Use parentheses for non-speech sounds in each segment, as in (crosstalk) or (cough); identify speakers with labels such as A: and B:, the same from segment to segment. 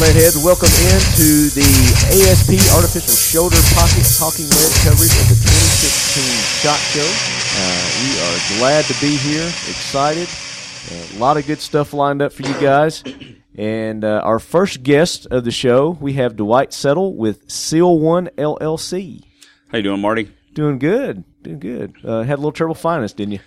A: Airheads, welcome into the ASP Artificial Shoulder Pocket Talking Lead coverage of the 2016 SHOT Show. Uh, we are glad to be here, excited. A lot of good stuff lined up for you guys. And uh, our first guest of the show, we have Dwight Settle with Seal One LLC.
B: How you doing, Marty?
A: Doing good, doing good. Uh, had a little trouble finding us, didn't you?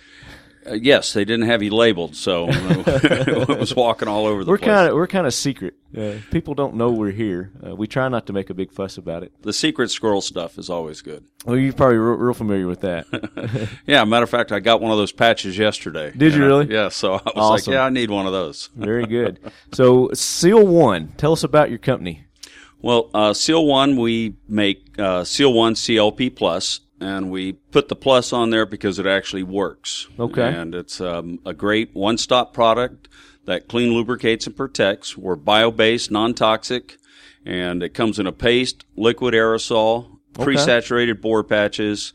B: Uh, yes, they didn't have you labeled, so (laughs) it was walking all over the
A: We're
B: place.
A: kind of we're kind of secret. Uh, people don't know we're here. Uh, we try not to make a big fuss about it.
B: the secret squirrel stuff is always
A: (laughs)
B: good.
A: Well, you're probably real, real familiar with that.
B: (laughs) Yeah, matter of fact, I got one of those patches yesterday.
A: Did you
B: And I-
A: really?
B: Yeah, so (laughs) I was
A: Awesome.
B: like, yeah, I need one of those.
A: Very good. So, Seal One, tell us about your company.
B: Well, uh, Seal One, we make uh, Seal One CLP Plus, and we put the plus on there because it actually works.
A: Okay.
B: And it's um, a great one-stop product that clean lubricates and protects. We're bio-based, non-toxic, and it comes in a paste, liquid aerosol, pre-saturated bore patches,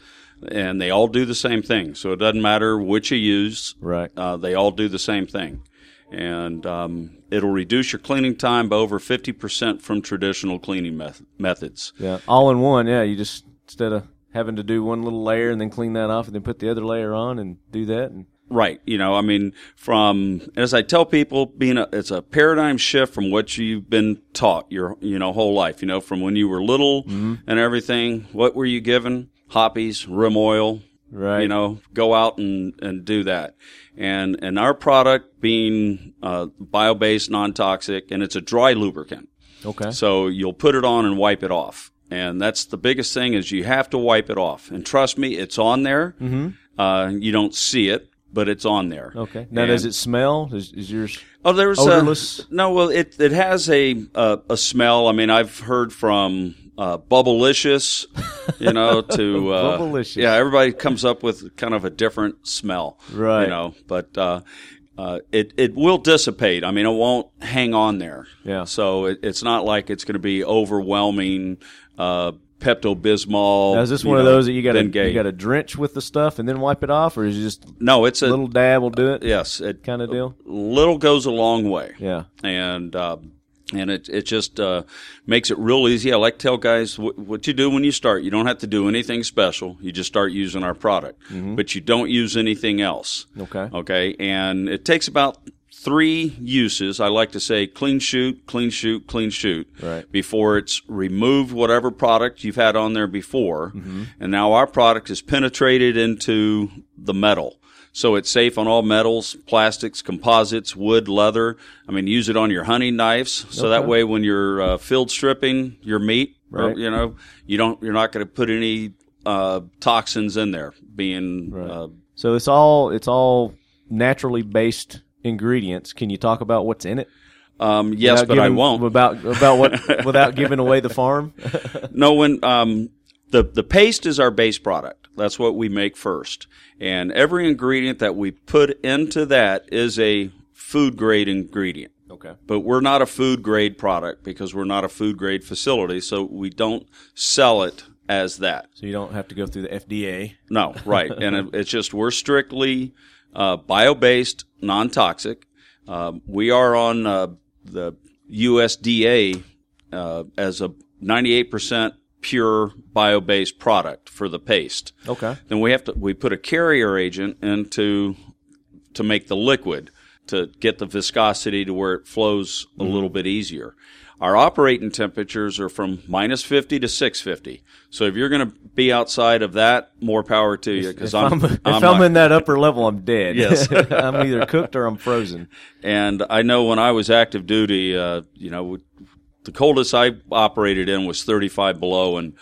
B: and they all do the same thing. So it doesn't matter which you use.
A: Right.
B: Uh, they all do the same thing. And um, it'll reduce your cleaning time by over 50% from traditional cleaning meth- methods.
A: Yeah, all in one. Yeah, you just instead of having to do one little layer and then clean that off and then put the other layer on and do that. And
B: Right. You know, I mean, from, as I tell people, being a, it's a paradigm shift from what you've been taught your, you know, whole life, you know, from when you were little and everything. What were you given? Hoppies, rim oil,
A: right.
B: you know go out and and do that and and our product being uh bio-based non-toxic and it's a dry lubricant
A: Okay.
B: so you'll put it on and wipe it off and that's the biggest thing is you have to wipe it off and trust me it's on there mm-hmm. uh you don't see it but it's on there
A: Okay. Now,
B: And-
A: does it smell? Is, is yours?
B: Oh, there's
A: Odorless?
B: A, no, well, it it has a uh, a smell. I mean, I've heard from uh, Bubblicious, you
A: (laughs)
B: know, to uh,
A: Bubblicious.
B: Yeah, everybody comes up with kind of a different smell,
A: Right.
B: You know, but uh, uh, it it will dissipate. I mean, it won't hang on there.
A: Yeah.
B: So it, it's not like it's going to be overwhelming. Uh, Pepto Bismol.
A: Now, is this one of those that you got to you
B: Bengay.
A: got to drench with the stuff and then wipe it off, or is it just
B: No, it's a Oh,
A: a little dab will do it?
B: yes. It
A: Kind of deal.
B: little goes a long way.
A: Yeah.
B: and uh, and it it just uh, makes it real easy. I like to tell guys wh- what you do when you start. You don't have to do anything special. You just start using our product, but you don't use anything else.
A: Okay.
B: Okay, and it takes about three uses. I like to say clean shoot, clean shoot, clean shoot.
A: Right.
B: Before it's removed whatever product you've had on there before,
A: Mm-hmm.
B: and now our product is penetrated into the metal. So it's safe on all metals, plastics, composites, wood, leather. I mean, use it on your hunting knives, so that way when you're uh, field stripping your meat, or,
A: Right.
B: you know, you don't you're not going to put any uh, toxins in there, being uh,
A: So it's all it's all naturally based ingredients. Can you talk about what's in it?
B: um, yes,
A: Without
B: but I
A: giving-
B: won't.
A: about about
B: (laughs)
A: what without giving away the farm.
B: No, when um, the the paste is our base product. That's what we make first, and every ingredient that we put into that is a food grade ingredient.
A: Okay.
B: But we're not a food grade product because we're not a food grade facility, so we don't sell it as that.
A: So you don't have to go through the FDA.
B: No, right. and it, it's just we're strictly uh, bio based, non toxic. Um, we are on uh, the USDA uh, as a 98% pure bio based product for the paste.
A: Okay.
B: Then we have to we put a carrier agent into to make the liquid to get the viscosity to where it flows a
A: Mm-hmm.
B: little bit easier. Our operating temperatures are from minus 50 to 650. So if you're going to be outside of that, more power to you because
A: If
B: I'm,
A: I'm, if
B: I'm
A: I'm,
B: not-
A: in that upper level, I'm dead.
B: Yes.
A: (laughs) I'm either cooked or I'm frozen.
B: and I know when I was active duty, uh, you know, the coldest I operated in was 35 below and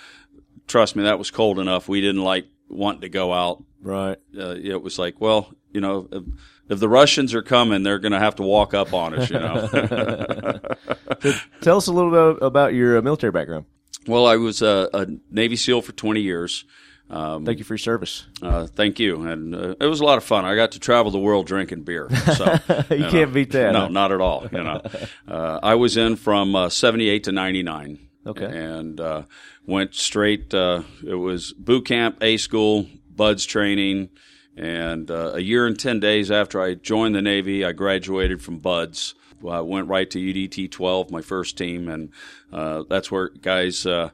B: trust me, that was cold enough. We didn't like want to go out
A: Right.
B: uh, it was like, well, you know, if, if the Russians are coming, they're going to have to walk up on us, you know. (laughs)
A: Tell us a little bit about your uh, military background.
B: well, I was a, a Navy SEAL for 20 years. Um,
A: Thank you for your service.
B: uh, thank you. And uh, it was a lot of fun. I got to travel the world drinking beer. So,
A: (laughs) You can't beat that.
B: no,
A: huh?
B: not at all. You
A: (laughs)
B: know, uh, I was in from uh, 78 to 99.
A: Okay.
B: And uh, went straight, uh, it was boot camp, A school, BUDS training. And uh, a year and 10 days after I joined the Navy, I graduated from BUDS. I went right to UDT 12, my first team, and uh, that's where guys. Uh,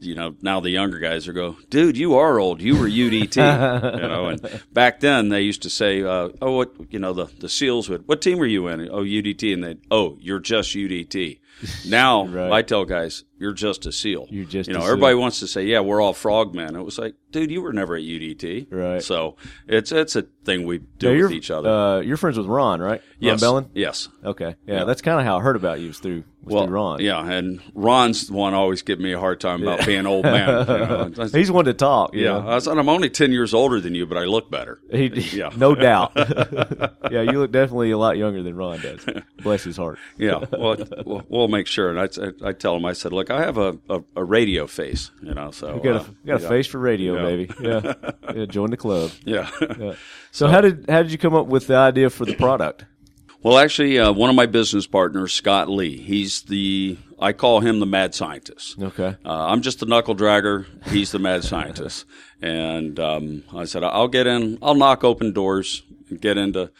B: you know, now the younger guys are go, dude, you are old. You were UDT, you know. And back then they used to say, uh, oh, what, you know, the, the SEALs would, what team were you in? Oh, UDT. And they, oh, you're just
A: (laughs)
B: UDT. Now
A: Right.
B: I tell guys, you're just a SEAL.
A: You're just
B: you
A: a
B: know,
A: SEAL.
B: everybody wants to say, yeah, we're all frogmen. It was like, dude, you were never at UDT.
A: Right.
B: So it's, it's a thing we do
A: Now,
B: with
A: you're,
B: each other.
A: Uh, you're friends with Ron, right?
B: yes.
A: Ron Bellin?
B: Yes.
A: Okay. Yeah, that's kind of how I heard about you was through, was through Ron.
B: yeah, and Ron's the one always giving me a hard time about being old man.
A: (laughs)
B: you know.
A: He's one to talk. you
B: Yeah,
A: know.
B: I said I'm only ten years older than you, but I look better.
A: He,
B: Yeah.
A: (laughs)
B: (laughs)
A: no doubt. (laughs) yeah, you look definitely a lot younger than Ron does. Bless his heart. (laughs)
B: Yeah, well, we'll- we'll make sure. And I, I tell him, I said, look, I have a, a, a radio face, you know. So
A: You got
B: uh,
A: a, you got a
B: yeah.
A: face for radio,
B: Yeah.
A: baby. Yeah. yeah, join the club.
B: Yeah.
A: Yeah. So, how did how did you come up with the idea for the product?
B: (laughs) well, actually, uh, one of my business partners, Scott Lee, he's the I call him the mad scientist.
A: Okay.
B: Uh, I'm just the knuckle dragger. He's the mad scientist. And um, I said, I'll get in, I'll knock open doors, get into,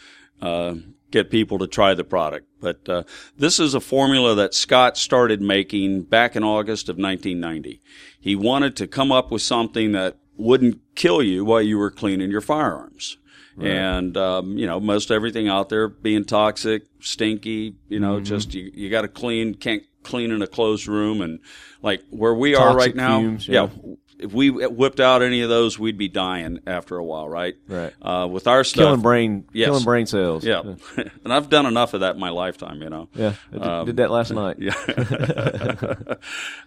B: uh, get people to try the product. But uh, this is a formula that Scott started making back in August of 1990. He wanted to come up with something that wouldn't kill you while you were cleaning your firearms. And um, you know most everything out there being toxic, stinky. You
A: Mm-hmm.
B: know, just you, you got to clean. Can't clean in a closed room, and like where we are
A: Toxic
B: right now.
A: fumes, yeah.
B: yeah, if we whipped out any of those, we'd be dying after a while, right?
A: Right.
B: Uh, with our stuff,
A: Killing brain
B: Yes.
A: killing brain cells.
B: yeah. (laughs) and I've done enough of that in my lifetime, you know. Um,
A: Yeah. I did, did
B: (laughs)
A: that last night. Yeah. (laughs)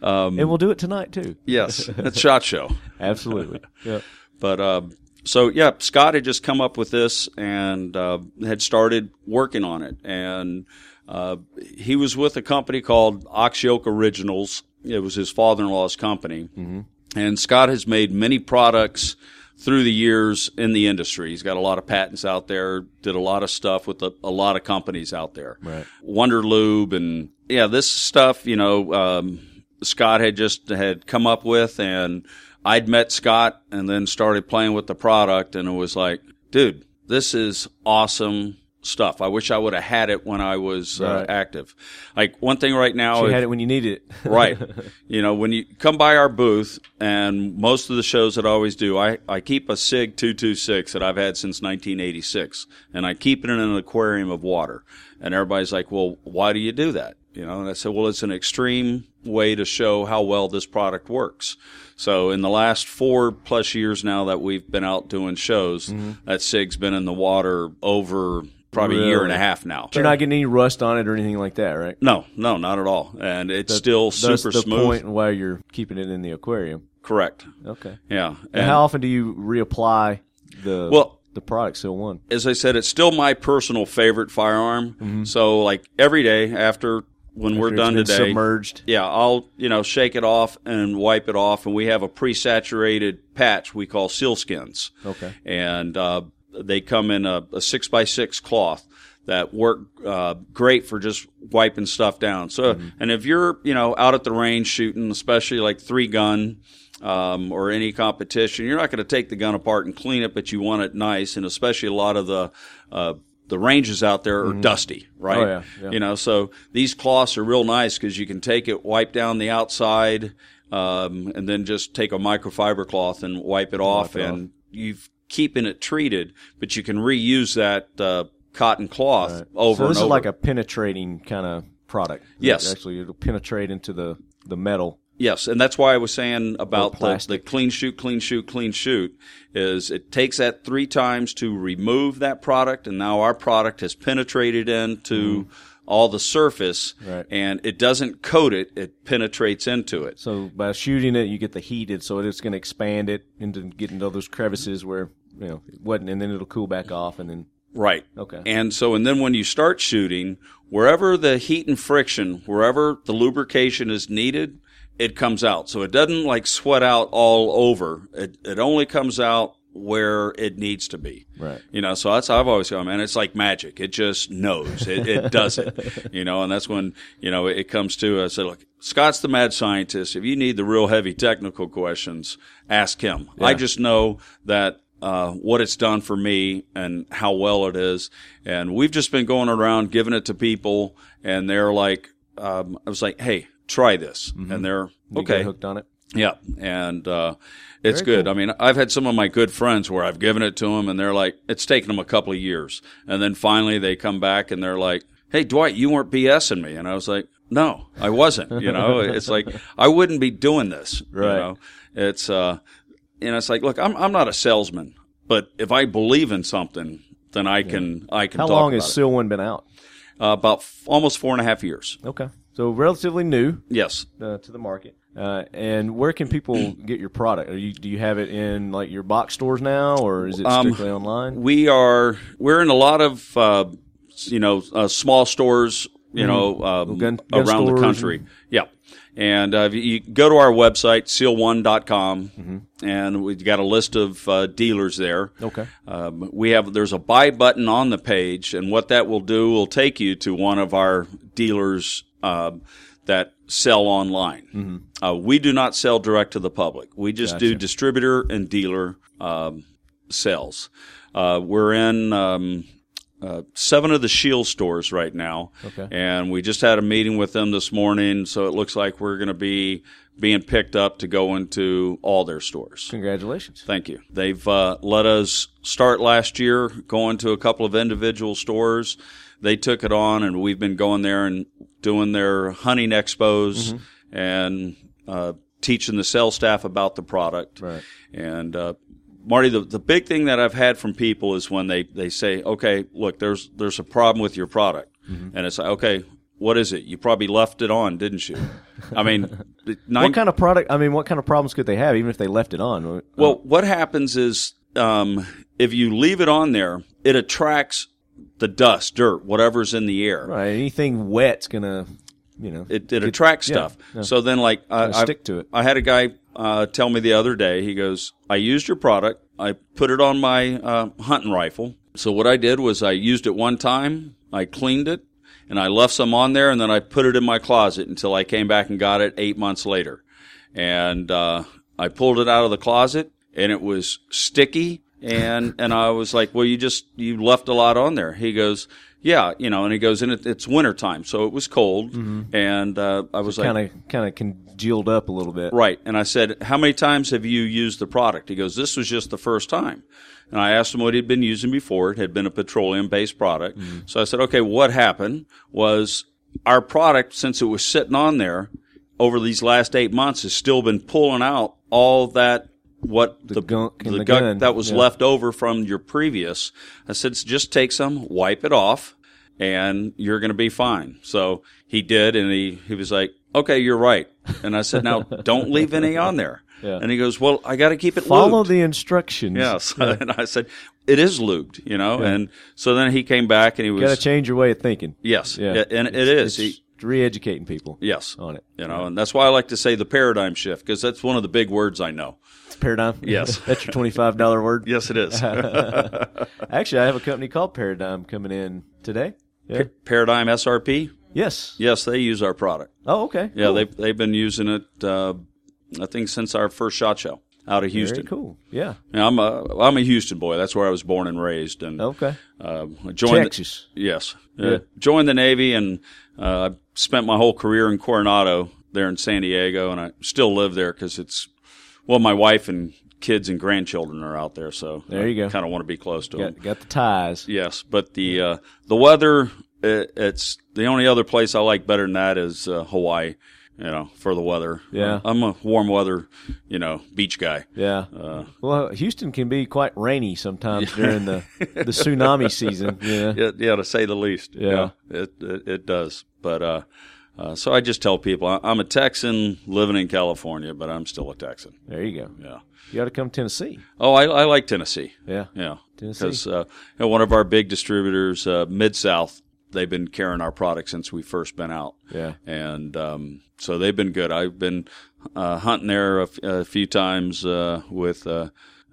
A: and we'll do it tonight too.
B: Um, Yes, it's shot show.
A: (laughs) Absolutely. Yeah.
B: But uh, so yeah, Scott had just come up with this and uh, had started working on it, and uh, he was with a company called Ox Yoke Originals. It was his father-in-law's company,
A: Mm-hmm.
B: and Scott has made many products through the years in the industry. He's got a lot of patents out there. Did a lot of stuff with a, a lot of companies out there.
A: Right.
B: Wonder Lube and yeah, this stuff you know um, Scott had just had come up with, and I'd met Scott and then started playing with the product, and it was like, dude, this is awesome stuff. I wish I would have had it when I was
A: Right.
B: uh, active. Like one thing right now,
A: You
B: if-
A: had it when you needed it. (laughs)
B: right. (laughs) You know, when you come by our booth, and most of the shows that I always do, I, I keep a SIG 226 that I've had since 1986, and I keep it in an aquarium of water. And everybody's like, well, why do you do that? You know, and I said, well, it's an extreme way to show how well this product works. So in the last four plus years now that we've been out doing shows,
A: Mm-hmm.
B: that SIG's been in the water over probably a year and a
A: Really?
B: half now.
A: You're not getting any rust on it or anything like that, right?
B: no, no, not at all. And it's still
A: That's
B: super
A: the
B: smooth.
A: point why you're keeping it in the aquarium.
B: Correct.
A: Okay.
B: Yeah.
A: And
B: And
A: how often do you reapply the
B: Well-
A: the product still one?
B: as I said, it's still my personal favorite firearm. So like every day after when we're
A: Mm-hmm. It's
B: done
A: been
B: today,
A: Submerged.
B: yeah, I'll you know shake it off and wipe it off, and we have a pre-saturated patch we call sealskins.
A: Okay.
B: and uh, they come in a, a six by six cloth that work uh, great for just wiping stuff down. So,
A: Mm-hmm.
B: and if you're you know out at the range shooting, especially like three gun. Um, or any competition, you're not going to take the gun apart and clean it, but you want it nice. And especially a lot of the uh, the ranges out there are dusty, right?
A: Oh, yeah, yeah.
B: You know, so these cloths are real nice because you can take it, wipe down the outside, um, and then just take a microfiber cloth and wipe it off,
A: it off.
B: and you've keeping it treated, but you can reuse that uh, cotton cloth over
A: so
B: and
A: this is
B: over.
A: like a penetrating kind of product.
B: Yes.
A: Actually, it'll penetrate into the the metal.
B: Yes, and that's why I was saying about the, the
A: plastic.
B: clean shoot, clean shoot, clean shoot is it takes that three times to remove that product, and now our product has penetrated into all the surface,
A: Mm-hmm. Right.
B: and it doesn't coat it; it penetrates into it.
A: So by shooting it, you get the heated, so it's going to expand it into getting to those crevices where you know it wasn't, and then it'll cool back off, and then
B: Right.
A: Okay.
B: And so, and then when you start shooting, wherever the heat and friction, wherever the lubrication is needed, it comes out. So it doesn't like sweat out all over. It, it only comes out where it needs to be.
A: Right.
B: You know, so that's how I've always gone, man. It's like magic. It just knows. It, it does
A: (laughs)
B: it. You know, and that's when, you know, it comes to, I said, look, Scott's the mad scientist. If you need the real heavy technical questions, ask him. I just know that uh, what it's done for me and how well it is. And we've just been going around giving it to people, and they're like, um, I was like, hey, try this, and they're
A: Mm-hmm. You get
B: okay.
A: hooked on it.
B: Yeah, and uh, it's good. I mean, I've had some of my good friends where I've given it to them, and they're like, it's taken them a couple of years, and then finally they come back and they're like, "Hey, Dwight, you weren't BSing me," and I was like, "No, I wasn't." you
A: (laughs)
B: know, it's like I wouldn't be doing this. You
A: Right.
B: know, it's uh, and it's like, look, I'm I'm not a salesman, but if I believe in something, then I can I can.
A: How
B: talk
A: long
B: about
A: has Seal One been out?
B: it. Uh, about f- almost four and a half years?
A: Okay, so relatively new
B: Yes.
A: uh, to the market. Uh, and where can (clears throat) people get your product? Are you do you have it in like your box stores now, or is it
B: Um,
A: strictly online?
B: we are we're in a lot of uh, you know uh, small stores you know um,
A: Mm-hmm. gun- gun
B: around the
A: stores
B: country yeah and uh, if you go to our website seal1.com
A: Mm-hmm.
B: and we've got a list of uh, dealers there
A: Okay.
B: um, we have there's a buy button on the page and what that will do will take you to one of our dealers uh, that sell online
A: Mm-hmm.
B: uh, we do not sell direct to the public we just do distributor and dealer um, sales uh, we're in um, uh, seven of the shield stores right now
A: Okay.
B: and we just had a meeting with them this morning so it looks like we're going to be being picked up to go into all their stores
A: Congratulations.
B: Thank you. They've uh, let us start last year going to a couple of individual stores. They took it on, and we've been going there and doing their hunting expos
A: Mm-hmm.
B: and uh, teaching the sales staff about the product.
A: Right.
B: And uh, Marty, the, the big thing that I've had from people is when they, they say, "Okay, look, there's there's a problem with your product," and it's like, "Okay, what is it? You probably left it on, didn't you?" I mean, nine
A: What kind of product? I mean, what kind of problems could they have, even if they left it on?
B: well, what happens is um, if you leave it on there, it attracts the dust, dirt, whatever's in the air.
A: Right. Anything wet's gonna, you know,
B: It, it attracts
A: yeah,
B: stuff. So then, like, I,
A: Gotta
B: I've-
A: stick to it.
B: I had a guy uh, tell me the other day. He goes, "I used your product. I put it on my uh, hunting rifle. So what I did was I used it one time. I cleaned it, and I left some on there, and then I put it in my closet until I came back and got it eight months later. And uh, I pulled it out of the closet, and it was sticky. And and I was like, well, you just you left a lot on there. He goes. Yeah, you know, and he goes, and it, it's wintertime, so it was cold,
A: Mm-hmm.
B: and uh, I was like,
A: kind of kind of congealed up a little bit.
B: Right. And I said, How many times have you used the product? He goes, This was just the first time. And I asked him what he'd been using before. It had been a petroleum based product.
A: Mm-hmm.
B: So I said, Okay, what happened was our product, since it was sitting on there over these last eight months, has still been pulling out all that what the,
A: gunk in
B: the
A: the
B: gunk
A: gun.
B: that was
A: Yeah.
B: left over from your previous. I said, "So just take some, wipe it off, and you're going to be fine. So he did, and he, he was like, okay, you're right. And I said,
A: (laughs)
B: now don't leave any on there.
A: Yeah.
B: And he goes, well, I got to keep it
A: Follow
B: lubed.
A: the instructions.
B: yeah, so, and I said, (laughs) it is lubed, you know. And so then he came back and he was
A: Got to change your way of thinking.
B: yes,
A: Yeah.
B: yeah, and it is.
A: It's
B: He-
A: re-educating people.
B: yes,
A: On it.
B: you know, and that's why I like to say the paradigm shift because that's one of the big words I know.
A: It's paradigm.
B: Yes.
A: (laughs) That's your twenty-five dollar word.
B: Yes, it is.
A: (laughs)
B: (laughs)
A: Actually, I have a company called Paradigm um, coming in today. Yeah.
B: paradigm SRP.
A: Yes.
B: Yes, they use our product.
A: Oh, okay.
B: Yeah, they've they've been using it. Uh, I think since our first shot show out of
A: Very
B: Houston.
A: cool. Yeah.
B: Now, I'm a I'm a Houston boy. That's where I was born and raised, and
A: Okay.
B: uh, I joined
A: Texas.
B: The, yes,
A: Yeah.
B: uh, joined the Navy, and uh, I spent my whole career in Coronado, there in San Diego, and I still live there because it's well, my wife and kids and grandchildren are out there, so
A: There you go.
B: Kind of want to be close to them.
A: Got, got the ties.
B: Yes, but the uh, the weather i it's the only other place I like better than that is uh, Hawaii. You know, for the weather.
A: Yeah.
B: I'm a warm weather, you know, beach guy. Uh,
A: Yeah. well, Houston can be quite rainy sometimes during the,
B: (laughs)
A: the tsunami season. Yeah.
B: yeah, yeah, to say the least.
A: Yeah.
B: it, it it does. But uh, uh, so I just tell people I, I'm a Texan living in California, but I'm still a Texan.
A: There you go.
B: Yeah.
A: You ought to come to Tennessee.
B: Oh, I, I like Tennessee.
A: Yeah.
B: Yeah,
A: Tennessee.
B: because uh, you know, one of our big distributors, uh, Mid South, they've been carrying our product since we first been out.
A: Yeah.
B: and um, so they've been good. I've been uh, hunting there a, f- a few times uh, with uh,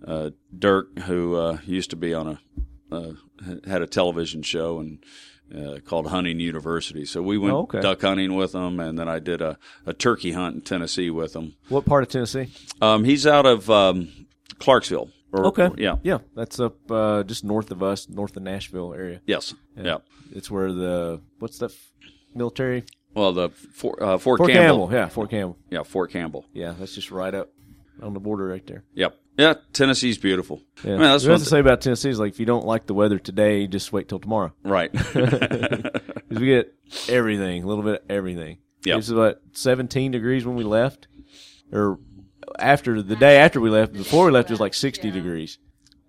B: uh, Dirk, who uh, used to be on a uh, had a television show and. Uh, called Hunting University. So we went
A: Oh, okay.
B: duck hunting with them, and then I did a, a turkey hunt in Tennessee with them.
A: What part of Tennessee?
B: Um, he's out of um, Clarksville. Or,
A: Okay.
B: yeah.
A: Yeah, that's up uh, just north of us, north of Nashville area.
B: Yes. Yeah.
A: It's where the what's the f- military
B: Well, the Fort, uh, Fort,
A: Fort
B: Campbell.
A: Campbell. Yeah, Fort Campbell.
B: Yeah, Fort Campbell.
A: Yeah, that's just right up on the border right there.
B: Yep. Yeah, Tennessee's beautiful.
A: Yeah.
B: I mean, that's
A: what I
B: one
A: have to say about Tennessee is like if you don't like the weather today, just wait till tomorrow
B: thi-
A: (laughs)
B: right.
A: 'Cause we get everything, a little bit of everything.
B: Yeah.
A: it was about 17 degrees when we left, or after the day after we left. Before we left, it was like 60 degrees.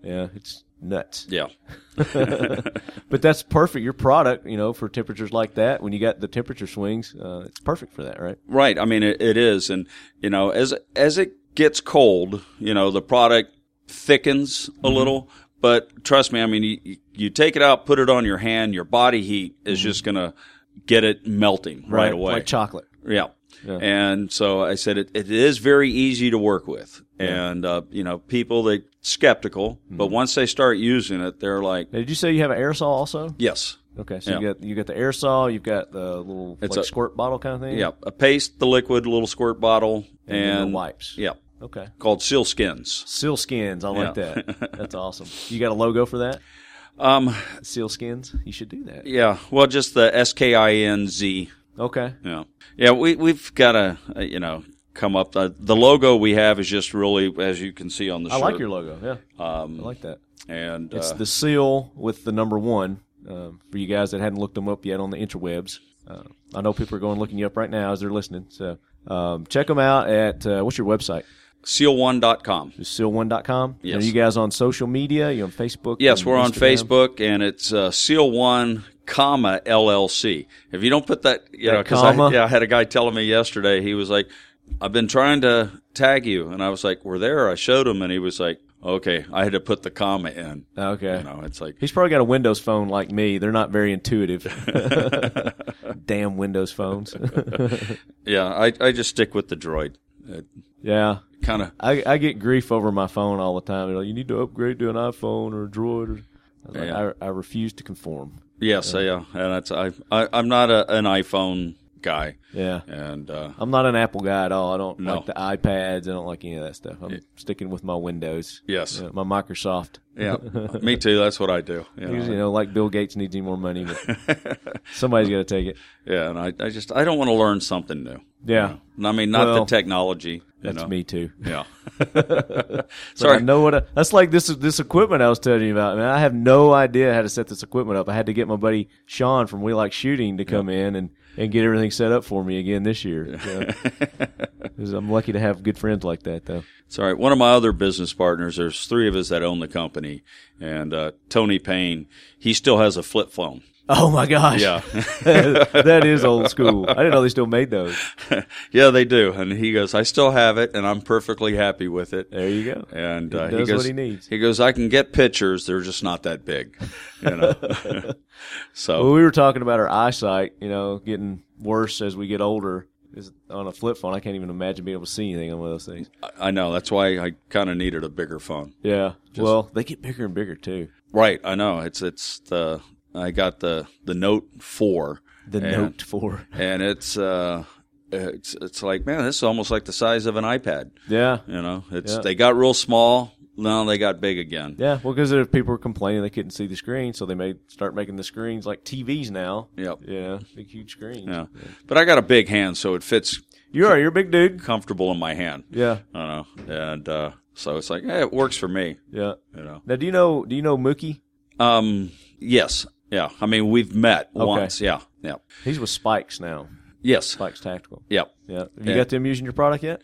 A: Yeah, it's nuts.
B: yeah.
A: (laughs) But that's perfect. Your product, you know, for temperatures like that, when you got the temperature swings, uh, it's perfect for that, right?
B: Right. I mean, it, it is, and you know, as as it gets cold, you know, the product thickens
A: Mm-hmm.
B: a little. But trust me, I mean, you, you take it out, put it on your hand, your body heat is just gonna get it melting right, away.
A: Mm-hmm. Like chocolate.
B: Yeah.
A: Yeah.
B: And so I said it, it is very easy to work with. And, uh, you know, people, they skeptical, but
A: Mm-hmm.
B: once they start using it, they're like,
A: Now, did you say you have an aerosol also?
B: yes.
A: Okay, so you
B: Yeah.
A: got you got the aerosol, you've got the little
B: It's
A: like
B: a-
A: squirt bottle kind of thing.
B: Yeah. A paste, the liquid, little squirt bottle,
A: and,
B: and,
A: then the wipes.
B: Yeah.
A: Okay.
B: Called seal skins.
A: Seal skins, I like
B: Yeah. (laughs)
A: that. That's awesome. You got a logo for that?
B: Um,
A: Seal skins. You should do that.
B: yeah. Well, just the S K I N Z.
A: Okay.
B: Yeah. Yeah. We, we've got to, you know, come up. The, the logo we have is just really, as you can see on the
A: I
B: shirt.
A: like your logo. Yeah. Um, I like that.
B: And,
A: It's
B: uh,
A: the seal with the number one um, for you guys that hadn't looked them up yet on the interwebs. Uh, I know people are going looking you up right now as they're listening. So um, check them out at uh, what's your website?
B: seal1.com.
A: Just seal1.com.
B: Yes.
A: Are you guys on social media? You on Facebook?
B: Yes,
A: and
B: we're on
A: Instagram?
B: Facebook, and it's uh, Seal One comma LLC. If you don't put that, you know, 'cause
A: comma?
B: I, yeah, I had a guy telling me yesterday. He was like, "I've been trying to tag you," and I was like, "We're there." I showed him, and he was like, "Okay." I had to put the comma in.
A: Oh, Okay.
B: You know, it's like,
A: He's probably got a Windows phone like me. They're not
B: (laughs)
A: very intuitive. Damn Windows phones.
B: yeah, I, I just stick with the Droid. Uh,
A: yeah.
B: Kind of,
A: I, I get grief over my phone all the time. They're like, you need to upgrade to an iPhone or a Droid. Or, I, was like,
B: Yeah.
A: I, I refuse to conform.
B: yes, yeah, and that's I, I I'm not a, an iPhone guy,
A: Yeah.
B: and uh,
A: I'm not an Apple guy at all. I don't
B: No.
A: like the iPads. I don't like any of that stuff. I'm sticking with my Windows.
B: Yes.
A: Uh, my Microsoft. (laughs)
B: yeah, me too. That's what I do. you know.
A: You know, like Bill Gates needs any more money, but
B: (laughs)
A: somebody's got to take it.
B: Yeah, and I, I just I don't want to learn something new.
A: Yeah.
B: And I mean, not the
A: Well,
B: technology. you
A: That's
B: know.
A: me too. (laughs)
B: Yeah. (laughs)
A: Sorry. I
B: Sorry.
A: know what I, that's like. This this equipment I was telling you about, man. I have no idea how to set this equipment up. I had to get my buddy Sean from We Like Shooting to come in and, and get everything set up for me again this year. So,
B: (laughs)
A: 'cause I'm lucky to have good friends like that, though.
B: Sorry. One of my other business partners, there's three of us that own the company, and uh, Tony Payne, he still has a flip phone.
A: Oh my gosh,
B: Yeah.
A: (laughs)
B: (laughs)
A: that is old school. I didn't know they still made those.
B: yeah, they do. And he goes, I still have it, and I'm perfectly happy with it.
A: There you go.
B: And uh,
A: does
B: he
A: what
B: goes,
A: he needs.
B: goes, I can get pictures. They're just not that big. You
A: (laughs)
B: know? (laughs)
A: Well,
B: so,
A: we were talking about our eyesight, you know, getting worse as we get older. Is on a flip phone, I can't even imagine being able to see anything on one of those things.
B: I- I know. That's why I kind of needed a bigger phone.
A: Yeah. well, they get bigger and bigger too.
B: Right, I know. It's it's the I got the the Note four,
A: The
B: and,
A: Note Four.
B: and it's uh, it's it's like man, this is almost like the size of an iPad.
A: Yeah.
B: You know, it's
A: Yeah.
B: they got real small, now they got big again.
A: Yeah, well, because if people were complaining they couldn't see the screen, so they made start making the screens like TVs now.
B: Yep.
A: Yeah, big huge screens.
B: Yeah, but I got a big hand, so it fits
A: You are, you're a big dude.
B: comfortable in my hand.
A: Yeah,
B: I know, and uh, so it's like eh, it works for me.
A: yeah.
B: You know,
A: Now, do you know do you know Mookie?
B: um, yes, yeah. I mean, we've met once. Yeah, yeah,
A: He's with Spikes now.
B: yes,
A: Spikes Tactical.
B: yeah.
A: Yeah. Have you
B: Yeah.
A: got them using your product yet?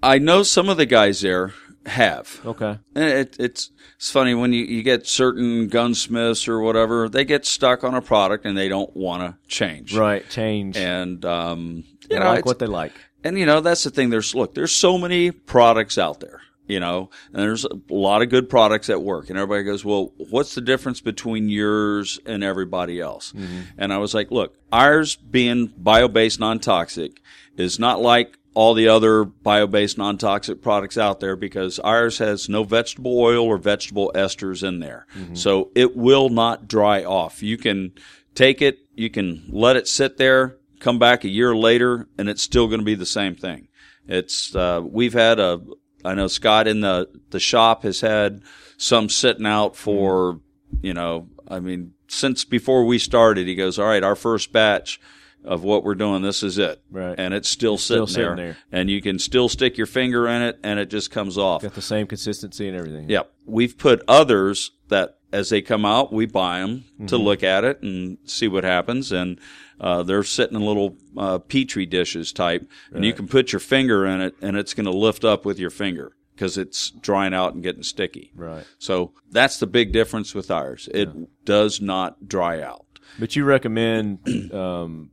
B: I know some of the guys there have.
A: Okay.
B: And It, it's it's funny when you, you get certain gunsmiths or whatever, they get stuck on a product and they don't want to change.
A: Right. Change.
B: And um, you
A: They
B: know,
A: like
B: it's-
A: what they like.
B: and you know that's the thing. There's look, there's so many products out there. You know, and there's a lot of good products at work, and everybody goes, "Well, what's the difference between yours and everybody else?"
A: Mm-hmm.
B: And I was like, "Look, ours being bio-based, non-toxic, is not like all the other bio-based non-toxic products out there because ours has no vegetable oil or vegetable esters in there. So it will not dry off. You can take it, you can let it sit there, come back a year later and it's still going to be the same thing. It's uh, we've had a I know Scott in the the shop has had some sitting out for you know I mean since before we started. He goes, all right, our first batch of what we're doing, this is it,
A: Right.
B: And it's still sitting,
A: sitting
B: there,
A: there.
B: and you can still stick your finger in it, and it just comes off.
A: Got the same consistency and everything.
B: Yep. We've put others that as they come out, we buy them to look at it and see what happens. And uh, they're sitting in little uh, petri dishes type, and you can put your finger in it, and it's going to lift up with your finger because it's drying out and getting sticky.
A: Right.
B: So that's the big difference with ours. It does not dry out.
A: But you recommend um,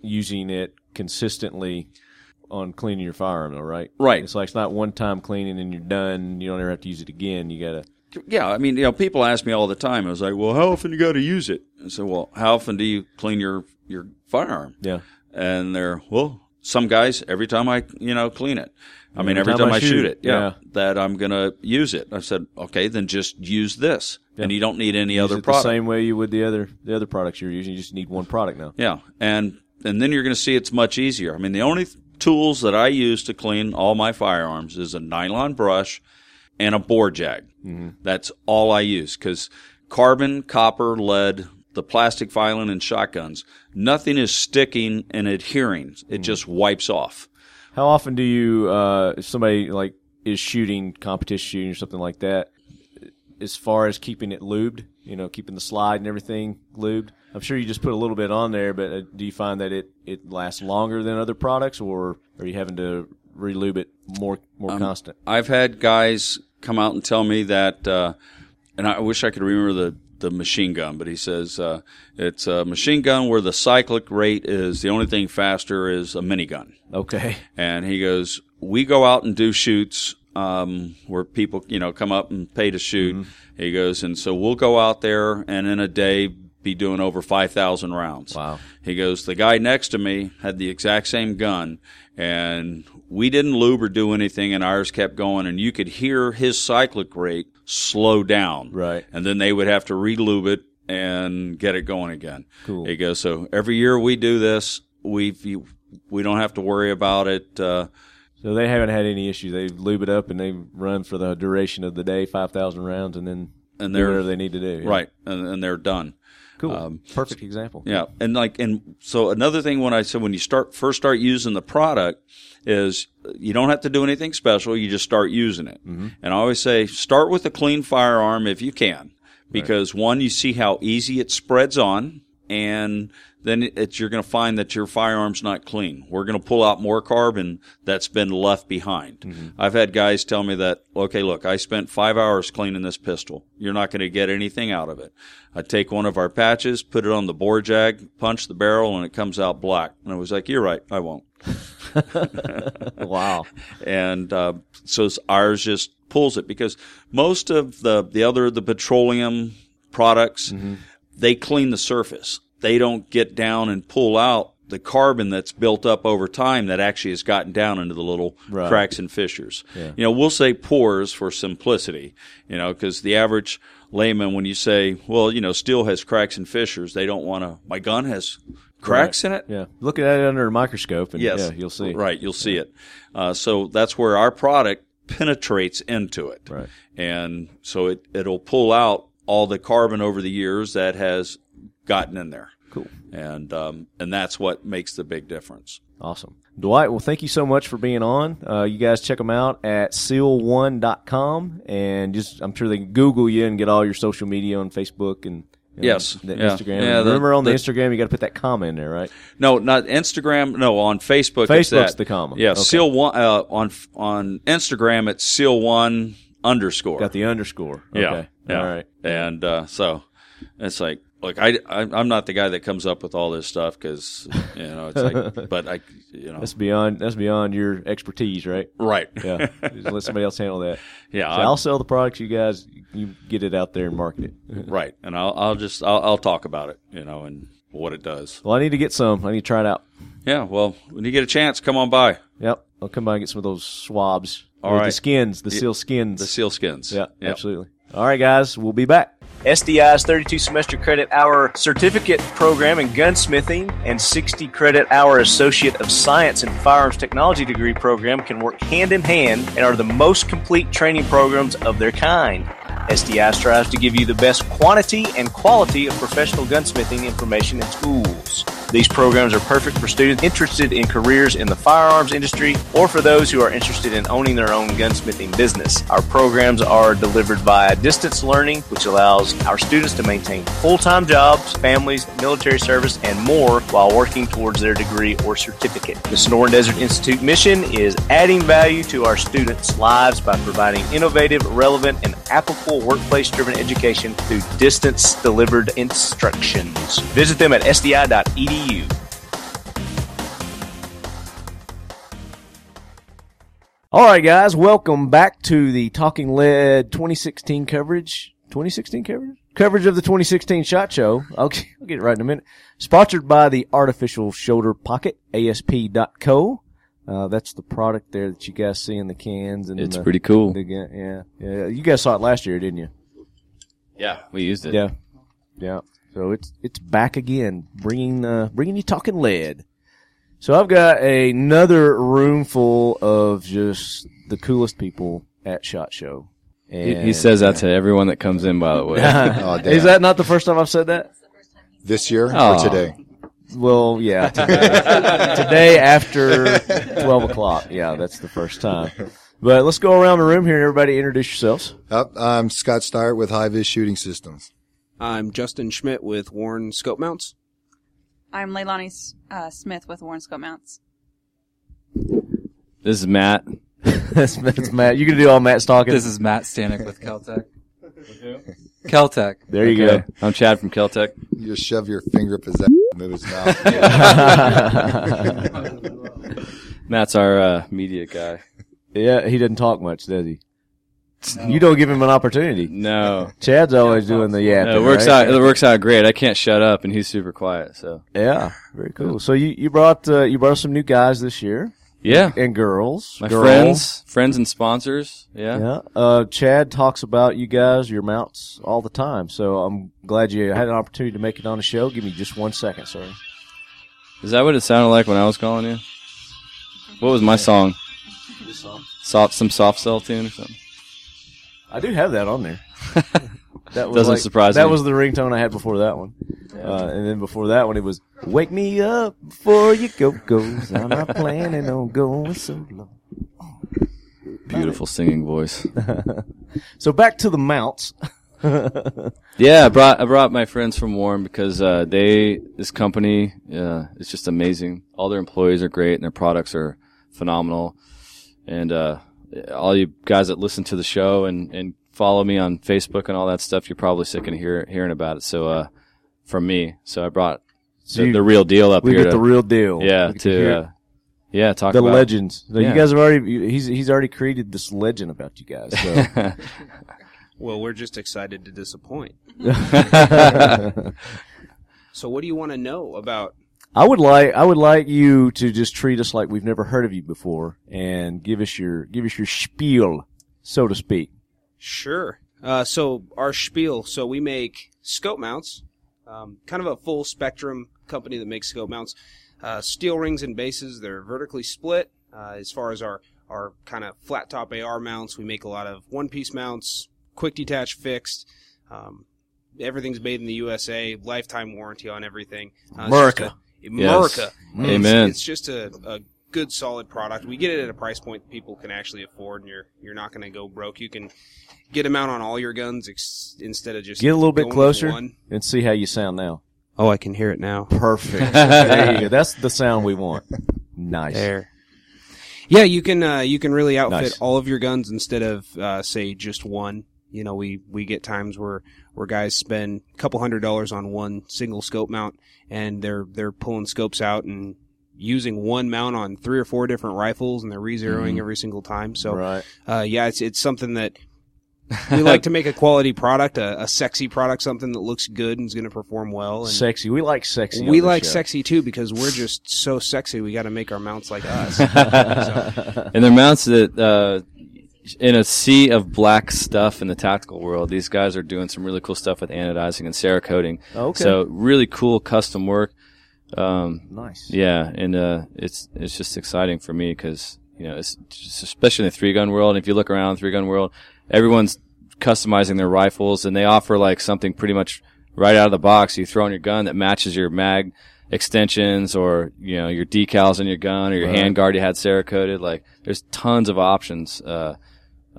A: using it consistently on cleaning your firearm, though, right?
B: Right.
A: It's like it's not one time cleaning and you're done. You don't ever have to use it again. You gotta.
B: Yeah, I mean, you know, people ask me all the time. I was like, "Well, how often you got to use it?" I said, "Well, how often do you clean your your firearm?"
A: Yeah.
B: and they're well some guys every time i you know clean it i mean
A: Every
B: every time, i shoot, it yeah,
A: yeah.
B: that i'm gonna use it i said okay then just use this and you don't need any
A: Is
B: other
A: it the
B: product
A: same way you would the other the other products you're using? You just need one product now.
B: yeah and and then you're gonna see it's much easier i mean the only th- tools that i use to clean all my firearms is a nylon brush and a bore jag
A: Mm-hmm.
B: that's all i use because carbon copper lead the plastic filing and shotguns nothing is sticking and adhering it just wipes off
A: How often do you, uh, if somebody like is shooting competition shooting or something like that, as far as keeping it lubed, you know, keeping the slide and everything lubed? I'm sure you just put a little bit on there, but uh, do you find that it, it lasts longer than other products, or are you having to relube it more more constant?
B: Um, I've had guys come out and tell me that, uh, and I wish I could remember the, the machine gun, but he says uh, it's a machine gun where the cyclic rate is the only thing faster is a minigun.
A: Okay,
B: And he goes, We go out and do shoots um, where people, you know, come up and pay to shoot.
A: Mm-hmm.
B: He goes, And so we'll go out there and in a day be doing over 5,000 rounds.
A: Wow.
B: He goes, The guy next to me had the exact same gun, and we didn't lube or do anything, and ours kept going, and you could hear his cyclic rate slow down.
A: Right.
B: And then they would have to re lube it and get it going again.
A: Cool.
B: He goes, So every year we do this, we've. You, we don't have to worry about it. Uh,
A: so they haven't had any issue. They lube it up and they run for the duration of the day, five thousand rounds, and then
B: And
A: do
B: they're-
A: whatever they need to do. yeah.
B: Right. And, and they're done. Um,
A: cool, perfect example.
B: Yeah. And like, and so another thing when I said, when you start, first start using the product is you don't have to do anything special. You just start using it. And I always say, start with a clean firearm if you can, because one, you see how easy it spreads on and then it's, you're going to find that your firearm's not clean. We're going to pull out more carbon that's been left behind. Mm-hmm. I've had guys tell me that, okay, look, I spent five hours cleaning this pistol. You're not going to get anything out of it. I take one of our patches, put it on the bore jag, punch the barrel, and it comes out black. And I was like, you're right, I won't.
A: (laughs) Wow.
B: And uh, so it's- ours just pulls it because most of the, the other, the petroleum products,
A: Mm-hmm.
B: they clean the surface. They don't get down and pull out the carbon that's built up over time that actually has gotten down into the little
A: Right.
B: cracks and fissures. You know, we'll say pores for simplicity, you know, because the average layman, when you say, well, you know, steel has cracks and fissures, they don't want to, my gun has cracks in it.
A: Yeah, look at it under a microscope, and
B: Yes.
A: yeah, you'll see.
B: Right, you'll see it. Uh, so that's where our product penetrates into it.
A: Right.
B: And so it, it'll pull out all the carbon over the years that has gotten in there.
A: Cool.
B: And, um, and that's what makes the big difference.
A: Awesome. Dwight, well, thank you so much for being on. Uh, you guys check them out at seal1.com. And just, I'm sure they can Google you and get all your social media on Facebook and, and
B: Yes.
A: the
B: Yeah.
A: Instagram.
B: Yeah, the-
A: Remember on the,
B: the-
A: Instagram, you got to put that comma in there, right?
B: No, not Instagram. No, on Facebook.
A: Facebook's
B: it's that.
A: the comma.
B: Yeah.
A: Okay.
B: Seal one, uh, on, on Instagram, it's seal one underscore.
A: Got the underscore. Okay.
B: Yeah. yeah.
A: All right.
B: And uh, so it's like, look, I, I, I'm not the guy that comes up with all this stuff because, you know, it's
A: (laughs)
B: like, but I, you know,
A: That's beyond, that's beyond your expertise, right?
B: right.
A: Yeah.
B: (laughs)
A: Just let somebody else handle that.
B: Yeah,
A: So
B: I'm-
A: I'll sell the products. You guys, you get it out there and market it.
B: Right. And I'll, I'll just, I'll, I'll talk about it, you know, and what it does.
A: Well, I need to get some. I need to try it out.
B: Yeah. Well, when you get a chance, come on by
A: Yep. I'll come by and get some of those swabs.
B: All
A: Or The
B: right.
A: skins, the seal skins.
B: the seal skins.
A: Yeah,
B: Yep.
A: absolutely. All right, guys, we'll be back.
C: SDI's 32 semester credit hour certificate program in gunsmithing and 60 credit hour associate of science and firearms technology degree program can work hand in hand and are the most complete training programs of their kind. SDI strives to give you the best quantity and quality of professional gunsmithing information and tools. These programs are perfect for students interested in careers in the firearms industry or for those who are interested in owning their own gunsmithing business. Our programs are delivered via distance learning, which allows our students to maintain full time jobs, families, military service, and more while working towards their degree or certificate. The Sonoran Desert Institute mission is adding value to our students' lives by providing innovative, relevant, and applicable workplace driven education through distance delivered instructions. Visit them at E sdi.edu.
A: All right, guys, welcome back to the Talking Lead 2016 coverage. 2016 coverage? Coverage of the 2016 Shot Show. I'll, (laughs) get- I'll get it right in a minute. Sponsored by the Artificial Shoulder Pocket, ASP.co. Uh, that's the product there that you guys see in the cans and
D: It's
A: the,
D: pretty cool.
A: the ga- yeah, yeah. You guys saw it last year, didn't you?
D: Yeah, we used it.
A: Yeah, yeah. So it's it's back again, bringing uh, bringing you talking lead. So I've got another room full of just the coolest people at Shot Show.
D: He,
A: And
D: he says that to everyone that comes in. By
E: (laughs)
D: the (laughs)
A: (laughs)
D: way,
E: Oh, damn.
A: "Is that not the first time I've said that?"
E: this year
D: Aw.
E: or today?
A: Well,
D: (laughs)
A: yeah. Today, today after twelve o'clock. Yeah, that's the first time. But let's go around the room here and everybody introduce yourselves.
E: Up, I'm Scott Steyer with High Vis Shooting Systems.
F: I'm Justin Schmidt with Warren Scope Mounts.
G: I'm Leilani S- uh, Smith with Warren Scope Mounts.
D: this is
A: (laughs)
D: Matt.
A: that's, that's Matt. You gonna do all Matt's talking?
H: This is Matt Stanek with Caltech.
E: (laughs)
H: Caltech.
A: there you
D: Okay. I'm Chad from Caltech.
E: You just shove your finger up his ass and move his
A: (laughs)
E: mouth.
A: go.
D: (laughs) Matt's our uh, media guy.
A: Yeah, he doesn't talk much, does he? You don't give him an opportunity.
D: No,
A: Chad's always doing the yapping.
D: no it Uh, works
A: right?
D: out. It works out great. I can't shut up, and he's super quiet. So
A: Yeah, very cool. So you you brought uh, you brought some new guys this year
D: yeah,
A: and girls.
D: my
A: Girl.
D: friends, friends and sponsors. Yeah.
A: Yeah. Uh, Chad talks about you guys, your mounts, all the time. So I'm glad you had an opportunity to make it on the show. Give me just one second, sorry.
D: Is that what it sounded like when I was calling you? What was my song? Soft, some soft cell tune or something.
A: I do have that on
D: (laughs)
A: there. That was
D: Doesn't surprise
A: That
D: me.
A: was the ringtone I had before that one, uh, and then before that one, it was "Wake me up before you go goes." I'm not planning on going so long.
D: Beautiful singing voice.
A: (laughs) So back to the
D: (laughs)
A: mounts.
D: Yeah, I brought I brought my friends from Warren because uh, they this company uh, is just amazing. All their employees are great and their products are phenomenal. And uh, all you guys that listen to the show and, and follow me on Facebook and all that stuff, you're probably sick of hear, hearing about it. So uh, from me, so I brought
A: So
D: the,
A: you-
D: the real deal up
A: we
D: here.
A: get the
D: to-
A: real deal.
D: yeah,
A: We get
D: to
A: hear
D: uh, yeah talk
A: the
D: about
A: legends. So You
D: Yeah.
A: guys have already. He's he's already created this legend about you guys. So.
D: (laughs)
F: Well, we're just excited
H: (laughs)
F: to disappoint. So, what do you want to know about?
A: I would like I would like you to just treat us like we've never heard of you before and give us your give us your spiel, so to speak.
F: Sure. Uh, so, our spiel. So, we make scope mounts, um, kind of a full spectrum company that makes scope mounts. Uh, steel rings and bases, they're vertically split. Uh, as far as our, our kind of flat top AR mounts, we make a lot of one piece mounts, quick detach fixed. Um, everything's made in the USA, lifetime warranty on everything. Uh, it's just
A: America.
F: a- America. It's-
D: Amen.
F: It's, just a, a good solid product. We get it at a price point that people can actually afford, and you're you're not going to go broke. You can get them out on all your guns ex- instead of just
A: Get a little bit
F: going with
A: closer
F: One.
A: and see how you sound now.
F: Oh, I can hear it now.
A: Perfect. (laughs) there you go. That's the sound we want. Nice.
F: There. Yeah, you can uh, you can really outfit
A: Nice.
F: all of your guns instead of uh, say just one. You know, we we get times where where guys spend a couple hundred dollars on one single scope mount, and they're they're pulling scopes out and using one mount on three or four different rifles, and they're re-zeroing every single time. So
A: Mm-hmm. Right.
F: uh, yeah, it's it's something that we like to make a quality product, a, a sexy product, something that looks good and is going to perform well. And
A: Sexy. We like sexy. on
F: we
A: this
F: like
A: show.
F: sexy too because we're just
A: (laughs)
F: so sexy. We got to make our mounts like us.
D: (laughs) and their mounts that uh, in a sea of black stuff in the tactical world, these guys are doing some really cool stuff with anodizing and cerakoting.
A: Okay.
D: So really cool custom work. Um,
A: Nice.
D: yeah, and uh, it's it's just exciting for me because you know, it's just, especially in the three gun world. And if you look around three gun world, everyone's customizing their rifles, and they offer like something pretty much right out of the box. You throw on your gun that matches your mag extensions or you know your decals on your gun or your handguard you had Cerakoted. Like there's tons of options. Uh,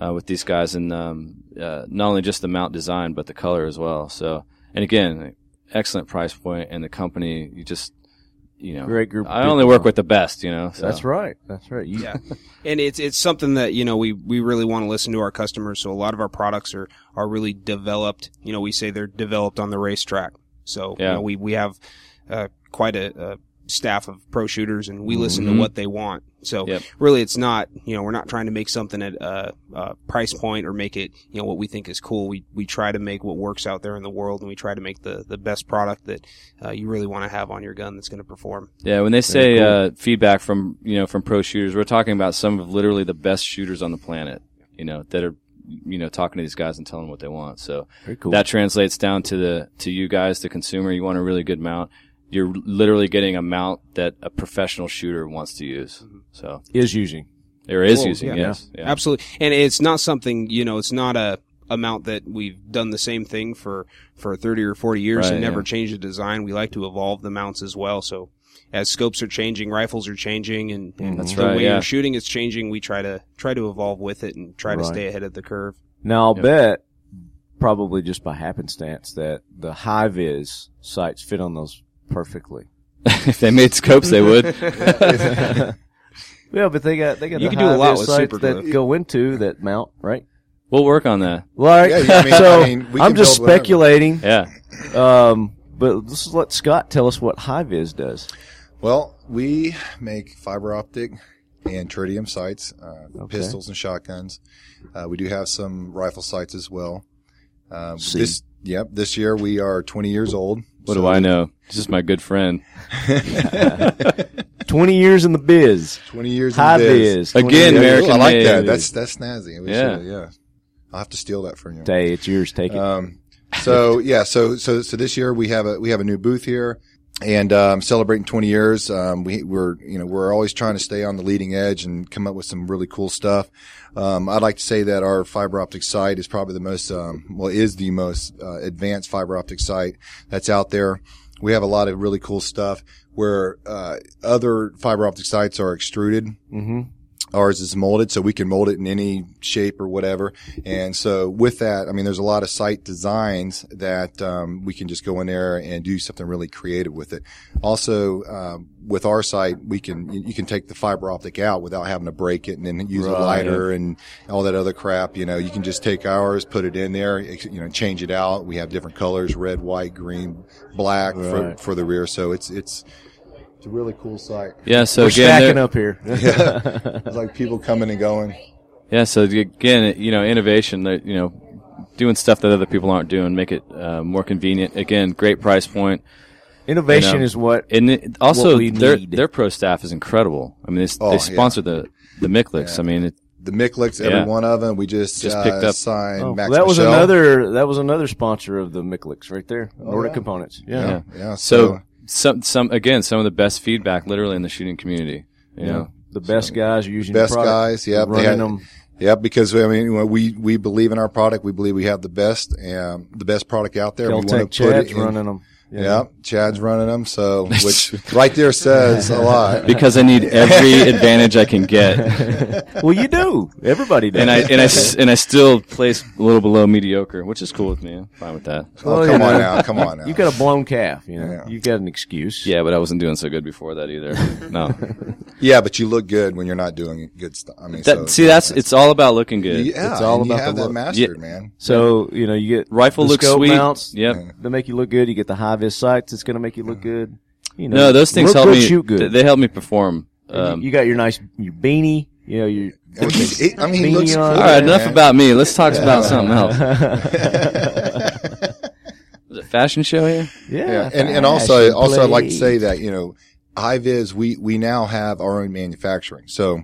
D: uh, with these guys, and um, uh, not only just the mount design, but the color as well. So, and again, excellent price point, and the company you just, you know,
A: Great group of
D: I only
A: people.
D: work with the best, you know. So.
A: That's right. That's
D: (laughs)
A: right. You-
F: Yeah. and it's it's something that you know we we really want to listen to our customers. So a lot of our products are are really developed. You know, we say they're developed on the racetrack. So you
D: Yeah.
F: know, we we have uh, quite a, a staff of pro shooters, and we listen to
D: Mhm.
F: what they want. So
D: Yep.
F: really, it's not you know we're not trying to make something at a, a price point or make it you know what we think is cool. We we try to make what works out there in the world, and we try to make the the best product that uh, you really want to have on your gun that's going to perform.
D: Yeah, when they say uh, feedback from you know from pro shooters, we're talking about some of literally the best shooters on the planet. You know that are you know talking to these guys and telling them what they want. So
A: Very cool.
D: that translates down to the to you guys, the consumer. You want a really good mount. You're literally getting a mount that a professional shooter wants to use.
F: Mm-hmm.
D: So
A: (laughs) is using.
D: there is
F: Cool,
D: using
F: yeah.
D: yes, yeah.
F: Absolutely. And it's not something, you know, it's not a amount that we've done the same thing for, for 30 or 40 years
D: Right,
F: and never
D: yeah.
F: changed the design. We like to evolve the mounts as well. So as scopes are changing, rifles are changing and, and
D: That's
F: the
D: right,
F: way
D: yeah.
F: you're shooting is changing. We try to, try to evolve with it and try to
A: Right.
F: stay ahead of the curve.
A: Now I'll
D: Yep.
A: bet, probably just by happenstance, that the high vis sights fit on those (laughs) perfectly.
D: if they made scopes, they would.
A: (laughs) yeah, but they got they got
F: You
A: the
F: can do a
A: high
F: lot
A: vis
F: with
A: sights
F: super
A: that
F: glue.
A: go into that mount, right?
D: we'll work on that.
A: Well, all right.
E: Yeah, I mean-
A: (laughs) so
E: I mean, we
A: I'm
E: can
A: just
E: build whatever.
A: speculating.
D: Yeah,
A: Um, but let's let Scott tell us what high vis does.
E: Well, we make fiber optic and tritium sights, uh,
A: Okay.
E: pistols and shotguns. Uh, we do have some rifle sights as well. Uh,
A: See.
E: this, yep, this year we are 20 years old.
D: what do I know? This is my good friend.
A: (laughs) Twenty years in the biz.
E: 20 years
A: High
E: in biz.
A: vis. 20
D: Again,
A: years.
D: American
E: I like
D: made.
E: that. That's that's snazzy. We
D: Yeah.
E: should- yeah. I'll have to steal that from you.
A: Hey, it's yours. Take it.
E: Um, so (laughs) yeah, so so so this year we have a we have a new booth here, and um, celebrating 20 years. Um, we we're you know we're always trying to stay on the leading edge and come up with some really cool stuff. Um, I'd like to say that our fiber optic site is probably the most um, well is the most uh, advanced fiber optic site that's out there. We have a lot of really cool stuff where uh, other fiber optic sites are extruded
A: mm-hmm.
E: ours is molded so we can mold it in any shape or whatever and so with that i mean there's a lot of site designs that um, we can just go in there and do something really creative with it also um, with our site we can you you can take the fiber optic out without having to break it and then use a lighter and all that other crap you know you can just take ours put it in there ex- you know change it out we have different colors red white green black for,
A: Right.
E: for the rear so it's it's it's a really cool site
D: Yeah. So
A: We're
D: again, there-
A: stacking
E: (laughs)
A: up here.
E: it's like people coming and going
D: Yeah, so the- again, you know, innovation, that, you know, doing stuff that other people aren't doing, make it uh, more convenient. Again, great price point.
A: Innovation
D: You know,
A: is what
D: And it, also,
A: What we
D: their
A: need.
D: their pro staff is incredible. I mean, they,
E: Oh,
D: they
E: yeah.
D: sponsor the the Micklix. I mean, it,
E: the Miklicks, every
D: Yeah.
E: one of them. We just,
D: Just
E: uh,
D: picked up-
E: signed
A: Oh,
E: Max
A: that was
E: Michelle. Oh,
A: another that was another sponsor of the Miklix right there, Nordic
E: yeah.
A: Components.
E: Yeah,
D: Yeah.
E: yeah,
D: so,
E: So,
D: some some again, some of the best feedback, literally in the shooting community. You
A: Yeah.
D: know,
A: the best guys are using the
E: Best
A: product,
E: guys, yep, they
A: running
E: had-
A: them.
E: yeah, because I mean, when we we believe in our product. We believe we have the best, um, the best product out there. we
A: Keltec
E: want to put it
A: Chad's
E: in.
A: running them.
E: Yeah. Chad's running them.
D: (laughs)
E: So, which right there says a lot.
D: because I need
E: (laughs)
D: every advantage I can get,
A: (laughs) Well, you do. Everybody does.
D: and I
A: (laughs)
D: and I s- and I still place a little below mediocre, which is cool with me. I'm fine with that.
E: Oh,
A: Well,
E: come
A: you
E: on
A: know,
E: now, come on now.
A: (laughs) You got a blown calf. You know,
E: Yeah.
A: you got an excuse.
D: Yeah, but I wasn't doing so good before that
A: (laughs)
D: either. No.
E: yeah, but you look good when you're not doing good stuff. I mean,
D: That,
E: so,
D: see, that's it's all about looking good.
E: yeah,
A: it's all
E: and
A: about
E: you have
A: the
E: that
A: look.
E: mastered,
D: Yeah.
E: man.
A: So you know, you get
D: Rifle
A: the
D: looks
A: scope
D: sweet.
A: mounts
D: Yep.
A: to make you look good. You get the high vis sights. It's going to make you look good. You know,
D: No, those things
A: look
D: help
A: good,
D: me.
A: shoot good.
D: th- They help me perform. Um,
A: you, you got your nice your beanie. You know, your
E: I mean, he, I mean, he
A: Beanie
E: looks cool.
A: on.
D: all
E: man.
D: right, enough about me. Let's talk about something
A: (laughs)
D: else. Is it fashion show here?
A: yeah,
E: Yeah, and and also
A: fashion
E: also I'd like to
A: plate.
E: say that you know, Hiviz we we now have our own manufacturing, so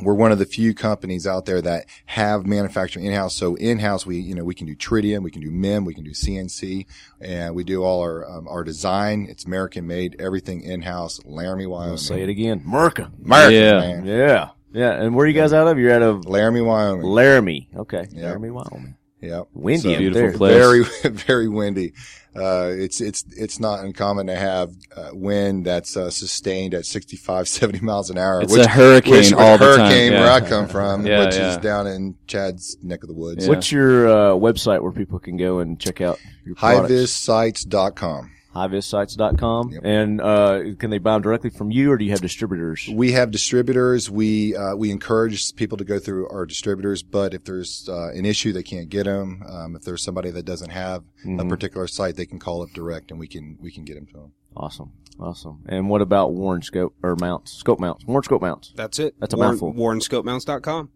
E: we're one of the few companies out there that have manufacturing in-house. So in-house, we, you know, we can do tritium, we can do MEM, we can do CNC, and we do all our, um, our design. It's American made, everything in-house, Laramie, Wyoming.
A: Say it again, Merca.
E: American,
D: Yeah.
E: man.
A: Yeah, yeah. And where are you guys out of? You're out of
E: Laramie, Wyoming.
A: Laramie. Okay,
E: Yeah.
A: Laramie, Wyoming.
E: yep.
A: Windy
E: So-
A: up
D: Beautiful
A: there.
D: place.
E: Very, (laughs) very windy. Uh, it's, it's, it's not uncommon to have uh, wind that's uh, sustained at (laughs) 65, 70 miles an hour.
D: It's a hurricane
E: which with
D: all the time.
E: hurricane
D: Yeah.
E: where I come from,
D: Yeah,
E: which
D: yeah.
E: is down in Chad's neck of the woods.
D: Yeah.
A: What's your uh, website where people can go and check out your products?
E: HighVisSites.com.
A: HighVisSites.com.
E: Yep.
A: And uh, can they buy them directly from you, or do you have distributors?
E: We have distributors. We uh, we encourage people to go through our distributors, but if there's uh, an issue, they can't get them. Um, if there's somebody that doesn't have
D: Mm-hmm.
E: a particular site, they can call up direct, and we can we can get them to them.
A: Awesome, awesome. And what about Warren scope or mounts? Scope mounts. Warren scope mounts.
F: That's it.
A: That's a
F: Warren,
A: mouthful.
F: WarrenScopeMounts.com.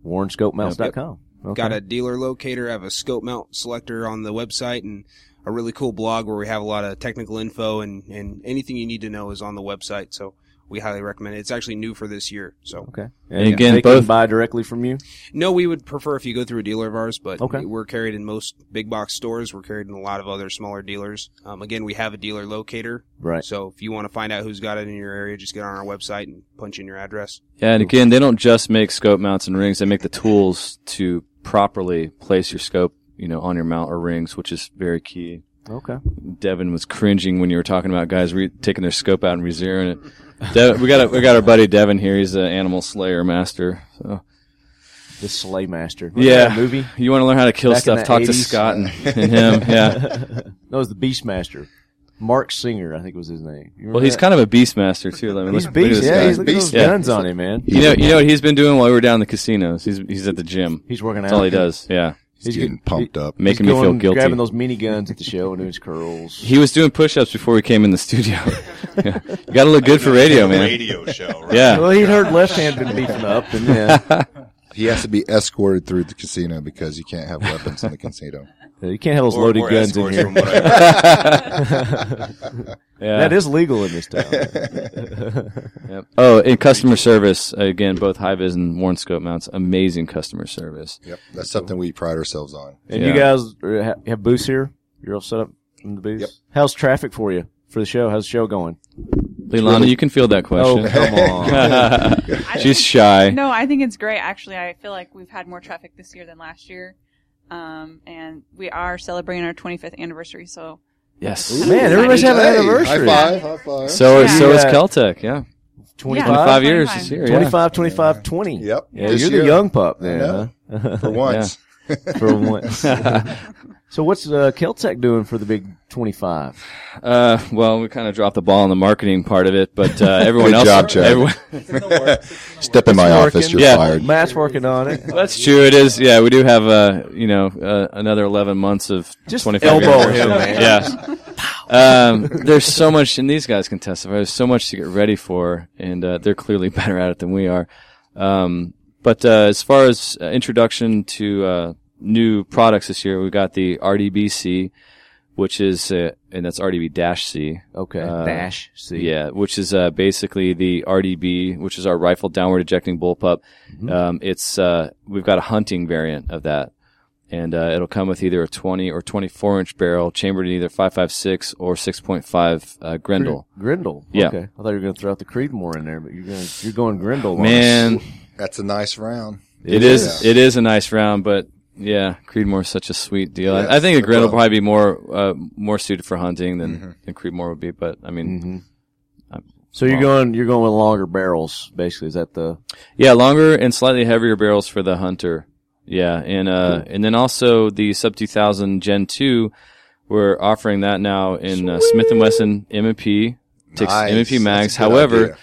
A: WarrenScopeMounts.com. Okay.
F: Got a dealer locator. I have a scope mount selector on the website and a really cool blog where we have a lot of technical info and, and anything you need to know is on the website. So we highly recommend it. It's actually new for this year. So
A: Okay.
D: And again,
A: they
D: both-
A: can buy directly from you.
F: no, we would prefer if you go through a dealer of ours, but
A: Okay.
F: we're carried in most big box stores. We're carried in a lot of other smaller dealers. Um, again, we have a dealer locator.
A: Right.
F: So if you want to find out who's got it in your area, just get on our website and punch in your address.
D: Yeah, and again, they don't just make scope mounts and rings; they make the tools to properly place your scope, you know, on your mount or rings, which is very key.
A: Okay.
D: Devin was cringing when you were talking about guys re- taking their scope out and re-zeroing it. Devin, we got a, we got our buddy Devin here. He's an animal slayer master. So
A: The Sleigh Master. Remember
D: yeah,
A: that movie.
D: You want to learn how to kill
A: Back in
D: stuff?
A: the
D: Talk to
A: 80s?
D: Scott
A: (laughs)
D: and, and him. Yeah.
A: That was the Beastmaster. Mark Singer, I think was his name. You remember
D: Well, he's
A: that?
D: kind of a beast master too. Let me
A: He's
D: look, look at
A: beast.
D: this
A: Yeah,
D: guy.
A: he's look at those
E: Beast, yeah.
A: guns on him, man.
D: You know, you know what he's been doing while we were down in the casinos. He's he's at the gym.
A: He's working out.
D: That's all he does. Yeah,
E: He's, getting pumped up.
A: He's
D: making me feel
A: going-
D: guilty.
A: Grabbing those mini guns at the show and doing his curls.
D: He was doing push-ups before we came in the
A: (laughs)
D: studio. (laughs) yeah. You got to look good for radio, man.
I: Radio show, right?
D: Yeah.
A: Well, he'd heard left hand been beefing up,
D: (laughs)
A: and yeah,
E: (laughs) He has to be escorted through the casino because you can't have weapons in the casino.
A: you can't have those
I: Or-
A: loaded
I: or
A: guns in
I: escorts
A: here.
I: from what
A: (laughs)
I: I've heard.
D: (laughs) yeah.
A: That is
I: (laughs)
A: legal in this town.
D: Yep. Oh, and customer service again. Both high vis and Warren scope mounts. Amazing customer service.
E: Yep, (laughs) that's something we pride ourselves on.
A: And
D: Yeah.
A: you guys uh, ha- have booths here? You're all set up in the booth.
E: Yep.
A: How's traffic for you for the show? How's the show going?
D: Leilani, you can field that
A: Oh,
D: question.
A: (laughs)
D: (laughs)
A: come on.
G: I
D: She's
G: think-
D: shy.
G: No, I think it's great. Actually, I feel like we've had more traffic this year than last year. Um, and we are celebrating our 25th anniversary. So
D: Yes.
A: Man, everybody's having an
E: Hey,
A: anniversary.
E: High five, high five.
D: So
G: Yeah.
D: so is
A: Yeah.
D: Caltech. Yeah.
A: 25,
D: Twenty five years
G: 25.
D: is here. Yeah.
A: 25, 25, 20.
E: Yep.
A: Yeah,
E: This
A: you're
E: year.
A: the young pup then,
E: know.
A: huh? (laughs)
E: for
D: (laughs)
E: once. (laughs)
A: for once. so what's uh, Keltec doing for the big 25?
D: Uh, well, we kind of dropped the ball on the marketing part of it, but uh, everyone
E: Good
D: else.
E: job, Chad.
D: everyone-
E: (laughs) Step in my office. You're
D: Yeah.
E: fired.
A: Matt's working on it.
D: that's true. It is. Yeah, we do have uh, you know, uh, another eleven months of
A: Just
D: twenty five.
A: elbow
D: years.
A: him, man.
D: (laughs) Yeah. um, there's so much, and these guys can testify. There's so much to get ready for, and uh, they're clearly (laughs) better at it than we are. Um, but uh, as far as uh, introduction to uh, new products this year, we got the RDBC, which is uh, and that's RDB dash C.
A: Okay.
D: Uh,
A: Dash C.
D: Yeah, which is uh, basically the RDB, which is our rifle downward ejecting bullpup. Um, it's uh, we've got a hunting variant of that, and uh, it'll come with either a 20 or 24 inch barrel, chambered in either 5.56 or 6.5 uh, Grendel.
A: Grindle.
D: Yeah.
A: Okay. I thought you were going to throw out the Creedmoor in there, but you're going you're going Grindle. on
D: Man,
E: That's a nice round.
D: it is, it is a nice round, but yeah, Creedmoor is such a sweet deal. I, I think a
E: it
D: Grendel
E: will.
D: will probably be more uh, more suited for hunting than than Creedmoor would be, but I mean. uh,
A: us. Mm-hmm. So you're going you're going with longer barrels basically. Is that the
D: Yeah, longer and slightly heavier barrels for the hunter. Yeah, and uh, and then also the sub 2000 Gen 2, we're offering that now in uh, Smith and Wesson M&P takes
E: Nice.
D: M&P
E: That's
D: mags.
E: a good
D: However,
E: idea.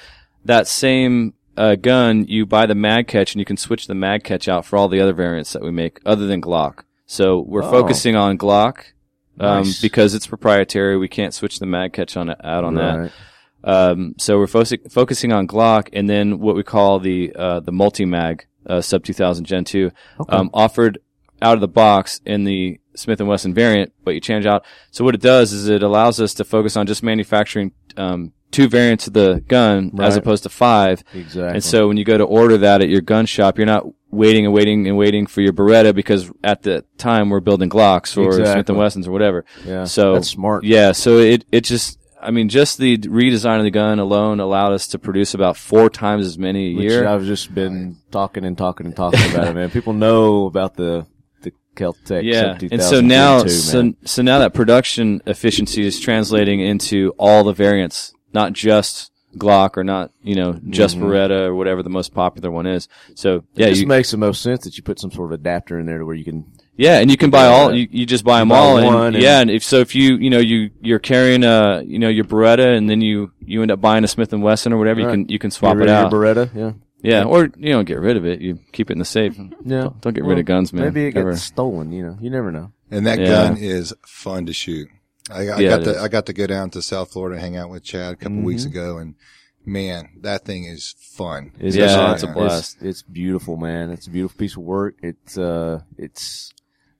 D: that same uh, gun, you buy the mag catch and you can switch the mag catch out for all the other variants that we make other than Glock. So we're
A: Oh.
D: focusing on Glock um,
A: Nice.
D: because it's proprietary. We can't switch the mag catch on out on that.
A: Right.
D: Um, so we're foci- focusing on Glock and then what we call the uh, the multi mag uh, sub 2000 Gen 2 um, offered out of the box in the Smith and Wesson variant, but you change out. So what it does is it allows us to focus on just manufacturing um, two variants of the gun as
A: Right.
D: opposed to five.
A: Exactly.
D: And so when you go to order that at your gun shop, you're not waiting and waiting and waiting for your Beretta because at the time we're building Glocks or Smith
A: Exactly.
D: and Wessons or whatever.
A: yeah,
D: so-
A: that's smart.
D: Yeah, so it it just I mean just the redesign of the gun alone allowed us to produce about four times as many a
A: Which
D: year.
A: I've just been talking (laughs) and talking and talking about it, man. People know about the the Caltech.
D: yeah,
A: sub
D: and so now
A: 2022,
D: so,
A: man.
D: so now that production efficiency is translating into all the variants, not just Glock or not you know just Beretta or whatever the most popular one is. So yeah,
A: it Mm-hmm. just
D: you,
A: makes the most sense that you put some sort of adapter in there to where you can.
D: Yeah, and you can buy all.
A: Yeah.
D: You, you just buy them
A: buy
D: all. And,
A: one and-
D: yeah, and if so, if you you know you you're carrying uh you know your Beretta, and then you you end up buying a Smith and Wesson or whatever, you
A: Right.
D: can you can swap
A: get
D: it
A: rid
D: out.
A: of your Beretta. Yeah,
D: yeah, or you know get rid of it. You keep it in the safe.
A: yeah.
D: Don't- don't get rid of guns, man.
A: Maybe it gets
D: Ever.
A: stolen. You know, you never know.
E: And that
D: Yeah.
E: gun is fun to shoot. I, I
D: Yeah,
E: got
D: it
E: to
D: is.
E: I got to go down to South Florida and hang out with Chad a couple weeks ago, and man, that thing is fun.
A: It's
D: Yeah,
A: awesome.
D: it's a blast.
A: It's, it's beautiful, man. It's a beautiful piece of work. It's uh, it's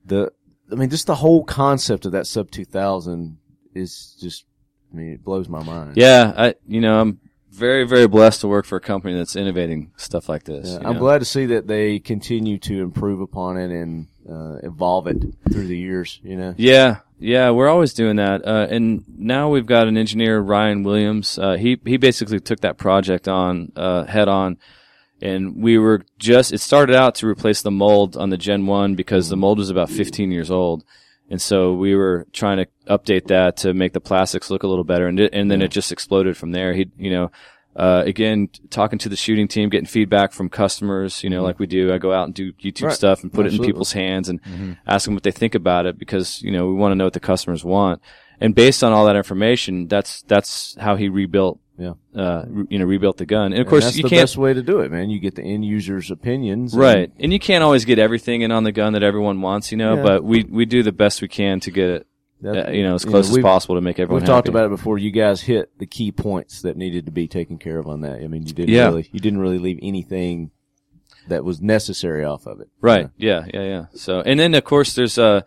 A: the. I mean, just the whole concept of that sub two thousand is just. I mean, it blows my mind. Uh,
D: Yeah, I you know I'm very very blessed to work for a company that's innovating stuff like this.
A: Yeah,
D: you
A: I'm
D: know?
A: glad to see that they continue to improve upon it and uh, evolve it through the years. You know,
D: Yeah, yeah, we're always doing that. Uh, and now we've got an engineer, Ryan Williams. Uh, he he basically took that project on uh, head on, and we were just. It started out to replace the mold on the Gen One because the mold was about 15 years old. And so we were trying to update that to make the plastics look a little better, and it, and then it just exploded from there. He, you know, uh, again, t- talking to the shooting team, getting feedback from customers, you know, like we do. I go out and do YouTube
A: Mm-hmm. Right.
D: stuff and put it in
A: Absolutely.
D: people's hands and
A: Mm-hmm.
D: ask them what they think about it because, you know, we want to know what the customers want. And based on all that information, that's, that's how he rebuilt,
A: Yeah.
D: uh, re- you know, rebuilt the gun. And of
A: And
D: course,
A: that's
D: you
A: the
D: can't,
A: best way to do it, man. You get the end user's opinions, and-
D: right. And you can't always get everything in on the gun that everyone wants, you know,
A: Yeah.
D: but we, we do the best we can to get it,
A: that-
D: uh, you know, as
A: you
D: close as
A: we've-
D: possible to make everyone
A: We've talked
D: happy.
A: about it before. You guys hit the key points that needed to be taken care of on that. I mean, you didn't
D: Yeah.
A: really, you didn't really leave anything that was necessary off of it.
D: Right. Yeah. Yeah. Yeah. So, and then of course there's, uh,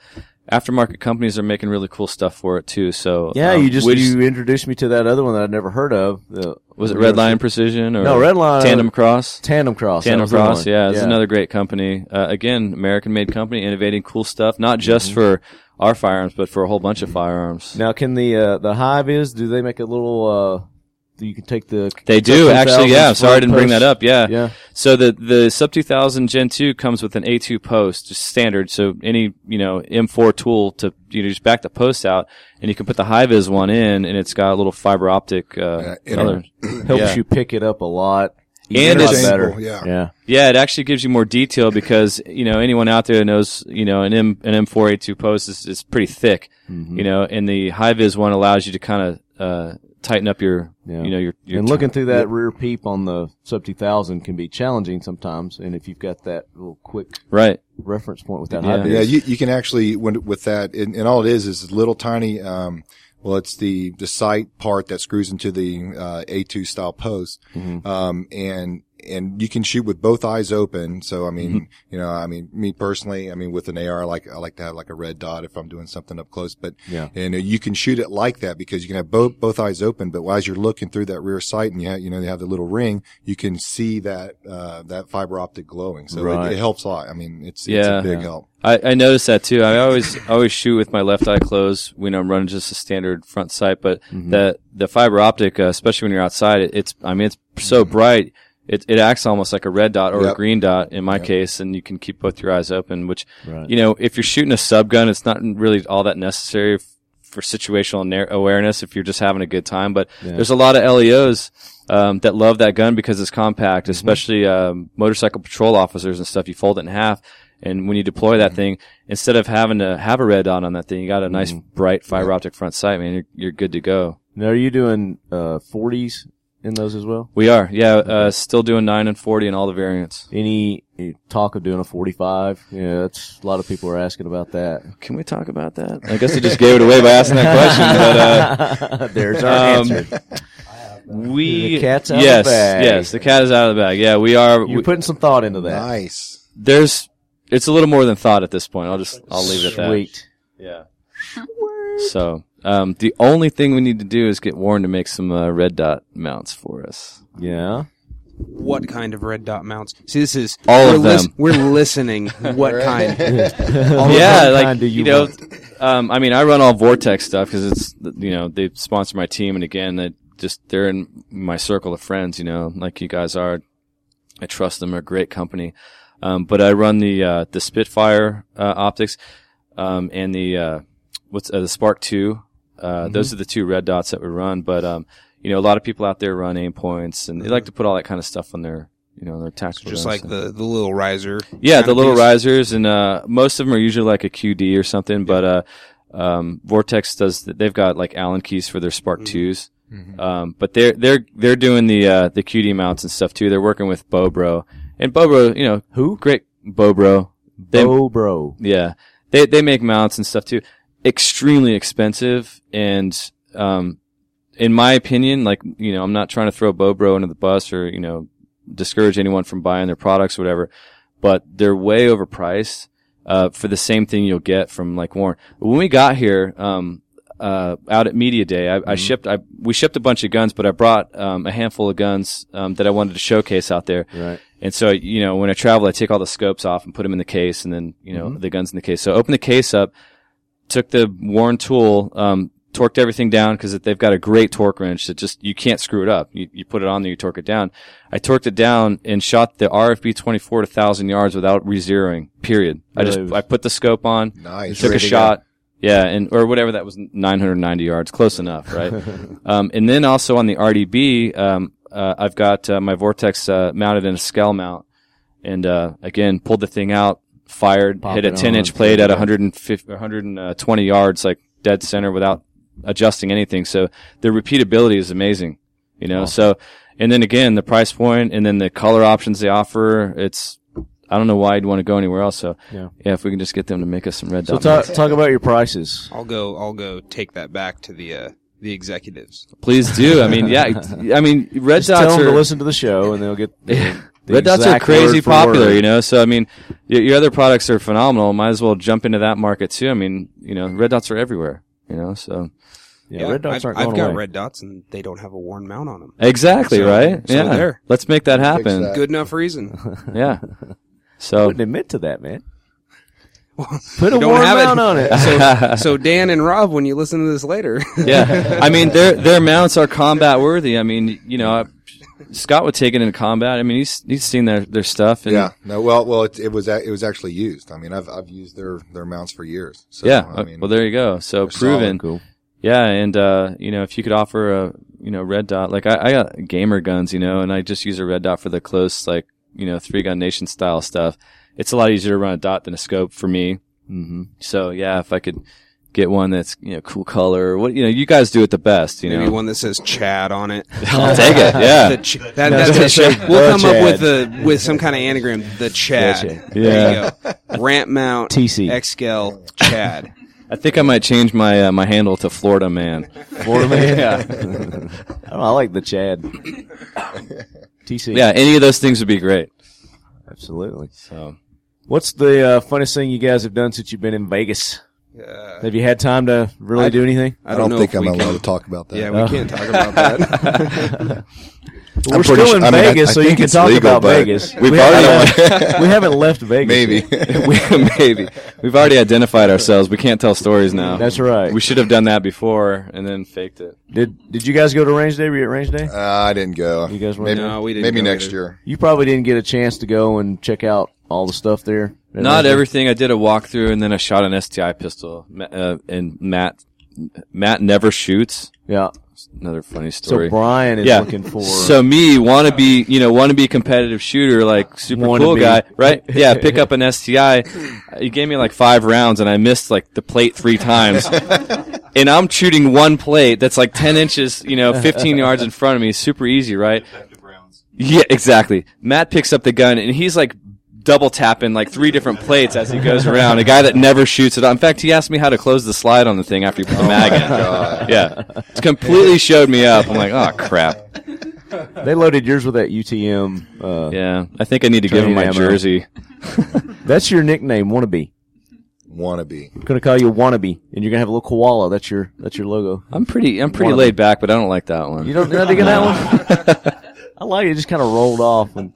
D: aftermarket companies are making really cool stuff for it too. So,
A: Yeah,
D: um,
A: you just
D: which-
A: you introduced me to that other one that I'd never heard of. The,
D: was it Red Lion Precision or
A: No, Red Lion-
D: Tandem Cross?
A: Tandem Cross. that
D: Tandem
A: was the
D: Cross,
A: one.
D: yeah, it's another great company. Uh, again, American-made company, innovating cool stuff, not just for our firearms, but for a whole bunch of firearms.
A: Now, can the uh, the hive is? Do they make a little? uh do You can take the.
D: They do actually, yeah. I'm Sorry, I didn't bring that up. Yeah.
A: Yeah.
D: So the the sub 2000 Gen 2 comes with an A2 post, just standard. So any you know M4 tool to you know just back the post out, and you can put the high vis one in, and it's got a little fiber optic. Uh,
E: Uh, inter-
A: (clears throat)
D: other- (laughs)
A: Helps
D: Yeah.
A: you pick it up a lot.
D: And
A: a lot
D: it's-
A: better.
E: yeah.
A: Yeah.
D: Yeah, it actually gives you more detail because you know anyone out there knows you know an M an M4A2 post is, is pretty thick,
A: Mm-hmm.
D: you know, and the high vis one allows you to kind of uh, tighten up your
A: Yeah.
D: you know your, your
A: and looking through that rear peep on the sub 2000 can be challenging sometimes. And if you've got that little quick
D: right
A: reference point with that
D: Yeah.
A: high vis,
E: Yeah, you, you can actually when with that, and, and all it is is little tiny. Um, well, it's the the sight part that screws into the uh, A2 style post,
A: Mm-hmm.
E: um, and and you can shoot with both eyes open. So I mean,
D: Mm-hmm.
E: you know, I mean, me personally, I mean, with an AR, I like I like to have like a red dot if I'm doing something up close, but
A: Yeah.
E: and uh, you can shoot it like that because you can have both both eyes open. But as you're looking through that rear sight, and you have, you know you have the little ring, you can see that uh, that fiber optic glowing. So
A: Right.
E: it, it helps a lot. I mean, it's it's
D: Yeah.
E: a big
D: Yeah.
E: help.
D: I, I noticed that too. I always I always shoot with my left eye closed when I'm running just a standard front sight, but
E: Mm-hmm.
D: the the fiber optic, uh, especially when you're outside, it, it's I mean it's so bright, it it acts almost like a red dot or a
E: Mm-hmm. Yep.
D: green dot in my case, and you can keep both your eyes open. Which
A: Right.
D: you know if you're shooting a sub gun, it's not really all that necessary f- for situational nar- awareness if you're just having a good time. But there's a lot of LEOs. Um, that love that gun because it's
A: Mm-hmm.
D: compact, especially um, motorcycle patrol officers and stuff. You fold it in half, and when you deploy
A: Mm-hmm.
D: that thing, instead of having to have a red dot on that thing, you got a nice
A: Mm-hmm.
D: bright fiber optic front sight, man. You're, you're good to go.
A: now are you doing uh, 40s in those as well?
D: We are, yeah, uh, still doing nine and forty and all the variants.
A: Mm-hmm. Any any talk of doing a 45? Yeah, that's a lot of people are asking about that.
D: Can we talk about that? I guess I just gave it away by asking that question,
A: (laughs) There's
D: but
A: our
D: uh,
A: answer.
J: uh,
D: um, we
A: The cat's out of the
D: yes,
A: bag.
D: yes, the cat is out of the bag. Yeah, we are.
A: You're
D: We,
A: putting some thought into that.
E: Nice.
D: there's, it's a little more than thought at this point. I'll just, I'll leave it at that.
A: Sweet.
D: Yeah. So Um, the only thing we need to do is get Warren to make some uh, red dot mounts for us.
A: Yeah.
F: What kind of red dot mounts? See, this is
D: All
F: we're
D: of them.
F: we're
D: (laughs)
F: listening. What kind? (laughs)
D: yeah, like
A: kind do
D: you,
A: you
D: know, um, I mean, I run all Vortex stuff because it's you know they sponsor my team, and again, they just they're in my circle of friends, you know, like you guys are. I trust them; they're a great company. Um, but I run the uh, the Spitfire uh, optics um, and the uh, what's uh, the Spark Two. Uh, Those are the two red dots that we run. But um, you know, a lot of people out there run aim points, and they like to put all that kind of stuff on their you know their tactical.
F: Just
D: guns.
F: like
D: So-
F: the the little riser.
D: yeah,
F: kind
D: the
F: of
D: little
F: things.
D: risers, and uh, most of them are usually like a QD or something. But uh, um, Vortex does. They've got like Allen keys for their Spark 2s
F: Mm-hmm.
D: Um, but they're they're they're doing the uh, the QD mounts and stuff too. They're working with Bobro and Bobro. You know who? Great Bobro. They,
A: oh, bro.
D: yeah, they they make mounts and stuff too. Extremely expensive, and um, in my opinion, like you know, I'm not trying to throw Bobro under the bus or you know discourage anyone from buying their products, or whatever. But they're way overpriced uh, for the same thing you'll get from like Warren. When we got here, um, uh, out at media day, I, I shipped, I we shipped a bunch of guns, but I brought um, a handful of guns um, that I wanted to showcase out there.
A: Right.
D: And so, you know, when I travel, I take all the scopes off and put them in the case and then, you know, um, the guns in the case. So I opened the case up, took the Warren tool, um, torqued everything down because they've got a great torque wrench that just, you can't screw it up. You, you put it on there, you torque it down. I torqued it down and shot the RFB 24 to 1,000 yards without re-zeroing, period. I
A: Really?
D: just, I put the scope on,
E: Nice.
D: took a
E: Ready to
D: shot. Yeah, and or whatever that was, 990 yards, close
E: (laughs)
D: enough, right? um, and then also on the RDB, um, uh, I've got uh, my Vortex uh, mounted in a scale mount, and uh, again pulled the thing out, fired,
A: Pop
D: hit a
A: it
D: 10 inch
A: on.
D: plate at 150, 120 uh, yards, like dead center without adjusting anything. So the repeatability is amazing, you know. So and then again the price point, and then the color options they offer, it's I don't know why you'd want to go anywhere else. So
A: Yeah.
D: if we can just get them to make us some red
A: So
D: dot.
A: talk talk about your prices.
F: I'll go. I'll go take that back to the uh, the executives.
D: Please do. I mean,
A: (laughs)
D: yeah. I mean, red
A: Just
D: dots
A: tell them
D: are
A: to listen to the show, and they'll get. The, the
D: red dots are
A: exact
D: crazy
A: word for
D: popular.
A: word.
D: You know, so I mean, your, your other products are phenomenal. Might as well jump into that market too. I mean, you know, red dots are everywhere. You know, so
A: Yeah, red dots
F: I've,
A: aren't
F: I've
A: going
F: got
A: away.
F: red dots, and they don't have a worn mount on them.
D: exactly
F: So-
D: right.
F: so
D: yeah,
F: there.
D: let's make that happen.
E: that.
F: Good enough
D: (laughs)
F: reason.
D: Yeah. So
A: Wouldn't admit to
F: (laughs)
A: that, man. Put a
F: you don't
A: warm
F: have it.
A: mount on it.
F: (laughs)
D: (laughs)
F: so, so Dan and Rob, when you listen to this later,
D: yeah, I mean
F: (laughs)
D: their their mounts are combat worthy. I mean, you know, I, Scott would take it into combat. I mean, he's he's seen their their stuff. And
E: Yeah. No. Well. Well. It, it was. a- It was actually used. I mean, I've I've used their their mounts for years. So,
D: yeah. uh,
E: I mean,
D: well, there you go. So
E: solid.
D: proven.
A: Cool.
D: Yeah, and uh, you know, if you could offer a you know red dot, like I, I got gamer guns, you know, and I just use a red dot for the close, like you know, three gun nation style stuff. It's a lot easier to run a dot than a scope for me.
A: Mm-hmm.
D: So yeah, if I could get one that's you know cool color, or what you know, you guys do it the best, you
F: maybe
D: know.
F: one that says Chad on it.
D: (laughs)
F: (laughs)
D: I'll take it.
F: The
D: Yeah,
F: ch- that, that's
A: the
F: it.
A: Chad.
F: We'll
A: The
F: come up
A: Chad.
F: with the with some kind of anagram. The Chad.
D: yeah. (laughs)
F: There you go. Ramp mount.
A: TC.
F: Xcal. Chad.
D: I think I might change my uh, my handle to Florida man. (laughs)
A: Florida man. I, don't know, I like the Chad. TC.
D: Yeah, any of those things would be great.
A: absolutely.
D: So
A: What's the uh, funniest thing you guys have done since you've been in Vegas?
F: Uh,
A: Have you had time to really
F: I-
A: do anything?
E: I don't,
F: know
E: think
F: if
E: I'm
F: we
E: allowed
F: can-
E: to talk about that.
F: Yeah, we
A: Oh.
F: can't talk about
A: (laughs)
F: that.
A: We're
E: pretty
A: still
E: sure-
A: in
E: I mean, I-
A: Vegas,
E: I
A: so you
E: think
A: can
E: it's
A: talk
E: legal,
A: about
E: but
A: Vegas.
D: we've
A: we,
D: already- (laughs)
A: haven't, we
E: (laughs)
A: haven't left Vegas.
E: Maybe.
A: (laughs)
D: we,
E: (laughs)
D: maybe (laughs) we've already identified ourselves. We can't tell stories now.
A: That's right.
D: We should have done that before and then faked it.
A: Did Did you guys go to range day? Were you at range day?
E: Uh, I didn't go.
A: You guys weren't
E: maybe,
A: there?
F: No, we didn't
E: Maybe
F: go
E: next
F: either.
E: year.
A: You probably didn't get a chance to go and check out all the stuff there. at range
D: Not
A: day?
D: everything. I did a walkthrough and then I shot an STI pistol. Ma- Uh, and Matt, Matt never shoots.
A: Yeah.
D: Another funny
A: So
D: story.
A: Brian is
D: yeah.
A: looking for.
D: So me want to be, you know, want to be competitive shooter, like super
A: Wanna
D: cool
A: be.
D: guy,
A: (laughs)
D: right? Yeah, pick up an STI. He gave me like five rounds, and I missed like the plate three
A: (laughs)
D: times. and I'm shooting one plate that's like ten inches, you know, fifteen yards in front of me. Super easy, right? Yeah, exactly. Matt picks up the gun and he's like double tapping like three different (laughs) plates as he goes around. A guy that never shoots it. In fact, he asked me how to close the slide on the thing after he put the mag
A: (laughs) Oh,
D: in. Yeah, completely showed me up. I'm like, oh crap.
A: they loaded yours with that UTM. Uh,
D: Yeah, I think I need to give him
A: (laughs) Training
D: my
A: ammo.
D: jersey.
A: That's your nickname, wannabe.
E: Wannabe.
A: I'm gonna call you wannabe, and you're gonna have a little koala. That's your that's your logo.
D: I'm pretty. I'm pretty laid back, but I don't like that one.
A: You don't not digging that
D: (laughs)
A: one. I like it. It just kind of rolled off. And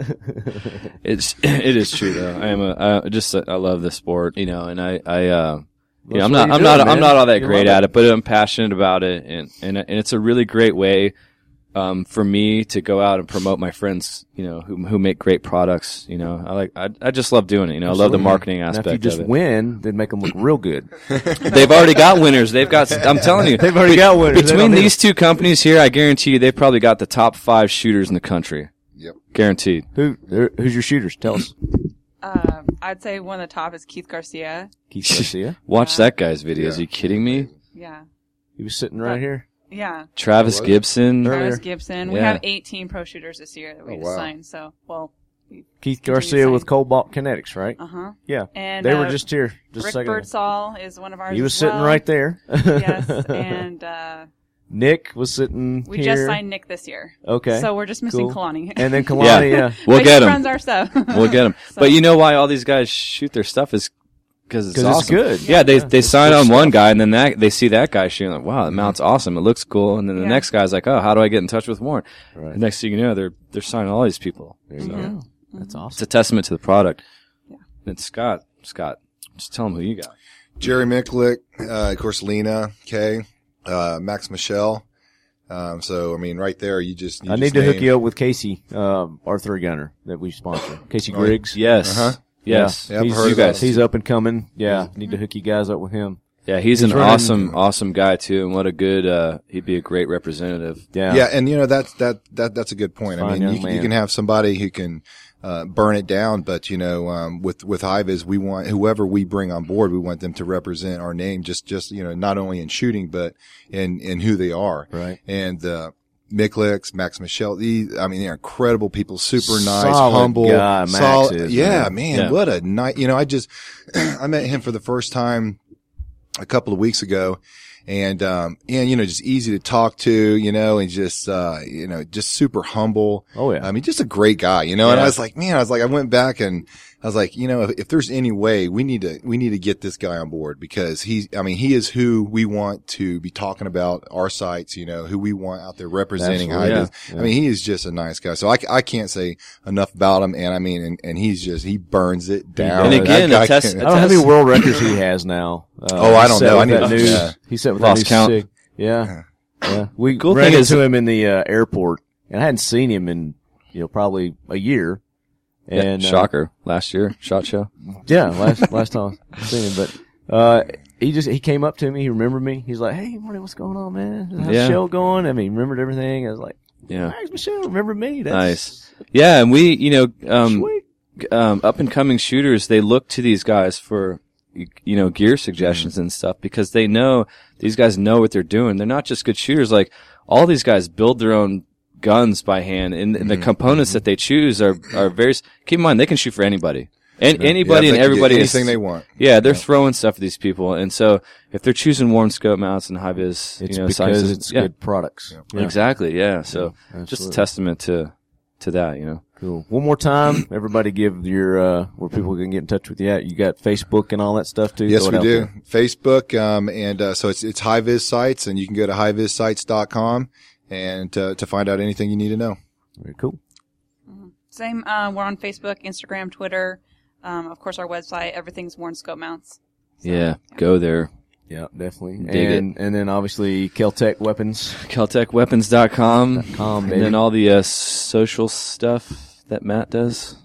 D: (laughs) It's it is true though. I am a I just uh, I love this sport, you know, and I I uh, you know, I'm not
A: That's what
D: I'm
A: you're
D: not
A: doing,
D: I'm
A: man.
D: not all that
A: You
D: great
A: love
D: at it, but I'm passionate about it, and and and it's a really great way um, for me to go out and promote my friends, you know, who who make great products. You know, I like I I just love doing it. You know, I love the
A: Absolutely.
D: marketing
A: now,
D: aspect
A: if you just
D: of it.
A: win, then make them look real good.
D: They've already got winners. They've got. I'm telling you,
A: (laughs) They've already got winners. They don't
D: Between
A: need
D: these two companies here, I guarantee you, they've probably got the top five shooters in the country.
E: Yep.
D: Guaranteed.
A: Who there- who's your shooters? Tell us.
G: Um, I'd say one of the top is Keith Garcia.
D: (laughs)
A: Keith Garcia.
D: Watch that guy's videos.
E: Yeah.
D: Are you kidding me?
G: Yeah.
A: He was sitting right here.
G: Yeah.
D: Travis
E: What?
D: Gibson.
G: Travis Gibson. We
D: Yeah.
G: have 18 pro shooters this year that
E: Oh,
G: we've
E: wow.
G: signed. So, well,
A: Keith
G: Continue
A: Garcia
G: saying.
A: with Cobalt Kinetics, right?
G: uh huh.
A: Uh-huh. Yeah.
G: And
A: they
G: uh,
A: were just here just a
G: Rick
A: second. ago.
G: Birdsall is one of ours.
A: He was
G: as
A: sitting
G: well.
A: right there. (laughs)
G: yes. And uh,
A: Nick was sitting
G: we
A: here.
G: just signed Nick this year.
A: Okay.
G: So we're just missing
A: Cool.
G: Kalani. (laughs)
A: and then Kalani,
D: Yeah.
A: yeah.
D: We'll
G: But
D: get
G: he
D: him.
G: runs our stuff.
D: (laughs) We'll get him.
G: So-
D: But you know why all these guys shoot their stuff is because it's
A: 'Cause it's
D: awesome.
A: good.
D: Yeah, they they
A: it's
D: sign
A: good Mm-hmm.
D: on one guy, and then that they see that guy shooting like, wow, the mount's awesome. It looks cool. And then the
G: Yeah.
D: next guy's like, oh, how do I get in touch with Warren?
A: Right.
D: The next thing you know, they're they're signing all these people.
A: There you
D: So
A: go.
G: Mm-hmm.
A: That's
D: It's
A: awesome.
D: a testament to the product. And Scott, Scott, just tell him who you got.
E: Jerry Micklick, uh, of course, Lena Kay, uh, Max Michelle. Um, so I mean, right there, you just you
A: I
E: just
A: need to hook
E: named-
A: you up with Casey, um, our three gunner that we sponsor. Casey
E: Oh, yeah.
A: Griggs.
D: Yes.
E: Uh-huh.
D: Yes.
E: Yeah, I've
A: he's,
E: heard
A: you
E: about
A: guys,
E: him.
A: he's up and coming. Yeah, need to hook you guys up with him.
D: Yeah, he's,
A: He's
D: an
A: running-
D: awesome, awesome guy too, and what a good. Uh, he'd be a great representative.
A: Yeah,
E: Yeah, and you know that's that that that's a good point.
A: Fine
E: I mean,
A: young
E: you, can- you
A: man.
E: can have somebody who can uh, burn it down, but you know, um, with with Ivis, we want whoever we bring on board, we want them to represent our name, just just you know, not only in shooting, but in in who they are.
A: Right.
E: And uh, Miklix, Max Michelle, these, I mean, they're incredible people, super nice,
A: Solid
E: humble,
A: guy, Max
E: solid-
A: is,
E: yeah,
A: man.
E: man,
D: Yeah.
E: what a night. You know, I just (clears throat) I met him for the first time a couple of weeks ago and um and you know just easy to talk to you know and just uh you know just super humble
A: Oh, yeah.
E: i mean just a great guy you know and i
D: Yeah.
E: was like man i was like i went back and i was like you know if, if there's any way we need to we need to get this guy on board because he's i mean he is who we want to be talking about our sites you know who we want out there representing
A: Absolutely.
E: Hyvis.
A: Yeah.
E: i mean he is just a nice guy so i, c- I can't say enough about him and i mean and, and he's just he burns it down
D: And
E: That
D: again, a
E: guy
D: test-
E: can-
D: a
A: I don't know how many world records he
D: (clears throat)
A: has now. Uh,
E: Oh, I
A: he
E: don't
A: set
E: know.
A: with
E: I need
A: that
E: to-
A: news.
E: yeah.
A: He set with
D: Lost
A: that news
D: count.
A: sick. Yeah, yeah. We
D: Cool
A: ran
D: thing
A: into
D: is-
A: him in the uh, airport, and I hadn't seen him in you know probably a year. And
D: yeah,
A: uh,
D: shocker last year, shot show.
A: Yeah, last last time I seen him, but uh, he just he came up to me. He remembered me. He's like, "Hey, Marty, what's going on, man? How's
D: Yeah.
A: the show going?" I mean, he remembered everything. I was like,
D: Yeah,
A: "Thanks, Michelle. Remember me? That's
D: nice. Yeah, and we, you know, um,
A: sweet."
D: um, up and coming shooters, they look to these guys for, y- you know, gear suggestions and stuff because they know these guys know what they're doing. They're not just good shooters. Like all these guys build their own guns by hand and, and the components that they choose are, are very, s- keep in mind, they can shoot for anybody. And
E: Yeah,
D: anybody and
E: they can get
D: everybody is-
E: anything they want
D: Yeah, they're throwing stuff at these people, and so if they're choosing warm scope mounts and high vis,
A: It's
D: you know,
A: because
D: sizes-
A: it's
D: yeah,
A: good products. Yeah.
D: exactly, yeah. So just a
A: absolutely.
D: testament to to that, you know.
A: Cool. One more time, (clears throat) everybody, give your uh, where people can get in touch with you. At. You got Facebook and all that stuff too.
E: Yes,
A: Throw it
E: we
A: out
E: do.
A: there.
E: Facebook, um, and uh, so it's it's High Viz Sites, and you can go to highvizsites.com and uh, to find out anything you need to know.
A: Very cool.
G: (laughs) Same. Uh, we're on Facebook, Instagram, Twitter. Um, of course, our website. Everything's worn scope mounts.
D: yeah, go there.
A: Yeah, definitely.
D: Dig
A: and and then obviously Keltec Weapons.
D: CaltechWeapons.com.
A: Com,
D: and
A: baby.
D: then all the uh, social stuff that Matt does.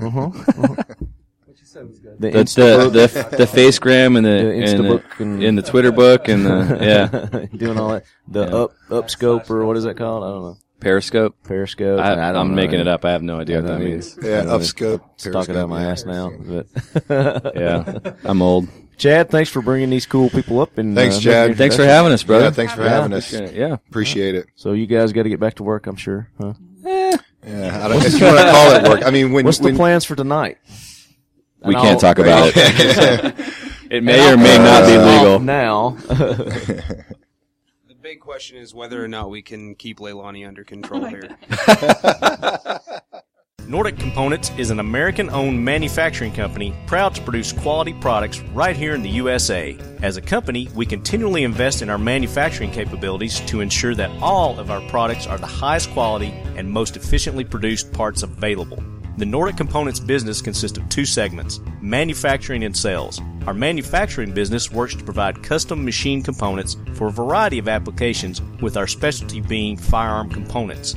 A: Uh-huh. the,
D: The
A: Insta-
D: the the, the facegram and the,
A: The
D: and the,
A: Instabook and-
D: and the Twitter book and
A: (laughs)
D: the yeah
A: doing all that. The
D: Yeah.
A: up up scope or what is that called? I don't know.
D: Periscope.
A: Periscope.
D: I,
A: I don't
D: I'm
A: know.
D: making it up. I have no idea what
A: I
D: that
A: mean,
D: means.
E: Yeah,
A: I don't know.
E: Upscope,
A: It's talking
E: Periscope,
A: out my
E: yeah.
A: ass now. But
D: Yeah, I'm
A: (laughs)
D: old.
A: Chad, thanks for bringing these cool people up. And
E: Thanks,
A: uh,
E: Chad.
A: making an
D: Thanks for
A: introduction.
D: having us, brother.
E: Yeah, thanks for having us.
D: Yeah.
E: Appreciate it.
A: So you guys got to get back to work, I'm sure. Huh?
E: Yeah, I don't if you want to call it work. I mean, when
A: What's the
E: when,
A: plans for tonight?
D: We
A: And
D: can't
E: (laughs)
A: I'll-
D: talk about it.
A: (laughs)
D: It may or may not be legal.
A: I'll- I'll- now.
D: (laughs)
A: (laughs)
F: The
D: (laughs)
F: big question is whether or not we can keep Leilani under control here.
A: Nordic Components is an American owned manufacturing company proud to produce quality products right here in the USA. As a company, we continually invest in our manufacturing capabilities to ensure that all of our products are the highest quality and most efficiently produced parts available. The Nordic Components business consists of two segments manufacturing and sales. Our manufacturing business works to provide custom machine components for a variety of applications, with our specialty being firearm components.